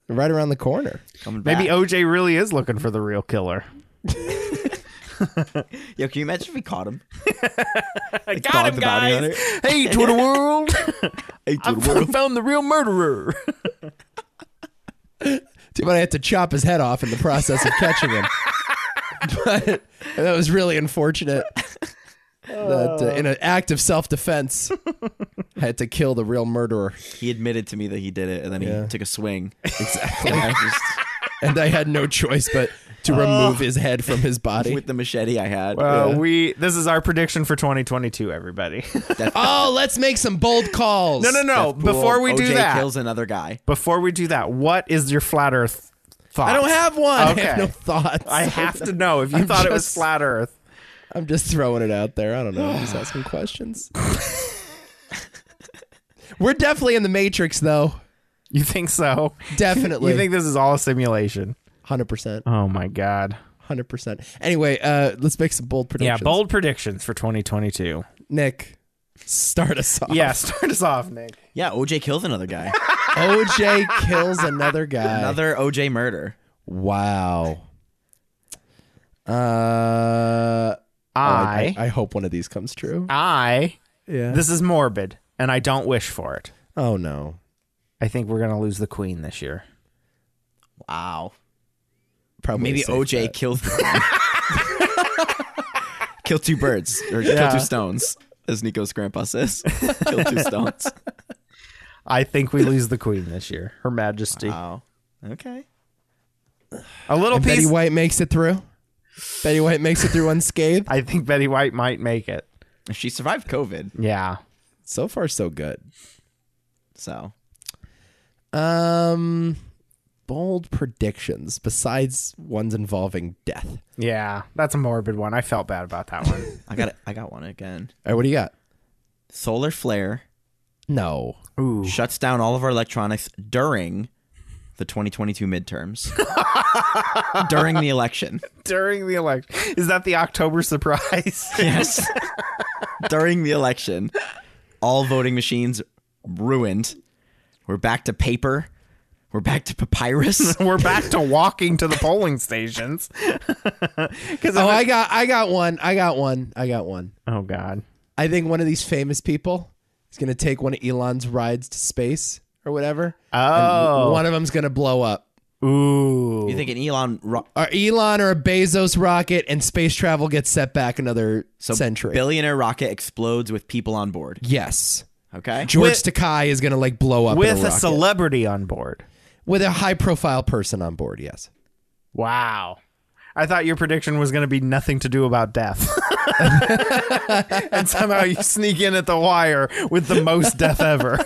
Speaker 2: No.
Speaker 3: Right around the corner.
Speaker 4: Coming back.
Speaker 2: Maybe OJ really is looking for the real killer.
Speaker 4: Yo, can you imagine if we caught him?
Speaker 2: I
Speaker 4: got him, guys.
Speaker 2: Hey, Twitter world!
Speaker 4: Hey,
Speaker 2: I found the real murderer.
Speaker 3: Too bad I had to chop his head off in the process of catching him. but and that was really unfortunate. That uh, in an act of self-defense, I had to kill the real murderer,
Speaker 4: he admitted to me that he did it, and then
Speaker 3: Yeah.
Speaker 4: he took a swing. Exactly. I just,
Speaker 3: and I had no choice but to remove his head from his body.
Speaker 4: with the machete I had.
Speaker 2: Uh,
Speaker 4: Yeah.
Speaker 2: We this is our prediction for 2022, everybody.
Speaker 3: Oh, let's make some bold calls.
Speaker 2: no, no, no!
Speaker 4: Death Pool,
Speaker 2: Before we do
Speaker 4: OJ
Speaker 2: that,
Speaker 4: kills another guy.
Speaker 2: before we do that, what is your flat Earth thought?
Speaker 3: I don't have one. I
Speaker 2: Okay.
Speaker 3: have no thoughts.
Speaker 2: I have to know if you thought it was
Speaker 3: just-
Speaker 2: flat Earth.
Speaker 3: I'm just throwing it out there. I don't know. I'm just asking questions. We're definitely in the Matrix, though.
Speaker 2: You think so?
Speaker 3: Definitely.
Speaker 2: You think this is all a simulation?
Speaker 3: 100%.
Speaker 2: Oh my god!
Speaker 3: Hundred percent. Anyway, uh, let's make some bold
Speaker 2: Yeah,
Speaker 3: predictions.
Speaker 2: bold predictions for 2022.
Speaker 3: Nick, start us off.
Speaker 2: Yeah, start us off, Nick.
Speaker 4: Yeah, OJ kills another guy.
Speaker 3: OJ kills another guy.
Speaker 4: another OJ murder.
Speaker 3: Wow. Uh, I, I
Speaker 2: I-
Speaker 3: I hope one of these comes true.
Speaker 2: I.
Speaker 3: Yeah.
Speaker 2: This is morbid, and I don't wish for it.
Speaker 3: Oh no.
Speaker 2: I think we're gonna lose the queen this year.
Speaker 4: Wow.
Speaker 3: Probably
Speaker 4: Maybe
Speaker 3: safe
Speaker 4: OJ
Speaker 3: bet.
Speaker 4: killed kill two birds or kill two stones, as Nico's grandpa says. kill two stones.
Speaker 2: I think we lose the queen this year. Her Majesty.
Speaker 4: Wow. Okay.
Speaker 2: A little
Speaker 3: And Betty
Speaker 2: piece.
Speaker 3: White makes it through. Betty White makes it through unscathed.
Speaker 2: I think Betty White might make it.
Speaker 4: She survived COVID,
Speaker 2: Yeah.
Speaker 3: So far, so good.
Speaker 4: so
Speaker 3: Um, bold predictions besides ones involving death. All
Speaker 2: Yeah. That's a morbid one. I felt bad about that one.
Speaker 4: I got it. I got one again.
Speaker 3: right, what do you got?
Speaker 4: Solar flare
Speaker 3: No.
Speaker 2: Ooh.
Speaker 4: shuts down all of our electronics during the 2022 midterms. during the election.
Speaker 2: During the election. Is that the October surprise?
Speaker 4: Yes. During the election, all voting machines ruined. We're back to paper. We're back to papyrus.
Speaker 2: We're back to walking to the polling stations. Because
Speaker 3: Oh, I got, I got one. I got one. I got one.
Speaker 2: oh God.
Speaker 3: I think one of these famous people is going to take one of Elon's rides to space or whatever.
Speaker 2: Oh.
Speaker 3: One of them's going to blow up.
Speaker 2: Ooh.
Speaker 4: you think an Elon ro-
Speaker 3: Or Elon or a Bezos rocket, and space travel gets set back another
Speaker 4: so
Speaker 3: century.
Speaker 4: billionaire rocket explodes with people on board?
Speaker 3: yes.
Speaker 4: Okay.
Speaker 3: George
Speaker 2: With-
Speaker 3: Takai is going to like blow up in
Speaker 2: with a,
Speaker 3: rocket.
Speaker 2: celebrity on board.
Speaker 3: with a high profile person on board. Yes.
Speaker 2: Wow. I thought your prediction was going to be nothing to do about death. and somehow you sneak in at the wire with the most death ever.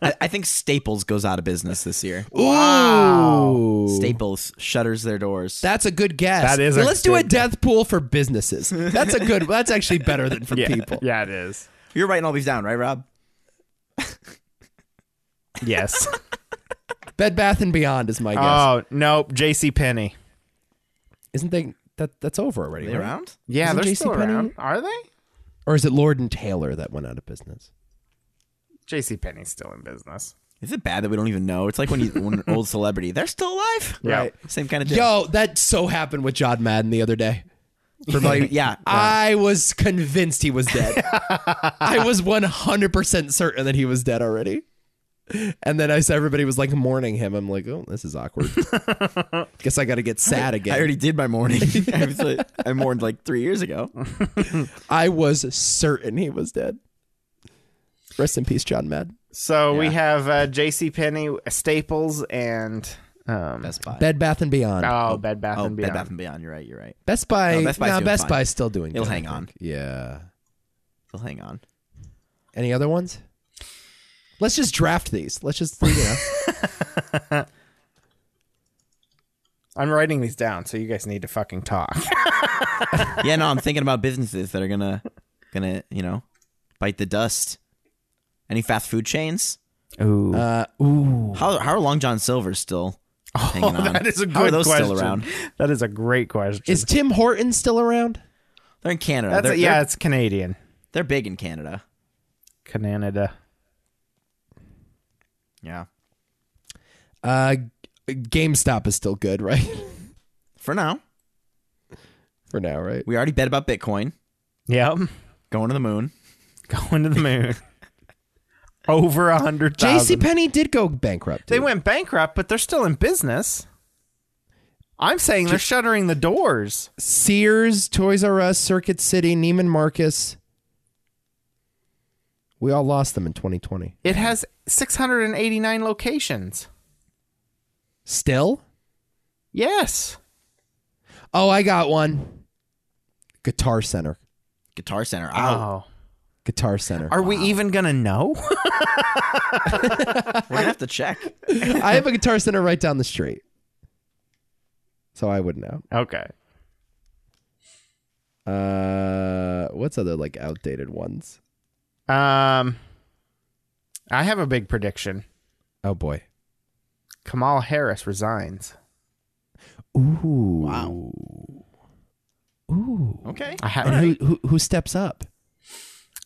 Speaker 4: I, I think Staples goes out of business this year.
Speaker 3: Wow.
Speaker 4: Staples shutters their doors.
Speaker 3: That's a good guess.
Speaker 2: That is a
Speaker 3: Let's do a
Speaker 2: good-
Speaker 3: death pool for businesses. That's a good. That's actually better than for people.
Speaker 2: Yeah, it is.
Speaker 4: You're writing all these down, right, Rob?
Speaker 2: Yes.
Speaker 3: Bed Bath and Beyond is my guess.
Speaker 2: oh, nope. JC Penney.
Speaker 3: Isn't they that that's over already?
Speaker 4: They
Speaker 3: right?
Speaker 4: around?
Speaker 2: Yeah,
Speaker 3: Isn't
Speaker 2: they're
Speaker 3: JC
Speaker 2: still
Speaker 3: Penney-
Speaker 2: around. Are they?
Speaker 3: Or is it Lord and Taylor that went out of business?
Speaker 2: JC Penney's still in business.
Speaker 4: Is it bad that we don't even know? It's like when you when an old celebrity, they're still alive.
Speaker 2: Yeah.
Speaker 4: Right. Same kind of deal.
Speaker 3: Yo, that so happened with John Madden the other day.
Speaker 4: Promoting- yeah.
Speaker 3: I was convinced he was dead. I was 100% certain that he was dead already. And then I saw everybody was like mourning him. I'm like, oh, this is awkward. Guess I got to get sad again.
Speaker 4: I already did my morning. I, was like- I mourned like three years ago.
Speaker 3: I was certain he was dead. Rest in peace, John Madden.
Speaker 2: So we have uh, JC Penney, Staples, and um,
Speaker 4: Best Buy.
Speaker 3: Bed Bath and Beyond.
Speaker 2: oh, Bed Bath
Speaker 4: oh,
Speaker 2: and
Speaker 4: Bed
Speaker 2: Beyond.
Speaker 4: Bath and Beyond. You're right. You're right.
Speaker 3: Best Buy.
Speaker 4: No,
Speaker 3: No, Best,
Speaker 4: Best Buy's doing fine.
Speaker 3: Buy's still doing.
Speaker 4: It'll
Speaker 3: good, I
Speaker 4: hang on.
Speaker 3: think. Yeah.
Speaker 4: Well, hang on.
Speaker 3: Any other ones? Let's just draft these. Let's just you know.
Speaker 2: I'm writing these down, so you guys need to fucking talk.
Speaker 4: Yeah, no, I'm thinking about businesses that are gonna gonna you know bite the dust. Any fast food chains?
Speaker 2: Ooh.
Speaker 3: Uh, ooh,
Speaker 4: How how are Long John Silver's still hanging on?
Speaker 2: Oh, That is a good
Speaker 4: how are those
Speaker 2: question.
Speaker 4: still around?
Speaker 2: That is a great question.
Speaker 3: is Tim Horton still around?
Speaker 4: They're in Canada.
Speaker 2: That's
Speaker 4: They're,
Speaker 2: a, yeah,
Speaker 4: they're,
Speaker 2: it's Canadian.
Speaker 4: they're big in Canada.
Speaker 2: Canada.
Speaker 4: Yeah.
Speaker 3: Uh, GameStop is still good, right?
Speaker 4: For now,
Speaker 3: For now, right?
Speaker 4: we already bet about Bitcoin
Speaker 2: Yep.
Speaker 4: going to the moon.
Speaker 2: Going to the moon. Over a hundred
Speaker 3: J.C.
Speaker 2: thousand.
Speaker 3: Penney did go bankrupt.
Speaker 2: They
Speaker 3: dude.
Speaker 2: went bankrupt, but they're still in business. I'm saying they're shuttering the doors.
Speaker 3: Sears, Toys R Us, Circuit City, Neiman Marcus. We all lost them in 2020.
Speaker 2: It has 689 locations.
Speaker 3: Still?
Speaker 2: Yes.
Speaker 3: Oh, I got one. Guitar Center.
Speaker 4: Guitar Center. Oh, Ow.
Speaker 2: Oh,
Speaker 3: Guitar Center.
Speaker 2: Are we even going to know?
Speaker 4: We're gonna have to check.
Speaker 3: I have a Guitar Center right down the street, so I would know.
Speaker 2: okay.
Speaker 3: Uh, what's other like outdated ones?
Speaker 2: Um I have a big prediction.
Speaker 3: Oh boy.
Speaker 2: Kamala Harris resigns.
Speaker 3: Ooh. Wow. Ooh.
Speaker 4: Okay.
Speaker 2: I have
Speaker 3: And who, who who steps up?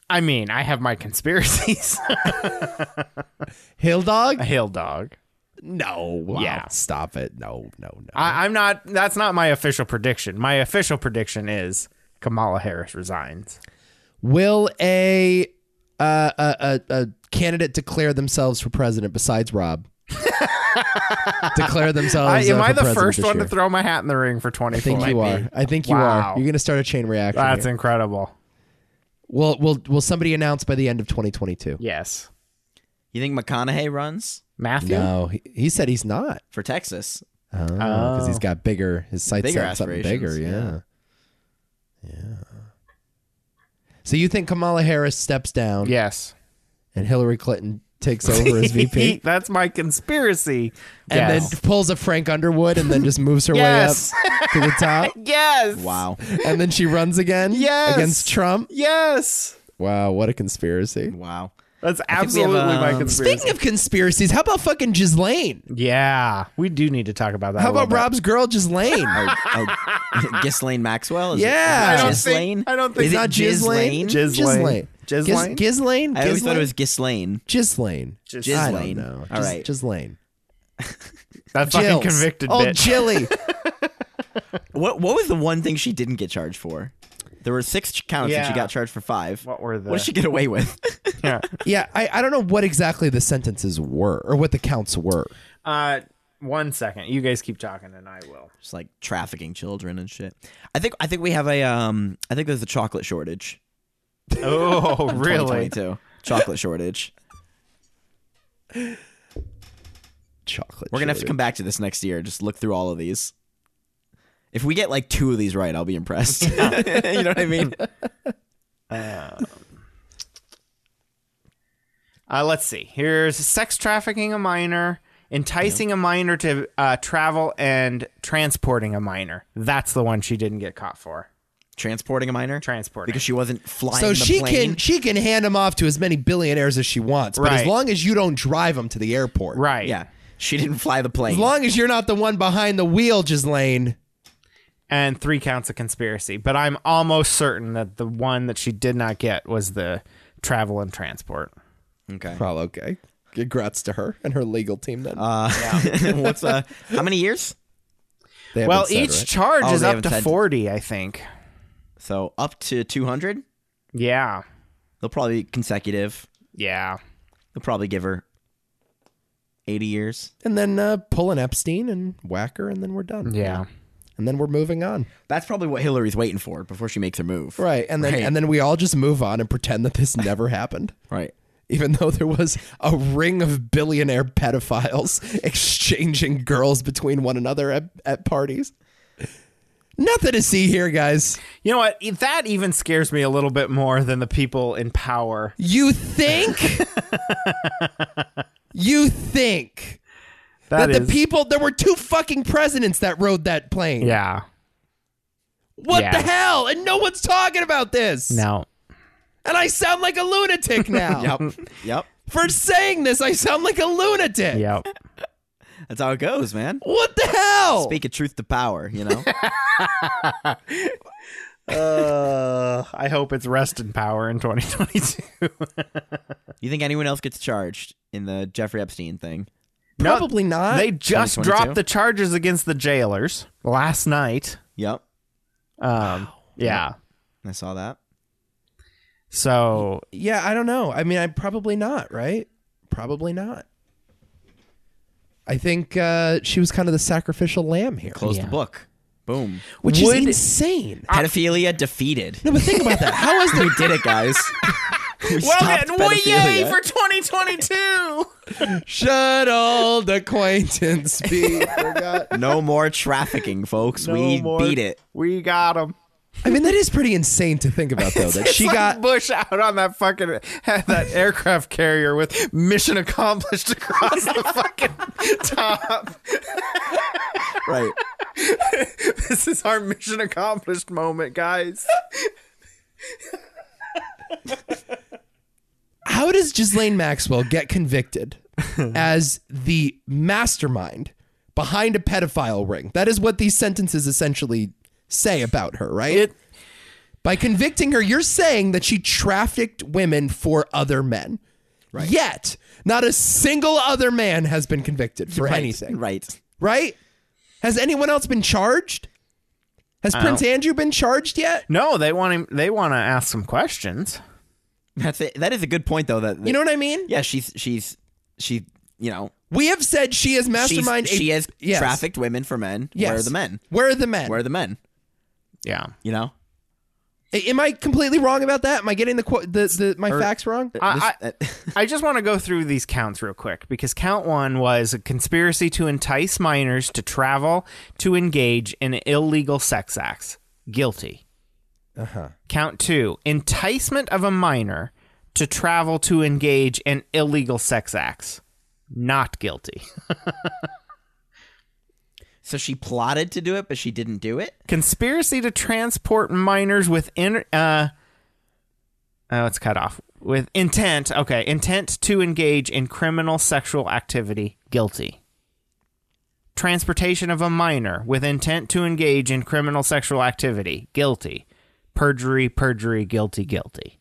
Speaker 2: I mean, I have my conspiracies.
Speaker 3: Hill Dog?
Speaker 2: Hill dog.
Speaker 3: No. Wow.
Speaker 2: Yeah.
Speaker 3: Stop it. No, no, no.
Speaker 2: I, I'm not. That's not my official prediction. My official prediction is Kamala Harris resigns.
Speaker 3: Will a uh, a, a, a candidate declare themselves for president besides Rob? declare
Speaker 2: I,
Speaker 3: themselves.
Speaker 2: am
Speaker 3: uh,
Speaker 2: I
Speaker 3: for
Speaker 2: the
Speaker 3: president
Speaker 2: first
Speaker 3: this
Speaker 2: one
Speaker 3: year.
Speaker 2: to throw my hat in the ring for 24?
Speaker 3: I think you are. I think you
Speaker 2: Wow.
Speaker 3: are. You're going to start a chain reaction.
Speaker 2: That's
Speaker 3: here.
Speaker 2: incredible.
Speaker 3: Will will will somebody announce by the end of 2022?
Speaker 2: Yes,
Speaker 4: You think McConaughey runs
Speaker 2: Matthew.
Speaker 3: No, Oh, he, he said he's not.
Speaker 4: for Texas?
Speaker 3: Oh, because he's got bigger. His sights
Speaker 4: Bigger
Speaker 3: on something
Speaker 4: aspirations,
Speaker 3: bigger. Yeah.
Speaker 4: yeah.
Speaker 3: yeah. So you think Kamala Harris steps down
Speaker 2: Yes.
Speaker 3: and Hillary Clinton takes over as VP?
Speaker 2: That's my conspiracy.
Speaker 3: and
Speaker 2: guess.
Speaker 3: then pulls a Frank Underwood and then just moves her
Speaker 2: Yes.
Speaker 3: way up to the top.
Speaker 2: yes.
Speaker 4: Wow.
Speaker 3: And then she runs again
Speaker 2: Yes.
Speaker 3: against Trump.
Speaker 2: Yes.
Speaker 3: Wow, what a conspiracy.
Speaker 4: Wow.
Speaker 2: That's
Speaker 4: think we have,
Speaker 2: absolutely my
Speaker 4: um,
Speaker 2: conspiracy.
Speaker 3: Speaking of conspiracies, how about fucking Ghislaine?
Speaker 2: yeah, we do need to talk about that.
Speaker 3: How
Speaker 2: a little
Speaker 3: about
Speaker 2: bit.
Speaker 3: Rob's girl Ghislaine?
Speaker 4: Oh, oh, Ghislaine Maxwell? Is
Speaker 3: Yeah.
Speaker 4: It,
Speaker 3: I don't
Speaker 4: is it
Speaker 2: think-
Speaker 4: Ghislaine?
Speaker 2: I don't think-
Speaker 4: Is
Speaker 2: It's
Speaker 4: it
Speaker 3: not Ghislaine.
Speaker 4: Ghislaine?
Speaker 2: Ghislaine.
Speaker 3: Ghislaine?
Speaker 2: Ghislaine?
Speaker 3: Ghislaine?
Speaker 4: I always thought it was Ghislaine.
Speaker 3: Ghislaine. I don't
Speaker 4: Ghislaine.
Speaker 3: know.
Speaker 4: All right.
Speaker 3: Ghislaine.
Speaker 2: That fucking
Speaker 3: Jills.
Speaker 2: convicted
Speaker 3: Oh,
Speaker 2: bitch.
Speaker 3: Jilly.
Speaker 4: What What was the one thing she didn't get charged for? There were six ch- counts and she
Speaker 2: Yeah.
Speaker 4: got charged for five.
Speaker 2: What were the-
Speaker 4: What did she get away with?
Speaker 2: Yeah.
Speaker 3: yeah, I, I don't know what exactly the sentences were or what the counts were.
Speaker 2: Uh, one second. You guys keep talking, and I will.
Speaker 4: Just like trafficking children and shit. I think I think we have a um. I think there's a chocolate shortage.
Speaker 2: Oh, really?
Speaker 4: 2022 chocolate shortage.
Speaker 3: Chocolate.
Speaker 4: We're gonna have to come back to this next year. Just look through all of these. If we get like two of these right, I'll be impressed. you know what I mean?
Speaker 2: Uh, let's see. Here's sex trafficking a minor, enticing a minor to uh, travel, and transporting a minor. That's the one she didn't get caught for.
Speaker 4: Transporting a minor,
Speaker 2: Transporting.
Speaker 4: because she wasn't flying.
Speaker 3: So
Speaker 4: the
Speaker 3: she
Speaker 4: plane.
Speaker 3: can she can hand them off to as many billionaires as she wants, but as
Speaker 2: Right.
Speaker 3: long as you don't drive them to the airport,
Speaker 2: Right.
Speaker 4: Yeah, she didn't fly the plane.
Speaker 3: As long as you're not the one behind the wheel, Ghislaine.
Speaker 2: And three counts of conspiracy. But I'm almost certain that the one that she did not get was the travel and transport.
Speaker 4: okay.
Speaker 3: Well, Oh, okay. Congrats to her and her legal team. Then
Speaker 4: Uh, What's uh? How many years?
Speaker 3: They haven't
Speaker 2: Well,
Speaker 3: said,
Speaker 2: each
Speaker 3: right?
Speaker 2: charge
Speaker 4: Oh,
Speaker 2: is
Speaker 4: they
Speaker 2: up
Speaker 4: haven't
Speaker 2: to
Speaker 4: said.
Speaker 2: 40, I think.
Speaker 4: So up to 200.
Speaker 2: Yeah.
Speaker 4: They'll probably be consecutive.
Speaker 2: Yeah.
Speaker 4: They'll probably give her 80 years.
Speaker 3: and then uh, pull an Epstein and whack her, and then we're done.
Speaker 2: Yeah.
Speaker 3: and then we're moving on.
Speaker 4: That's probably what Hillary's waiting for before she makes her move.
Speaker 3: Right, and then
Speaker 4: Right.
Speaker 3: and then we all just move on and pretend that this never happened.
Speaker 4: Right.
Speaker 3: Even though there was a ring of billionaire pedophiles exchanging girls between one another at, at parties. Nothing to see here, guys.
Speaker 2: You know what? E, That even scares me a little bit more than the people in power.
Speaker 3: You think? you think that, the
Speaker 2: is-
Speaker 3: people there were two fucking presidents that rode that plane.
Speaker 2: Yeah.
Speaker 3: What
Speaker 2: Yeah.
Speaker 3: the hell? And no one's talking about this.
Speaker 2: No.
Speaker 3: And I sound like a lunatic now.
Speaker 4: Yep. yep.
Speaker 3: For saying this, I sound like a lunatic.
Speaker 2: Yep.
Speaker 4: That's how it goes, man.
Speaker 3: What the hell?
Speaker 4: Speak of truth to power, you know?
Speaker 2: uh, I hope it's rest in power in 2022.
Speaker 4: you think anyone else gets charged in the Jeffrey Epstein thing?
Speaker 2: No,
Speaker 3: Probably not.
Speaker 2: They just
Speaker 4: 2022?
Speaker 2: dropped the charges against the jailers last night.
Speaker 4: Yep.
Speaker 2: Um, yeah.
Speaker 4: I saw that.
Speaker 2: So
Speaker 3: yeah, I don't know. I mean, I probably not, right? Probably not. I think uh, she was kind of the sacrificial lamb here,
Speaker 4: Close
Speaker 2: Yeah.
Speaker 4: the book. Boom.
Speaker 3: which
Speaker 2: Would-
Speaker 3: is insane.
Speaker 4: pedophilia defeated.
Speaker 3: No, but think about that. How is
Speaker 4: we
Speaker 3: the
Speaker 4: did it, guys. we
Speaker 2: well
Speaker 4: stopped
Speaker 2: then, well, yay
Speaker 4: pedophilia.
Speaker 2: for 2022.
Speaker 3: should old acquaintance be forgot?
Speaker 4: no more trafficking, folks. we beat it.
Speaker 2: We got them.
Speaker 3: I mean, that is pretty insane to think about, though. That she got
Speaker 2: Bush out on that fucking had that aircraft carrier with mission accomplished across the fucking top.
Speaker 4: Right.
Speaker 2: This is our mission accomplished moment, guys.
Speaker 3: how does Ghislaine Maxwell get convicted as the mastermind behind a pedophile ring? That is what these sentences essentially say about her, right?
Speaker 2: It
Speaker 3: By convicting her, you're saying that she trafficked women for other men. Yet, not a single other man has been convicted for anything.
Speaker 4: Right.
Speaker 3: Right? Has anyone else been charged? Has
Speaker 2: I
Speaker 3: Prince
Speaker 2: don't-
Speaker 3: Andrew been charged yet?
Speaker 2: No, they want him. They want to ask some questions.
Speaker 4: That's a, that is a good point though. That,
Speaker 3: You know what I mean?
Speaker 4: Yeah, she's she's she. You know,
Speaker 3: We have said she has
Speaker 4: she's,
Speaker 3: mastermind.
Speaker 4: she has trafficked women for men. Where are the men?
Speaker 3: Where are the men?
Speaker 4: Where are the men?
Speaker 2: Yeah,
Speaker 4: You know,
Speaker 3: A- Am I completely wrong about that? Am I getting the qu- the, the my
Speaker 2: Er,
Speaker 3: facts wrong?
Speaker 2: I, I, I just want to go through these counts real quick because count one was a conspiracy to entice minors to travel to engage in illegal sex acts. Guilty. Uh huh. Count two enticement of a minor to travel to engage in illegal sex acts. Not guilty.
Speaker 4: so she plotted to do it, but she didn't do it.
Speaker 2: conspiracy to transport minors with in uh oh it's cut off with intent okay intent to engage in criminal sexual activity guilty transportation of a minor with intent to engage in criminal sexual activity guilty perjury perjury guilty guilty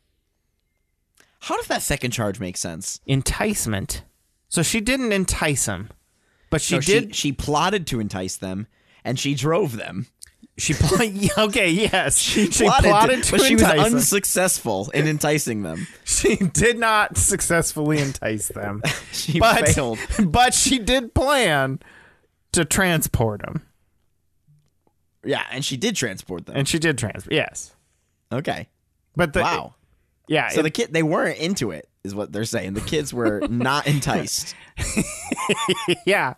Speaker 4: How does that second charge make sense?
Speaker 2: enticement so she didn't entice him but she
Speaker 4: No,
Speaker 2: did
Speaker 4: She, plotted to entice them, and she drove them.
Speaker 2: she, pl- okay yes she,
Speaker 4: Plotted
Speaker 2: plotted,
Speaker 4: to-
Speaker 2: to,
Speaker 4: but she was
Speaker 2: entice him.
Speaker 4: unsuccessful in enticing them.
Speaker 2: She did not successfully entice them,
Speaker 4: She
Speaker 2: but
Speaker 4: failed.
Speaker 2: but she did plan to transport them,
Speaker 4: Yeah, and she did transport them.
Speaker 2: and she did transport. Yes,
Speaker 4: okay.
Speaker 2: but the,
Speaker 4: wow.
Speaker 2: yeah,
Speaker 4: So
Speaker 2: it-
Speaker 4: the kid, they weren't into it, is what they're saying. The kids were not enticed.
Speaker 2: yeah,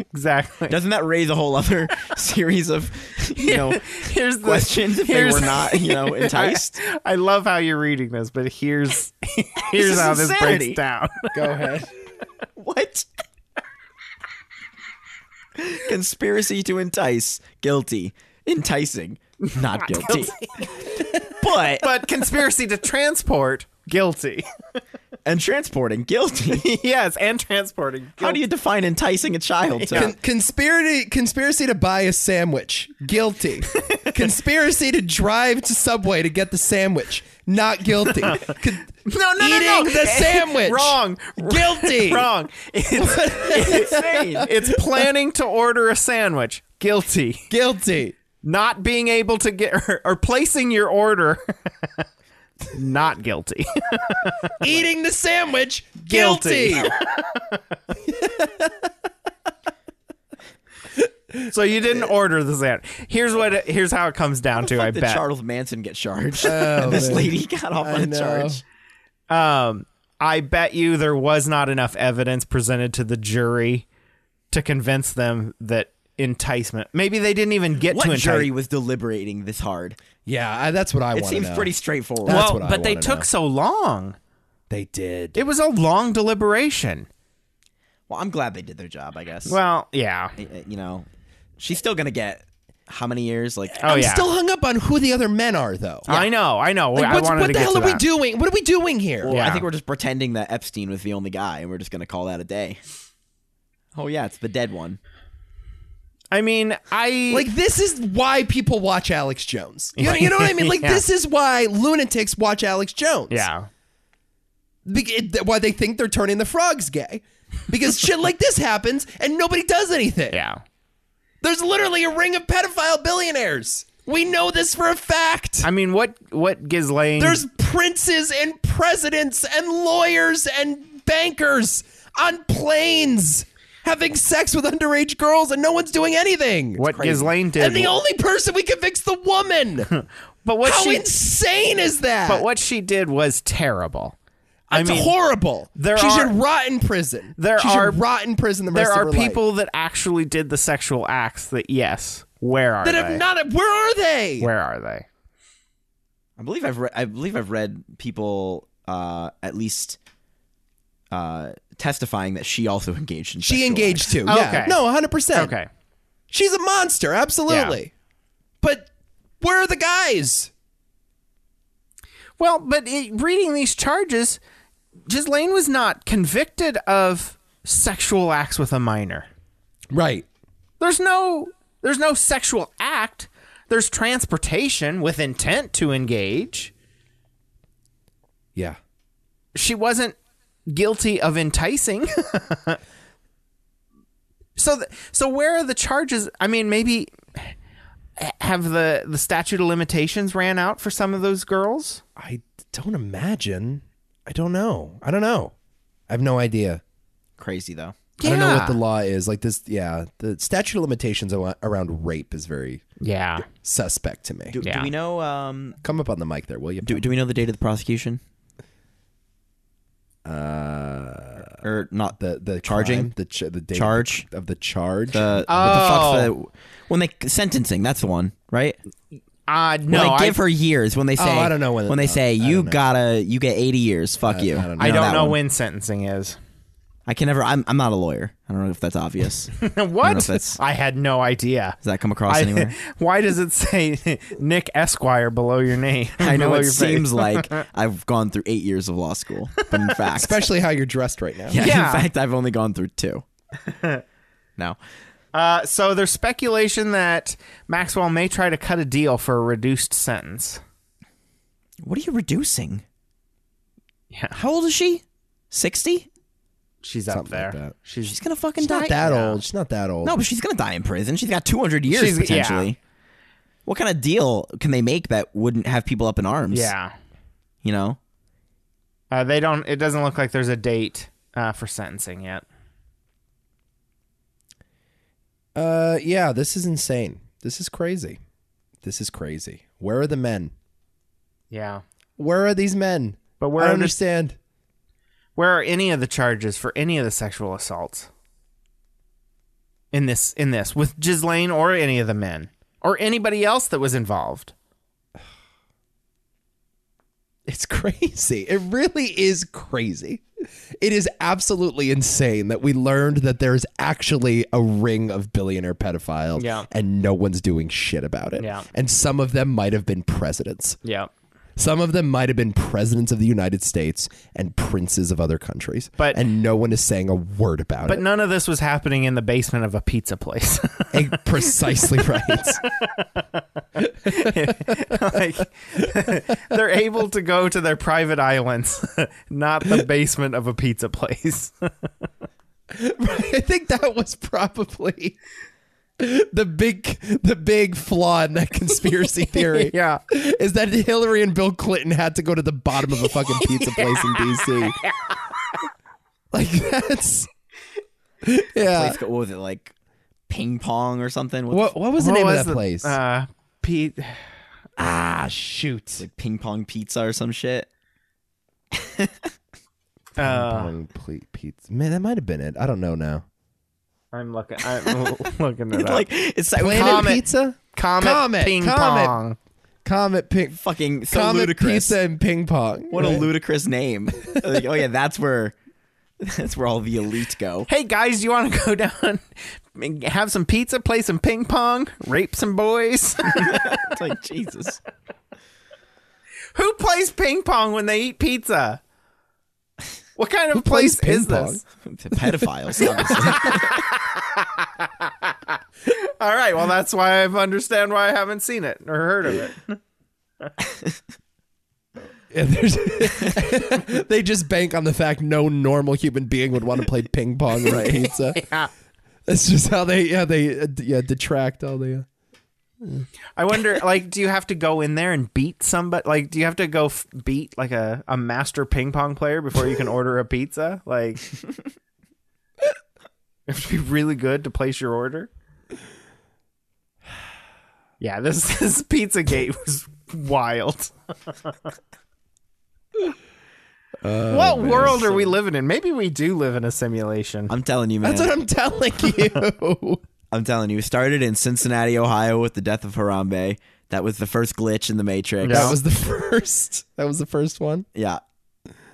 Speaker 2: exactly.
Speaker 4: Doesn't that raise a whole other series of, you know,
Speaker 2: here's the
Speaker 4: questions if they
Speaker 2: here's-
Speaker 4: were not, you know, enticed?
Speaker 2: I, I love how you're reading this, but here's here's
Speaker 4: is
Speaker 2: how this
Speaker 4: insanity.
Speaker 2: breaks down.
Speaker 3: Go ahead.
Speaker 4: what? Conspiracy to entice, guilty. Enticing, not guilty. but
Speaker 2: but conspiracy to transport, guilty.
Speaker 4: and transporting, guilty.
Speaker 2: yes, and transporting.
Speaker 4: How do you define enticing a child? To,
Speaker 3: Con- conspiracy conspiracy to buy a sandwich. Guilty. conspiracy to drive to Subway to get the sandwich. Not guilty. Con-
Speaker 2: No, no, no, no.
Speaker 3: Eating the sandwich.
Speaker 2: Wrong.
Speaker 3: Guilty.
Speaker 2: Wrong. It's,
Speaker 4: insane.
Speaker 2: it's planning to order a sandwich. Guilty.
Speaker 3: Guilty.
Speaker 2: Not being able to get or, or placing your order. Not guilty.
Speaker 3: Eating the sandwich. Guilty.
Speaker 2: so you didn't order the sandwich. Here's what. It, here's how it comes down to. I
Speaker 4: Did
Speaker 2: bet.
Speaker 4: Charles Manson get charged? and this
Speaker 3: Oh, man.
Speaker 4: lady got off on a
Speaker 3: know.
Speaker 4: charge.
Speaker 2: Um, I bet you there was not enough evidence presented to the jury to convince them that enticement. Maybe they didn't even get
Speaker 4: What
Speaker 2: to entice.
Speaker 4: jury was deliberating this hard?
Speaker 3: Yeah, I, that's what I want
Speaker 4: It
Speaker 3: to
Speaker 4: seems
Speaker 3: know.
Speaker 4: pretty straightforward.
Speaker 3: That's
Speaker 2: well,
Speaker 3: what I
Speaker 2: but they
Speaker 3: wanna
Speaker 2: took
Speaker 3: know.
Speaker 2: so long.
Speaker 3: They did.
Speaker 2: It was a long deliberation.
Speaker 4: Well, I'm glad they did their job, I guess.
Speaker 2: Well, yeah.
Speaker 4: Uh, you know, she's still gonna get how many years? Like,
Speaker 2: Oh
Speaker 3: I'm
Speaker 2: yeah.
Speaker 3: still hung up on who the other men are, though.
Speaker 2: I know. I know.
Speaker 3: Like,
Speaker 2: I
Speaker 3: what's,
Speaker 2: wanted
Speaker 3: what
Speaker 2: to
Speaker 3: the
Speaker 2: get
Speaker 3: hell
Speaker 2: to
Speaker 3: are we
Speaker 2: that.
Speaker 3: doing? What are we doing here?
Speaker 4: well, I
Speaker 2: yeah.
Speaker 4: think we're just pretending that Epstein was the only guy, and we're just gonna call that a day. Oh yeah, it's the dead one.
Speaker 2: I mean, I
Speaker 3: Like this is why people watch Alex Jones. You know, you know what I mean? Like
Speaker 2: Yeah.
Speaker 3: this is why lunatics watch Alex Jones.
Speaker 2: Yeah.
Speaker 3: Be- it- why they think they're turning the frogs gay. Because shit like this happens and nobody does anything.
Speaker 2: Yeah.
Speaker 3: There's literally a ring of pedophile billionaires. We know this for a fact.
Speaker 2: I mean, what what Ghislaine?
Speaker 3: There's princes and presidents and lawyers and bankers on planes having sex with underage girls and no one's doing anything.
Speaker 2: what Ghislaine did.
Speaker 3: And the only person we convict's the woman.
Speaker 2: but what
Speaker 3: How
Speaker 2: she
Speaker 3: insane is that?
Speaker 2: but what she did was terrible. I
Speaker 3: it's
Speaker 2: mean,
Speaker 3: horrible.
Speaker 2: there
Speaker 3: she
Speaker 2: are-
Speaker 3: should rot in prison.
Speaker 2: there
Speaker 3: she
Speaker 2: are-
Speaker 3: should rot in prison the rest
Speaker 2: there
Speaker 3: of
Speaker 2: are
Speaker 3: her life.
Speaker 2: people that actually did the sexual acts. That yes, where are
Speaker 3: that
Speaker 2: they?
Speaker 3: have not. Where are they?
Speaker 2: where are they?
Speaker 4: I believe I've read. I believe I've read people uh, at least uh, testifying that she also engaged in.
Speaker 3: She
Speaker 4: sexual
Speaker 3: engaged
Speaker 4: acts.
Speaker 3: too. Yeah.
Speaker 2: Okay.
Speaker 3: No, 100%.
Speaker 2: Okay.
Speaker 3: She's a monster, absolutely. But where are the guys?
Speaker 2: Well, but it, reading these charges, Ghislaine was not convicted of sexual acts with a minor.
Speaker 3: Right.
Speaker 2: There's no there's no sexual act. There's transportation with intent to engage.
Speaker 3: Yeah.
Speaker 2: She wasn't guilty of enticing. so, th- so where are the charges? I mean, maybe have the the statute of limitations ran out for some of those girls?
Speaker 3: I don't imagine. I don't know. I don't know. I have no idea.
Speaker 4: Crazy though.
Speaker 3: I don't know
Speaker 4: Yeah.
Speaker 3: what the law is. Like this, yeah. The statute of limitations a- around rape is very
Speaker 2: yeah
Speaker 3: suspect to me.
Speaker 4: Do, do we know? Um,
Speaker 3: Come up on the mic there, will you?
Speaker 4: do, do we know the date of the prosecution? Uh, or not
Speaker 3: the the
Speaker 4: charging
Speaker 3: crime, the ch- the date of the-
Speaker 4: charge
Speaker 3: of the charge.
Speaker 4: the what
Speaker 3: Oh.
Speaker 4: the fuck's the when they sentencing? That's the one, right?
Speaker 2: Uh, no,
Speaker 4: when they give
Speaker 2: I-
Speaker 4: her years when they
Speaker 2: Oh,
Speaker 4: say
Speaker 2: I don't know when-
Speaker 4: when they
Speaker 2: no,
Speaker 4: say you gotta you get 80 years fuck you
Speaker 2: I don't
Speaker 4: that
Speaker 2: know
Speaker 4: one.
Speaker 2: when sentencing is.
Speaker 4: I can never I'm, I'm not a lawyer I don't know if that's obvious
Speaker 2: what?
Speaker 4: if that's-
Speaker 2: I had no idea.
Speaker 4: does that come across
Speaker 2: I-
Speaker 4: anywhere
Speaker 2: Why does it say Nick Esquire below your name?
Speaker 4: I know
Speaker 2: Below
Speaker 4: it
Speaker 2: your face?
Speaker 4: seems like I've gone through eight years of law school but in fact
Speaker 3: especially how you're dressed right now.
Speaker 4: yeah,
Speaker 2: Yeah.
Speaker 4: in fact I've only gone through two no
Speaker 2: Uh, so there's speculation that Maxwell may try to cut a deal for a reduced sentence.
Speaker 4: what are you reducing
Speaker 2: Yeah.
Speaker 4: how old is she 60
Speaker 2: She's up
Speaker 3: Something
Speaker 2: there.
Speaker 3: like that.
Speaker 2: She's,
Speaker 4: she's gonna fucking
Speaker 3: She's
Speaker 4: die
Speaker 3: not that old. She's not that old.
Speaker 4: no but she's gonna die in prison she's got 200 years
Speaker 2: She's- yeah.
Speaker 4: potentially what kind of deal can they make that wouldn't have people up in arms
Speaker 2: yeah.
Speaker 4: you know
Speaker 2: Uh, they don't. It doesn't look like there's a date uh, for sentencing yet.
Speaker 3: Uh, yeah. This is insane. This is crazy. This is crazy. Where are the men?
Speaker 2: Yeah.
Speaker 3: Where are these men?
Speaker 2: But where
Speaker 3: I
Speaker 2: are
Speaker 3: don't
Speaker 2: the-
Speaker 3: understand.
Speaker 2: Where are any of the charges for any of the sexual assaults? In this, in this, with Ghislaine or any of the men or anybody else that was involved.
Speaker 3: It's crazy. It really is crazy. It is absolutely insane that we learned that there's actually a ring of billionaire pedophiles
Speaker 2: Yeah.
Speaker 3: and no one's doing shit about it.
Speaker 2: Yeah.
Speaker 3: And some of them might have been presidents.
Speaker 2: Yeah.
Speaker 3: Some of them might have been presidents of the United States and princes of other countries.
Speaker 2: But-
Speaker 3: and no one is saying a word about
Speaker 2: But
Speaker 3: it.
Speaker 2: none of this was happening in the basement of a pizza place.
Speaker 3: Eh, precisely right.
Speaker 2: like they're able to go to their private islands, not the basement of a pizza place.
Speaker 3: I think that was probably the big the big flaw in that conspiracy theory.
Speaker 2: Yeah.
Speaker 3: Is that Hillary and Bill Clinton had to go to the bottom of a fucking pizza place in DC. Like that's Yeah.
Speaker 4: place. What was it like? Ping pong or something? What,
Speaker 3: Uh, What what was the name
Speaker 2: was
Speaker 3: of that place?
Speaker 2: Uh, Pete.
Speaker 3: ah shoot.
Speaker 4: like ping pong pizza or some shit?
Speaker 2: Uh,
Speaker 3: Pong ple- pizza. Man, that might have been it. I don't know now.
Speaker 2: I'm looking. I'm looking at
Speaker 4: like
Speaker 2: like
Speaker 4: it's like
Speaker 3: Planet
Speaker 4: com-
Speaker 3: Pizza?
Speaker 2: Comet,
Speaker 3: Comet,
Speaker 2: ping
Speaker 3: Comet.
Speaker 2: pong.
Speaker 3: Comet ping
Speaker 4: fucking so
Speaker 3: Comet
Speaker 4: ludicrous.
Speaker 3: Pizza and Ping Pong.
Speaker 4: What a ludicrous name! like, oh yeah, that's where that's where all the elite go.
Speaker 2: Hey guys, you want to go down, and have some pizza, play some ping pong, rape some boys?
Speaker 4: It's like Jesus.
Speaker 2: Who plays ping pong when they eat pizza? What kind of
Speaker 3: plays
Speaker 2: place
Speaker 3: ping
Speaker 2: is
Speaker 3: pong?
Speaker 2: this?
Speaker 4: The pedophiles. obviously.
Speaker 2: All right, well that's why I understand why I haven't seen it or heard of it.
Speaker 3: And there's- they just bank on the fact no normal human being would want to play ping pong with pizza. That's just how they yeah they uh, d- yeah detract all the. Uh,
Speaker 2: I wonder, like, do you have to go in there and beat somebody? Like, do you have to go f- beat like a, a master ping pong player before you can order a pizza? Like, you have to be really good to place your order. Yeah, this this pizza gate was wild. what world are we living in? Maybe we do live in a simulation.
Speaker 4: I'm telling you, man.
Speaker 3: That's what I'm telling you.
Speaker 4: I'm telling you. It started in Cincinnati, Ohio, with the death of Harambe. That was the first glitch in the Matrix.
Speaker 2: Yeah.
Speaker 3: That was the first. That was the first one.
Speaker 4: Yeah.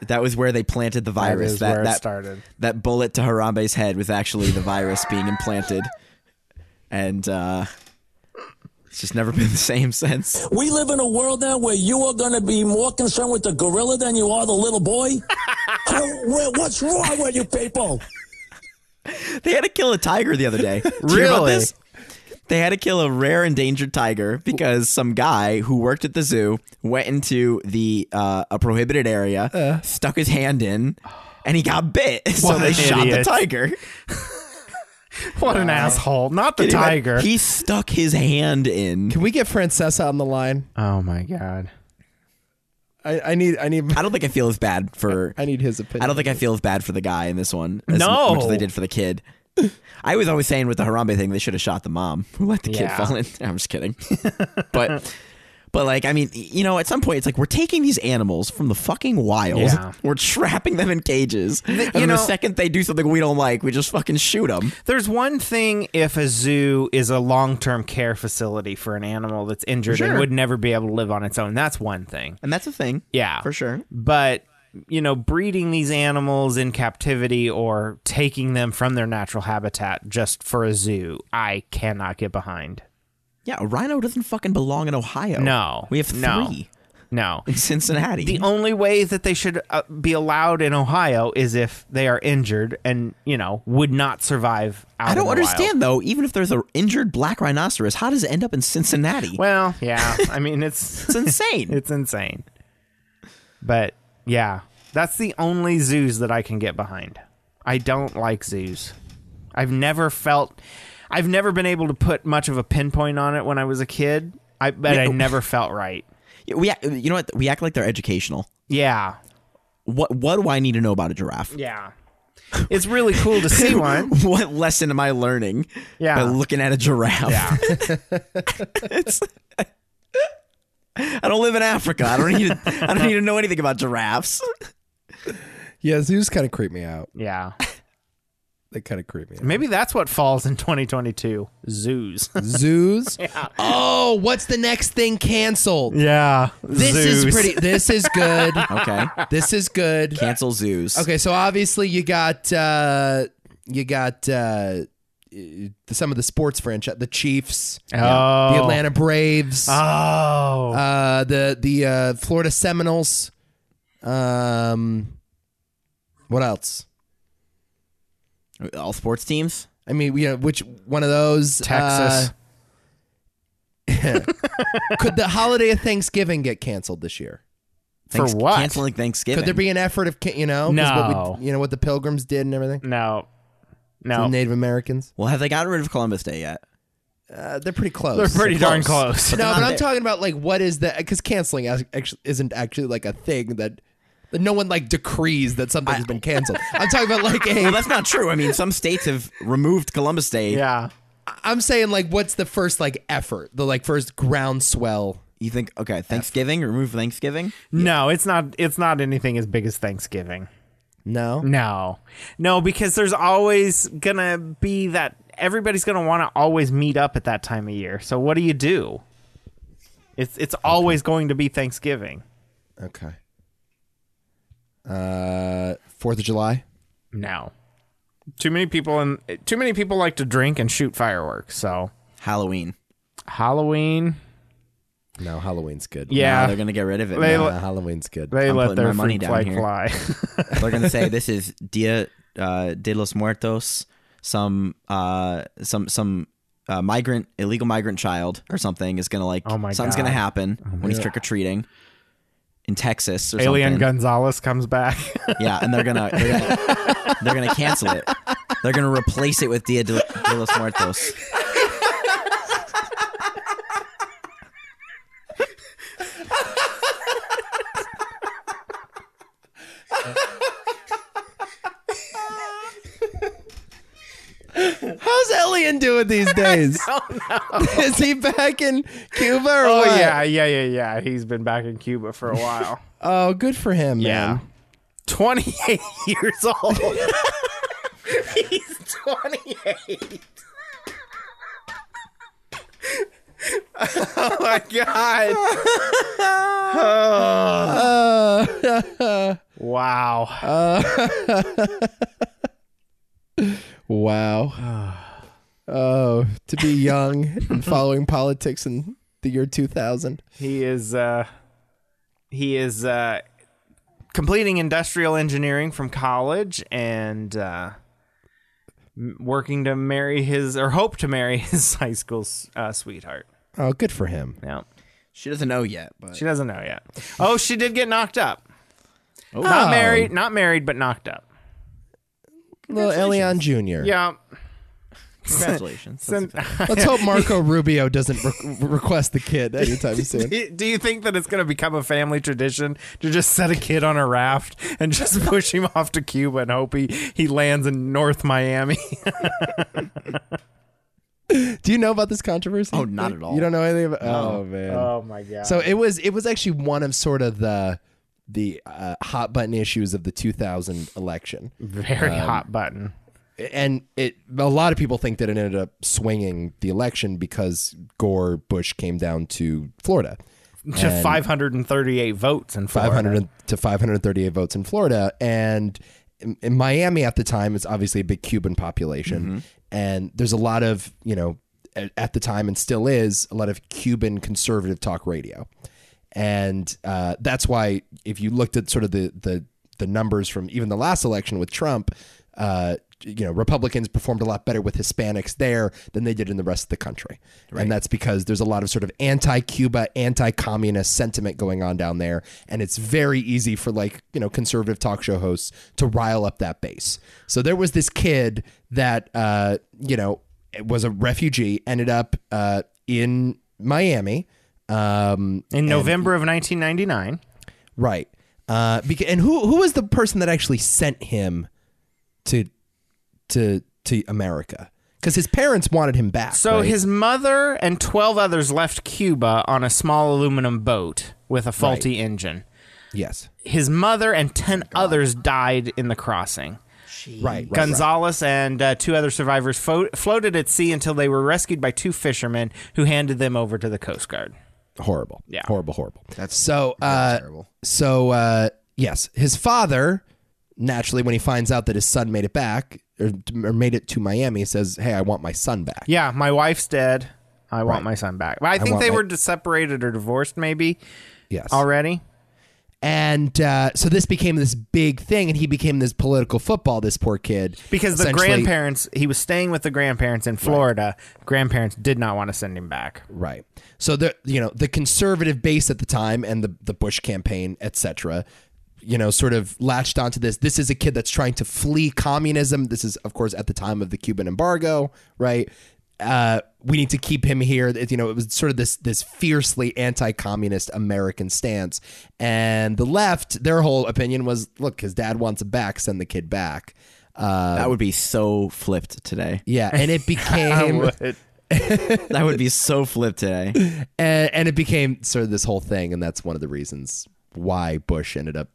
Speaker 4: That was where they planted the virus.
Speaker 2: is where it started.
Speaker 4: That bullet to Harambe's head was actually the virus being implanted, and uh, it's just never been the same since.
Speaker 10: We live in a world now where you are going to be more concerned with the gorilla than you are the little boy. How, wh- what's wrong with you people?
Speaker 4: They had to kill a tiger the other day. Did you hear about
Speaker 2: Really?
Speaker 4: this? They had to kill a rare endangered tiger because some guy who worked at the zoo went into the uh, a prohibited area, stuck his hand in, and he got bit, so
Speaker 2: Uh. What
Speaker 4: they
Speaker 2: an
Speaker 4: shot the
Speaker 2: idiot.
Speaker 4: tiger.
Speaker 2: What an asshole! Not the
Speaker 4: Can you imagine?
Speaker 2: tiger.
Speaker 4: He stuck his hand in.
Speaker 3: Can we get Francesa on the line?
Speaker 2: Oh my god.
Speaker 3: I, I need I need
Speaker 4: I don't think I feel as bad for
Speaker 3: I need his opinion.
Speaker 4: I don't think I feel as bad for the guy in this one as
Speaker 2: No.
Speaker 4: much as they did for the kid. I was always saying with the Harambe thing, they should have shot the mom who let the
Speaker 2: Yeah.
Speaker 4: kid fall in. I'm just kidding, but but like I mean, you know, at some point it's like we're taking these animals from the fucking wild,
Speaker 2: Yeah.
Speaker 4: we're trapping them in cages, and
Speaker 2: you
Speaker 4: then the
Speaker 2: know-
Speaker 4: second they do something we don't like, we just fucking shoot them.
Speaker 2: There's one thing if a zoo is a long term care facility for an animal that's injured and
Speaker 4: Sure.
Speaker 2: would never be able to live on its own. That's one thing.
Speaker 4: And that's a thing.
Speaker 2: Yeah.
Speaker 4: For sure.
Speaker 2: But, you know, breeding these animals in captivity or taking them from their natural habitat just for a zoo, I cannot get behind.
Speaker 4: Yeah, a rhino doesn't fucking belong in Ohio.
Speaker 2: No.
Speaker 4: We have three
Speaker 2: No. No.
Speaker 4: in Cincinnati.
Speaker 2: The only way that they should uh, be allowed in Ohio is if they are injured and, you know, would not survive out
Speaker 4: I
Speaker 2: in
Speaker 4: don't
Speaker 2: the wild.
Speaker 4: understand though. Even if there's an injured black rhinoceros, how does it end up in Cincinnati?
Speaker 2: Well, yeah. I mean, it's
Speaker 4: it's insane.
Speaker 2: It's insane. But yeah, that's the only zoos that I can get behind. I don't like zoos. I've never felt I've never been able to put much of a pinpoint on it when I was a kid. I but I
Speaker 4: Wait,
Speaker 2: never felt right.
Speaker 4: we, act- you know what? We act like they're educational.
Speaker 2: Yeah.
Speaker 4: What What do I need to know about a giraffe?
Speaker 2: Yeah. It's really cool to see one.
Speaker 4: What lesson am I learning?
Speaker 2: Yeah.
Speaker 4: by looking at a giraffe.
Speaker 2: Yeah.
Speaker 4: It's- I don't live in Africa. I don't need. To, I don't need to know anything about giraffes.
Speaker 3: Yeah, zoos kind of creep me out.
Speaker 2: Yeah.
Speaker 3: They kind of creep me out.
Speaker 2: Maybe that's what falls in 2022. Zoos.
Speaker 3: Zoos. Oh, what's the next thing canceled?
Speaker 2: yeah.
Speaker 3: This is pretty. This is good.
Speaker 4: Okay,
Speaker 3: this is good.
Speaker 4: cancel zoos.
Speaker 3: Okay, so obviously you got uh you got uh some of the sports franchise, the Chiefs,
Speaker 2: Oh.
Speaker 3: the Atlanta Braves,
Speaker 2: Oh.
Speaker 3: uh the the uh Florida Seminoles. Um what else?
Speaker 4: All sports teams.
Speaker 3: I mean, you know, which one of those?
Speaker 2: Texas.
Speaker 3: Uh, could the holiday of Thanksgiving get canceled this year?
Speaker 2: For
Speaker 4: Thanks-
Speaker 2: what?
Speaker 4: Canceling Thanksgiving.
Speaker 3: Could there be an effort of, ca- you know, 'cause
Speaker 2: No.
Speaker 3: what we, you know what the Pilgrims did and everything,
Speaker 2: no.
Speaker 3: the
Speaker 2: No.
Speaker 3: Native Americans.
Speaker 4: Well, have they gotten rid of Columbus Day yet?
Speaker 3: Uh, they're pretty close.
Speaker 2: They're pretty darn
Speaker 4: close.
Speaker 2: close.
Speaker 3: no,
Speaker 4: not
Speaker 3: but I'm
Speaker 4: there.
Speaker 3: talking about like what is that? Because canceling as- actually isn't actually like a thing that, that no one like decrees that something has been canceled. I'm talking about like
Speaker 4: Well,
Speaker 3: a.
Speaker 4: that's not true. I mean, some states have removed Columbus Day.
Speaker 2: Yeah.
Speaker 3: I'm saying like what's the first like effort, the like first groundswell.
Speaker 4: You think okay, Thanksgiving, remove Thanksgiving?
Speaker 2: No, it's not. It's not anything as big as Thanksgiving.
Speaker 3: No,
Speaker 2: No, no, because there's always gonna be that everybody's gonna want to always meet up at that time of year. So what do you do? It's it's always going to be Thanksgiving.
Speaker 3: Okay. Uh, Fourth of July.
Speaker 2: No, too many people and too many people like to drink and shoot fireworks. So
Speaker 4: Halloween.
Speaker 2: Halloween,
Speaker 3: No, Halloween's good.
Speaker 4: Now
Speaker 2: yeah,
Speaker 4: they're gonna get rid of it.
Speaker 2: They
Speaker 4: now.
Speaker 2: li-
Speaker 3: Uh, Halloween's good.
Speaker 2: they
Speaker 4: I'm
Speaker 2: let
Speaker 4: putting
Speaker 2: their
Speaker 4: my money
Speaker 2: freak
Speaker 4: down
Speaker 2: flag
Speaker 4: here.
Speaker 2: fly.
Speaker 4: they're gonna say this is Dia uh, de los Muertos, some uh, some some uh, migrant illegal migrant child or something is gonna like
Speaker 2: Oh my
Speaker 4: something's
Speaker 2: God.
Speaker 4: gonna happen when he's trick or treating in Texas or
Speaker 2: Alien
Speaker 4: something.
Speaker 2: Gonzalez comes back.
Speaker 4: Yeah, and they're gonna they're gonna, they're gonna cancel it. They're gonna replace it with Dia de, de los Muertos.
Speaker 3: How's Elian doing these days? Is he back in Cuba or
Speaker 2: oh
Speaker 3: what?
Speaker 2: yeah, yeah, yeah, yeah. He's been back in Cuba for a while.
Speaker 3: Oh, good for him, man.
Speaker 2: 28 years old. He's 28. oh my god. Wow.
Speaker 3: Wow. Oh, to be young and following politics in the year 2000.
Speaker 2: he is uh he is uh completing industrial engineering from college and uh m- working to marry his or hope to marry his high school s- uh, sweetheart.
Speaker 3: Oh, good for him.
Speaker 2: Yeah.
Speaker 4: She doesn't know yet, but
Speaker 2: Oh. She doesn't know yet. Oh, she did get knocked up. Not married, not married, but knocked up.
Speaker 3: Little Elian Jr.
Speaker 2: Yeah.
Speaker 4: Congratulations.
Speaker 2: Send-
Speaker 3: Let's hope Marco Rubio doesn't re- request the kid anytime soon.
Speaker 2: Do you think that it's going to become a family tradition to just set a kid on a raft and just push him off to Cuba and hope he, he lands in North Miami?
Speaker 3: Do you know about this controversy? Oh, not at all. You don't know anything about?
Speaker 2: No.
Speaker 3: Oh man.
Speaker 2: Oh, my God.
Speaker 3: So it was it was actually one of sort of the the uh, hot button issues of the 2000 election.
Speaker 2: Very hot button.
Speaker 3: And it a lot of people think that it ended up swinging the election because Gore Bush came down to Florida
Speaker 2: to
Speaker 3: And-
Speaker 2: 538 votes in Florida.
Speaker 3: 500 to 538 votes in Florida. And in, in Miami at the time, it's obviously a big Cuban population. And there's a lot of, you know, at, at the time and still is a lot of Cuban conservative talk radio. And uh, that's why if you looked at sort of the, the, the numbers from even the last election with Trump, uh, you know, Republicans performed a lot better with Hispanics there than they did in the rest of the country. And that's because there's a lot of sort of anti Cuba, anti communist sentiment going on down there. And it's very easy for like, you know, conservative talk show hosts to rile up that base. So there was this kid that, uh, you know, was a refugee, ended up uh, in Miami. Um,
Speaker 2: In November of 1999.
Speaker 3: Right. Uh, beca- and who who was the person that actually sent him to to to America? Because his parents wanted him back.
Speaker 2: So
Speaker 3: right?
Speaker 2: his mother and 12 others left Cuba on a small aluminum boat with a faulty engine.
Speaker 3: yes,
Speaker 2: His mother and 10 others died in the crossing.
Speaker 3: right, right, right.
Speaker 2: Gonzalez and uh, two other survivors fo- floated at sea until they were rescued by two fishermen who handed them over to the Coast Guard.
Speaker 3: horrible.
Speaker 2: Yeah.
Speaker 3: Horrible, horrible. That's so uh terrible. So uh yes, his father naturally when he finds out that his son made it back or, or made it to Miami says, "Hey, I want my son back."
Speaker 2: Yeah, my wife's dead. I want my son back. But I think
Speaker 3: want
Speaker 2: they
Speaker 3: my-
Speaker 2: were dis- separated or divorced, maybe.
Speaker 3: Yes.
Speaker 2: Already?
Speaker 3: And uh, so this became this big thing and he became this political football this poor kid
Speaker 2: Because the
Speaker 3: Essentially-
Speaker 2: grandparents, he was staying with the grandparents in Florida. Grandparents did not want to send him back.
Speaker 3: Right. So the you know the conservative base at the time and the the Bush campaign, etc. You know, sort of latched onto this. This is a kid that's trying to flee communism. This is, of course, at the time of the Cuban embargo, right? Uh, we need to keep him here. It- You know, it was sort of this this fiercely anti-communist American stance, and the left, their whole opinion was, look, his dad wants him back, send the kid back. Uh,
Speaker 4: That would be so flipped today.
Speaker 3: yeah, and it became
Speaker 4: That would be so flipped today.
Speaker 3: and, and it became sort of this whole thing, and that's one of the reasons why Bush ended up.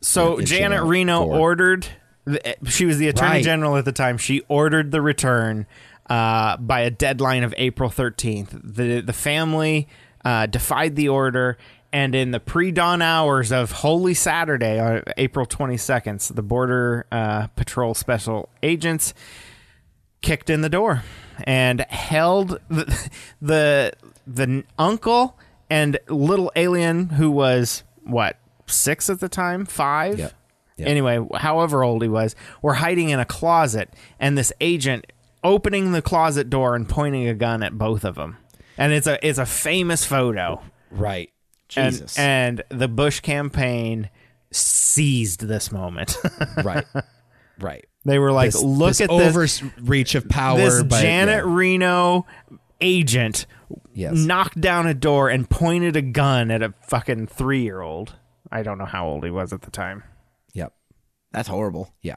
Speaker 2: So
Speaker 3: Yeah,
Speaker 2: Janet
Speaker 3: Janet
Speaker 2: Reno
Speaker 3: Ford.
Speaker 2: ordered. the- She was the attorney
Speaker 3: Right.
Speaker 2: general at the time. She ordered the return uh, by a deadline of April thirteenth. the The family uh, defied the order, and in the pre dawn hours of Holy Saturday, on April twenty second, the Border uh, Patrol special agents kicked in the door and held the the, the uncle and little alien who was what six at the time five
Speaker 3: Yep. Yep.
Speaker 2: anyway however old he was were hiding in a closet and this agent opening the closet door and pointing a gun at both of them and it's a it's a famous photo
Speaker 3: Right.
Speaker 2: And-
Speaker 4: Jesus.
Speaker 2: and, the bush campaign seized this moment
Speaker 3: Right. Right.
Speaker 2: they were like
Speaker 3: This-
Speaker 2: look
Speaker 3: this
Speaker 2: at this
Speaker 3: overreach of power.
Speaker 2: this
Speaker 3: by,
Speaker 2: Janet
Speaker 3: yeah.
Speaker 2: Reno agent
Speaker 3: Yes.
Speaker 2: knocked down a door and pointed a gun at a fucking three year old. I don't know how old he was at the time.
Speaker 3: Yep.
Speaker 4: That's horrible.
Speaker 3: Yeah.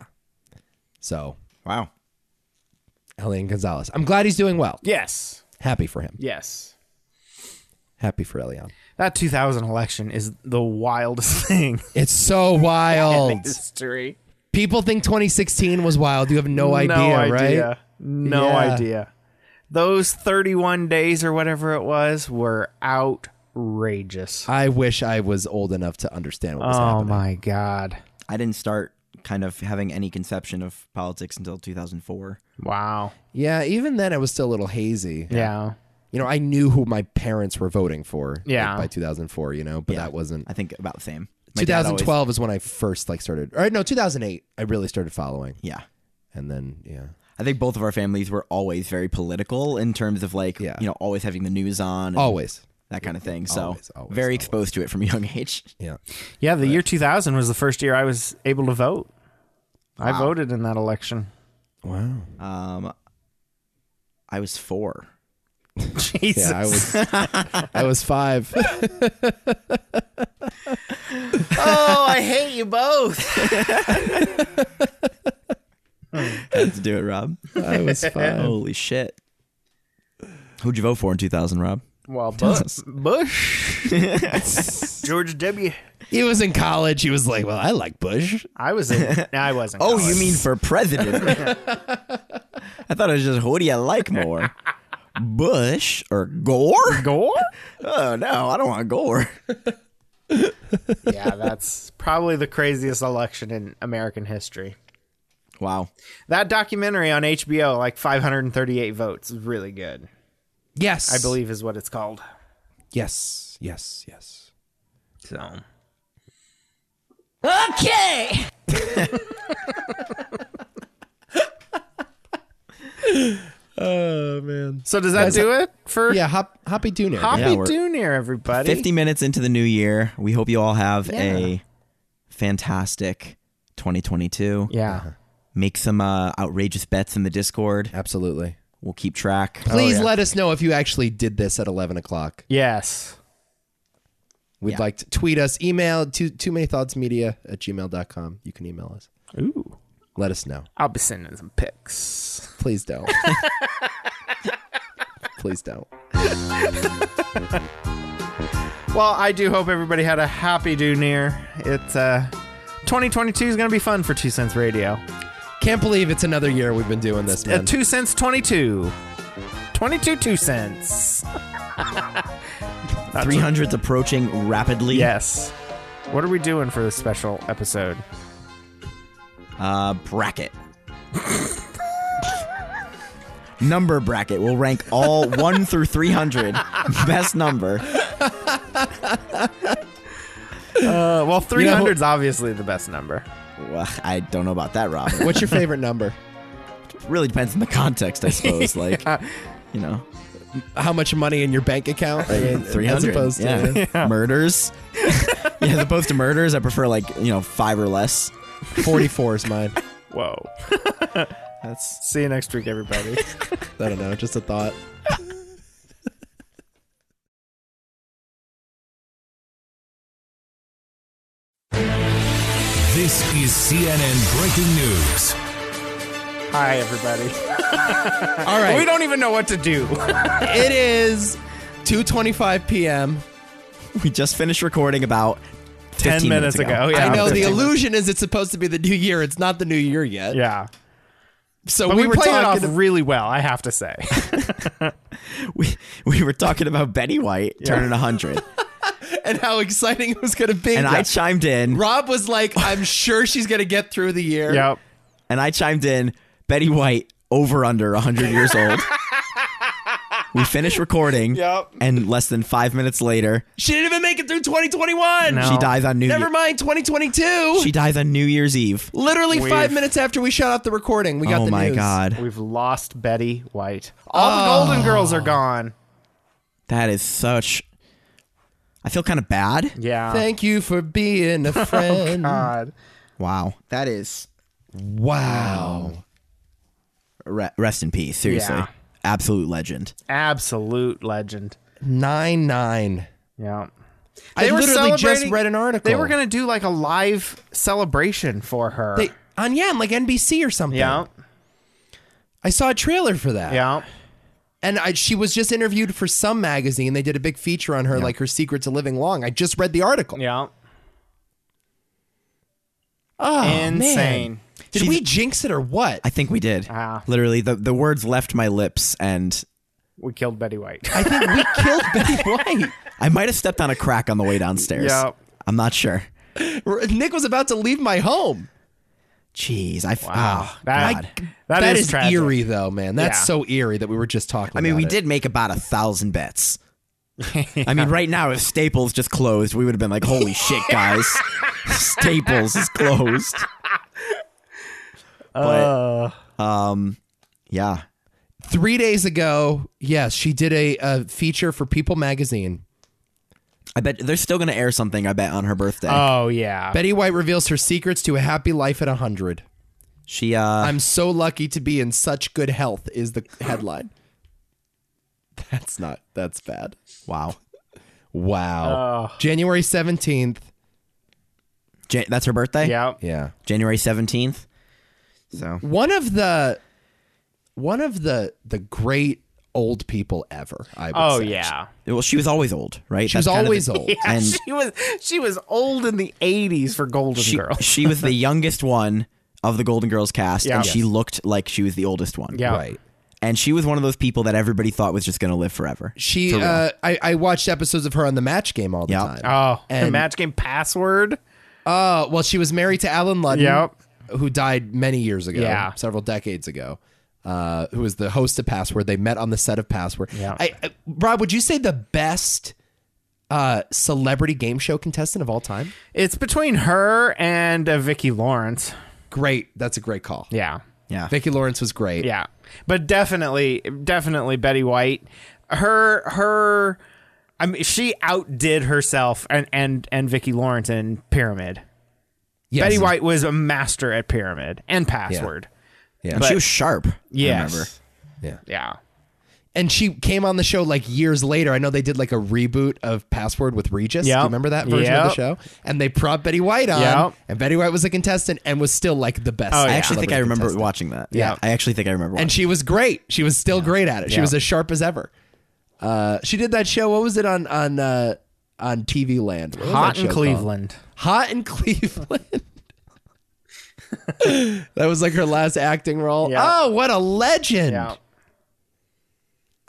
Speaker 3: So
Speaker 4: Wow.
Speaker 3: Elian Gonzalez, I'm glad he's doing well.
Speaker 2: Yes.
Speaker 3: Happy for him.
Speaker 2: Yes.
Speaker 3: Happy for Elian.
Speaker 2: That 2000 election is the wildest thing
Speaker 3: It's so
Speaker 2: in
Speaker 3: wild.
Speaker 2: history.
Speaker 3: People think 2016 was wild. You have no idea, right?
Speaker 2: No
Speaker 3: Yeah.
Speaker 2: idea. Those 31 days or whatever it was were outrageous.
Speaker 3: I wish I was old enough to understand what was
Speaker 2: Oh
Speaker 3: happening.
Speaker 2: my God.
Speaker 4: I didn't start kind of having any conception of politics until 2004.
Speaker 2: Wow.
Speaker 3: Yeah, even then it was still a little hazy.
Speaker 2: Yeah.
Speaker 3: You know, I knew who my parents were voting for. like,
Speaker 2: Yeah.
Speaker 3: by 2004, you know, but
Speaker 4: Yeah.
Speaker 3: that wasn't.
Speaker 4: I think about the same. My dad always-
Speaker 3: 2012 is when I first like started. Or no, 2008. I really started following,
Speaker 4: yeah.
Speaker 3: and then yeah,
Speaker 4: I think both of our families were always very political in terms of like,
Speaker 3: Yeah.
Speaker 4: you know, always having the news on. and
Speaker 3: always.
Speaker 4: That kind of thing. So
Speaker 3: Always, always,
Speaker 4: very
Speaker 3: always.
Speaker 4: exposed to it from a young age.
Speaker 3: Yeah.
Speaker 2: Yeah, the year 2000 was the first year I was able to vote. I voted in that election.
Speaker 3: Wow.
Speaker 4: Um, I was four.
Speaker 2: Jesus.
Speaker 3: Yeah, I was I was five.
Speaker 2: oh, I hate you both.
Speaker 4: Had to do it, Rob.
Speaker 3: I was five.
Speaker 4: Holy shit. Who'd you vote for in 2000, Rob?
Speaker 2: well,
Speaker 4: Tell
Speaker 2: Bu-
Speaker 4: us.
Speaker 2: Bush, George W.
Speaker 3: he was in college. He was like, Well, I like Bush.
Speaker 2: I was in. No, I wasn't.
Speaker 4: Oh, you mean for president? I thought it was just who do you like more, Bush or Gore?
Speaker 2: Gore?
Speaker 4: Oh no, I don't want Gore.
Speaker 2: yeah, that's probably the craziest election in American history.
Speaker 4: Wow.
Speaker 2: That documentary on HBO, like 538 votes, is really good.
Speaker 3: Yes.
Speaker 2: I believe is what it's called.
Speaker 3: Yes. Yes. Yes.
Speaker 2: So
Speaker 7: Okay.
Speaker 3: Oh man.
Speaker 2: So does that do it for
Speaker 3: Yeah, hop Hoppy Junior.
Speaker 2: Hoppy
Speaker 4: Yeah, we're-
Speaker 2: Junior, everybody?
Speaker 4: 50 minutes into the new year. We hope you all have a fantastic 2022.
Speaker 2: Yeah.
Speaker 4: Make some uh, outrageous bets in the Discord.
Speaker 3: Absolutely.
Speaker 4: We'll keep track.
Speaker 3: Please let us know if you actually did this at eleven o'clock.
Speaker 2: Yes.
Speaker 3: We'd
Speaker 4: Yeah.
Speaker 3: like to tweet us, email to too many thoughts media at gmail.com. You can email us.
Speaker 2: Ooh.
Speaker 3: Let us know.
Speaker 2: I'll be sending some pics.
Speaker 3: Please don't. Please don't.
Speaker 2: Well, I do hope everybody had a happy do near. It's uh 2022 is going to be fun for 2 Cents Radio.
Speaker 3: Can't believe it's another year we've been doing this,
Speaker 2: Uh,
Speaker 3: man.
Speaker 2: 2 Cents 22. 22 2 cents.
Speaker 4: 300's approaching rapidly.
Speaker 2: Yes. What are we doing for this special episode?
Speaker 4: Uh, bracket. number bracket. We'll rank all 1 through 300. Best number.
Speaker 2: Uh, well, 300 is obviously the best number.
Speaker 4: Well, I don't know about that, Rob.
Speaker 3: What's your favorite number?
Speaker 4: really depends on the context, I suppose. Like, you know,
Speaker 3: How much money in your bank account? I mean,
Speaker 4: three
Speaker 3: As
Speaker 4: hundred.
Speaker 3: opposed
Speaker 4: yeah.
Speaker 3: to
Speaker 4: murders. yeah, as opposed to murders, I prefer like you know five or less.
Speaker 3: 44 is mine.
Speaker 2: Whoa.
Speaker 4: That's
Speaker 2: See you next week, everybody.
Speaker 3: I don't know. Just a thought.
Speaker 12: This is CNN breaking news.
Speaker 2: Hi, everybody.
Speaker 3: All right.
Speaker 2: We don't even know what to do.
Speaker 3: it is 2.25 p.m.
Speaker 4: we just finished recording about
Speaker 2: 10
Speaker 4: 15
Speaker 2: minutes ago. Yeah.
Speaker 3: I know. The
Speaker 4: 15.
Speaker 3: illusion is it's supposed to be the new year. It's not the new year yet.
Speaker 2: Yeah.
Speaker 3: So
Speaker 2: But
Speaker 3: we,
Speaker 2: we,
Speaker 3: were
Speaker 2: played it
Speaker 3: talking
Speaker 2: off really well, I have to say.
Speaker 4: We we were talking about Betty White turning hundred,
Speaker 3: and how exciting it was going to be.
Speaker 4: and I chimed in,
Speaker 3: Rob was like, I'm sure she's going to get through the year.
Speaker 2: yep.
Speaker 4: and I chimed in Betty White over under hundred years old. we finished recording,
Speaker 2: Yep.
Speaker 4: and less than five minutes later,
Speaker 3: She didn't even make it through 2021.
Speaker 2: No.
Speaker 4: she dies on New.
Speaker 3: Never
Speaker 4: Year-
Speaker 3: mind 2022.
Speaker 4: She dies on New Year's Eve.
Speaker 3: Literally five
Speaker 2: We've-
Speaker 3: minutes after we shut off the recording, we got
Speaker 4: oh
Speaker 3: the
Speaker 4: my
Speaker 3: news.
Speaker 4: god,
Speaker 2: We've lost Betty White. Oh. All the Golden Girls are gone.
Speaker 4: that is such. I feel kind of bad.
Speaker 2: Yeah.
Speaker 3: Thank you for being a friend.
Speaker 2: Oh, God.
Speaker 4: Wow, that is
Speaker 3: wow.
Speaker 4: re- rest in peace. Seriously,
Speaker 2: Yeah.
Speaker 4: absolute legend.
Speaker 2: Absolute legend.
Speaker 3: 9 9.
Speaker 2: Yeah.
Speaker 3: I literally just
Speaker 2: celebrating-
Speaker 3: read an article.
Speaker 2: They were going to do like a live celebration for her.
Speaker 3: They, on, yeah, on like NBC or something.
Speaker 2: yeah.
Speaker 3: I saw a trailer for that.
Speaker 2: Yeah.
Speaker 3: And I, she was just interviewed for some magazine. They did a big feature on her, like her secret to living long. I just read the article.
Speaker 2: Yeah.
Speaker 3: Oh, man.
Speaker 2: Insane.
Speaker 3: Did
Speaker 4: She's-
Speaker 3: we jinx it or what?
Speaker 4: I think we did.
Speaker 2: Ah.
Speaker 4: Literally, the the words left my lips, and
Speaker 2: We killed Betty White.
Speaker 3: I think we killed Betty White.
Speaker 4: I might have stepped on a crack on the way downstairs.
Speaker 2: Yeah.
Speaker 4: I'm not sure.
Speaker 3: R- Nick was about to leave my home.
Speaker 4: Jeez, I f- oh,
Speaker 2: Ah, That-
Speaker 4: God.
Speaker 2: that is, tragic.
Speaker 3: eerie, though, man. That's
Speaker 2: Yeah.
Speaker 3: so eerie that we were just talking.
Speaker 4: I mean,
Speaker 3: about
Speaker 4: we
Speaker 3: it.
Speaker 4: did make about a thousand bets. I mean, right now, if Staples just closed, we would have been like, "Holy shit, guys! Staples is closed." But,
Speaker 3: Uh.
Speaker 4: um, yeah,
Speaker 3: three days ago. Yes, she did a, a feature for People Magazine.
Speaker 4: I bet they're still gonna air
Speaker 3: Uh,
Speaker 4: something. I bet on her birthday.
Speaker 2: Oh, yeah.
Speaker 3: Betty White reveals her secrets to a happy life at hundred.
Speaker 4: She, uh,
Speaker 3: I'm so lucky to be in such good health is the headline. That's not. That's bad.
Speaker 4: Wow.
Speaker 3: Wow. January 17th.
Speaker 4: Jan- that's her birthday?
Speaker 2: Yeah.
Speaker 3: Yeah.
Speaker 4: January 17th. So,
Speaker 3: One of the one of the the great old people ever, I would
Speaker 2: Oh,
Speaker 3: say.
Speaker 2: yeah.
Speaker 4: well, she was always old, right?
Speaker 3: She was
Speaker 4: kind of
Speaker 3: always
Speaker 4: the-
Speaker 3: old.
Speaker 2: Yeah,
Speaker 4: And
Speaker 2: she was she was old in the eighties for Golden
Speaker 4: she,
Speaker 2: Girl.
Speaker 4: she was the youngest one of the Golden Girls cast,
Speaker 2: Yeah.
Speaker 4: and she
Speaker 2: Yes.
Speaker 4: looked like she was the oldest one.
Speaker 2: Yeah. Right.
Speaker 4: And she was one of those people that everybody thought was just going to live forever.
Speaker 3: She
Speaker 4: For real.
Speaker 3: uh I, I watched episodes of her on the match game all the time.
Speaker 4: Yep.
Speaker 2: Oh, the match game password.
Speaker 3: Uh well she was married to Alan Ludden,
Speaker 2: Yep.
Speaker 3: who died many years ago,
Speaker 2: Yeah.
Speaker 3: several decades ago. Uh, who was the host of Password? They met on the set of Password.
Speaker 2: Yeah.
Speaker 3: I, I, Rob, would you say the best uh, celebrity game show contestant of all time?
Speaker 2: It's between her and uh, Vicki Lawrence.
Speaker 3: Great, that's a great call.
Speaker 2: Yeah,
Speaker 4: yeah.
Speaker 3: Vicki Lawrence was great.
Speaker 2: yeah, but definitely, definitely Betty White. Her, her. I mean, she outdid herself and and and Vicki Lawrence in Pyramid.
Speaker 3: Yes.
Speaker 2: Betty White was a master at Pyramid and Password.
Speaker 4: and
Speaker 2: but-
Speaker 4: she was sharp. I
Speaker 2: Yes.
Speaker 4: remember.
Speaker 3: Yeah.
Speaker 2: Yeah.
Speaker 3: And she came on the show like years later. I know they did like a reboot of Password with Regis. Do
Speaker 2: Yep.
Speaker 3: you remember that version of the
Speaker 2: Yep.
Speaker 3: show? And they brought Betty White on.
Speaker 2: Yep.
Speaker 3: And Betty White was a contestant and was still like the best.
Speaker 2: Oh,
Speaker 4: I
Speaker 2: yeah.
Speaker 4: actually think
Speaker 3: celebrity
Speaker 4: I remember
Speaker 3: contestant.
Speaker 4: watching that.
Speaker 3: Yeah.
Speaker 4: I actually think I remember watching
Speaker 3: And she was great. She was still great at it. She
Speaker 2: Yeah.
Speaker 3: was as sharp as ever. Uh, she did that show. What was it on on uh, on TV Land? What was
Speaker 2: Hot
Speaker 3: that
Speaker 2: in
Speaker 3: show called?
Speaker 2: Cleveland.
Speaker 3: Hot in Cleveland. that was like her last acting role.
Speaker 2: Yeah.
Speaker 3: Oh, what a legend.
Speaker 2: Yeah.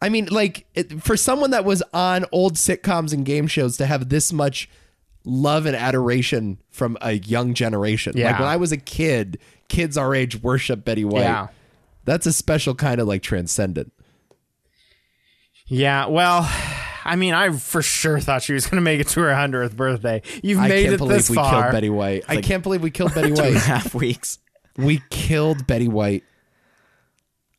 Speaker 3: I mean, like it, for someone that was on old sitcoms and game shows to have this much love and adoration from a young generation. Like
Speaker 2: Yeah.
Speaker 3: when I was a kid, kids our age worship Betty White.
Speaker 2: Yeah.
Speaker 3: That's a special kind of like transcendent.
Speaker 2: Yeah, well, I mean, I for sure thought she was going to make it to her 100th birthday. You've
Speaker 3: I
Speaker 2: made
Speaker 3: can't
Speaker 2: it
Speaker 3: believe
Speaker 2: this
Speaker 3: we
Speaker 2: far.
Speaker 3: killed Betty White. I can't believe we killed Betty
Speaker 4: two and a
Speaker 3: White.
Speaker 4: half weeks.
Speaker 3: we killed Betty White.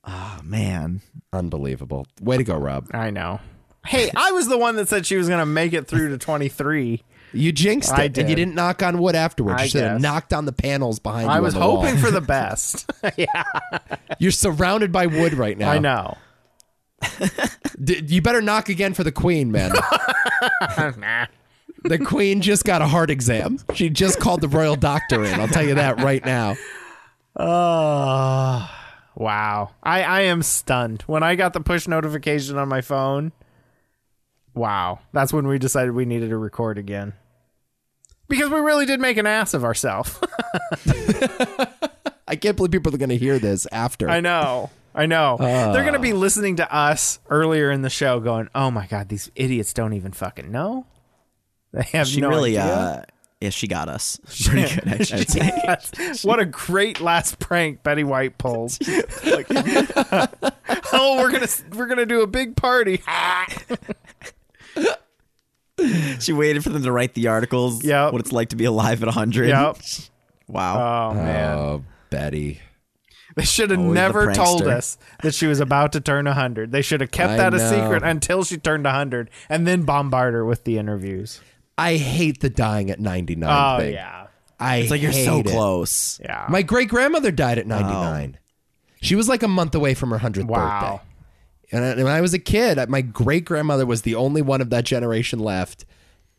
Speaker 4: Oh, man.
Speaker 3: Unbelievable. Way to go, Rob.
Speaker 2: I know. Hey, I was the one that said she was going to make it through to 23.
Speaker 3: You jinxed it,
Speaker 2: I
Speaker 3: and you
Speaker 2: did.
Speaker 3: didn't knock on wood afterwards.
Speaker 2: I
Speaker 3: you should have
Speaker 2: guess.
Speaker 3: knocked on the panels behind you.
Speaker 2: I
Speaker 3: on
Speaker 2: was
Speaker 3: the wall.
Speaker 2: hoping for the best. yeah,
Speaker 3: You're surrounded by wood right now.
Speaker 2: I know.
Speaker 3: D- you better knock again for the queen, man.
Speaker 2: Nah.
Speaker 3: the queen just got a heart exam. She just called the royal doctor in. I'll tell you that right now.
Speaker 2: Oh, wow. I, I am stunned. When I got the push notification on my phone, wow. That's when we decided we needed to record again. Because we really did make an ass of ourselves.
Speaker 3: I can't believe people are going to hear this after.
Speaker 2: I know. I know. They're going to be listening to us earlier in the show going, oh my God, these idiots don't even fucking know. They have
Speaker 4: She
Speaker 2: no
Speaker 4: really,
Speaker 2: idea.
Speaker 4: uh, yeah, she got us. Pretty good, I- I'd say.
Speaker 2: That's- what a great last prank Betty White pulled. Like, oh, we're gonna we're gonna do a big party.
Speaker 4: She waited for them to write the articles.
Speaker 2: Yep.
Speaker 4: What it's like to be alive at 100.
Speaker 2: yep.
Speaker 4: Wow.
Speaker 2: Oh man,
Speaker 3: Oh, Betty.
Speaker 2: they should have
Speaker 4: always the
Speaker 2: never told
Speaker 4: prankster.
Speaker 2: us that she was about to turn hundred. They should have kept
Speaker 3: I
Speaker 2: that a
Speaker 3: know.
Speaker 2: secret until she turned hundred, and then bombard her with the interviews.
Speaker 3: I hate the dying at 99
Speaker 2: Oh
Speaker 3: thing.
Speaker 2: yeah,
Speaker 3: I
Speaker 4: It's like you're so
Speaker 3: hate it.
Speaker 4: close.
Speaker 2: yeah.
Speaker 3: My great grandmother died
Speaker 2: Oh.
Speaker 3: at 99. She was like a month away from her 100th
Speaker 2: Wow.
Speaker 3: birthday. And I- when I was a kid, I- my great grandmother was the only one of that generation left.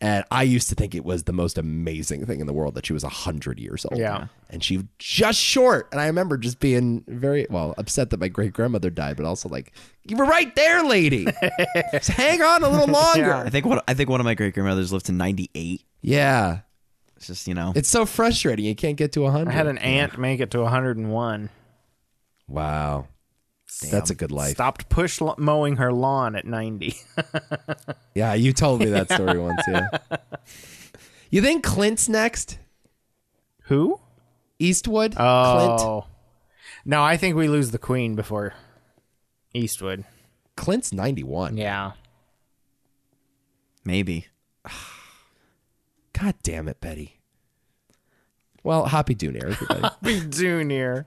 Speaker 3: And I used to think it was the most amazing thing in the world that she was 100 years old.
Speaker 2: Yeah.
Speaker 3: And she was just short. And I remember just being very, well, upset that my great grandmother died, but also like, you were right there, lady. just hang on a little
Speaker 4: I
Speaker 3: longer.
Speaker 4: think one. I think one of my great grandmothers lived to 98.
Speaker 3: yeah.
Speaker 4: It's just you know.
Speaker 3: It's so frustrating. You can't get to 100.
Speaker 2: I had an aunt make it to hundred and one.
Speaker 3: wow. That's a good life.
Speaker 2: Stopped push lo- mowing her lawn at ninety.
Speaker 3: Yeah, you told me that story once. Yeah. You think Clint's next?
Speaker 2: Who?
Speaker 3: Eastwood? Clint?
Speaker 2: Oh, no. I think we lose the queen before Eastwood.
Speaker 3: Clint's 91.
Speaker 2: Yeah.
Speaker 4: maybe.
Speaker 3: God damn it, Betty. Well, Hoppy Doon, everybody.
Speaker 2: Be Junior.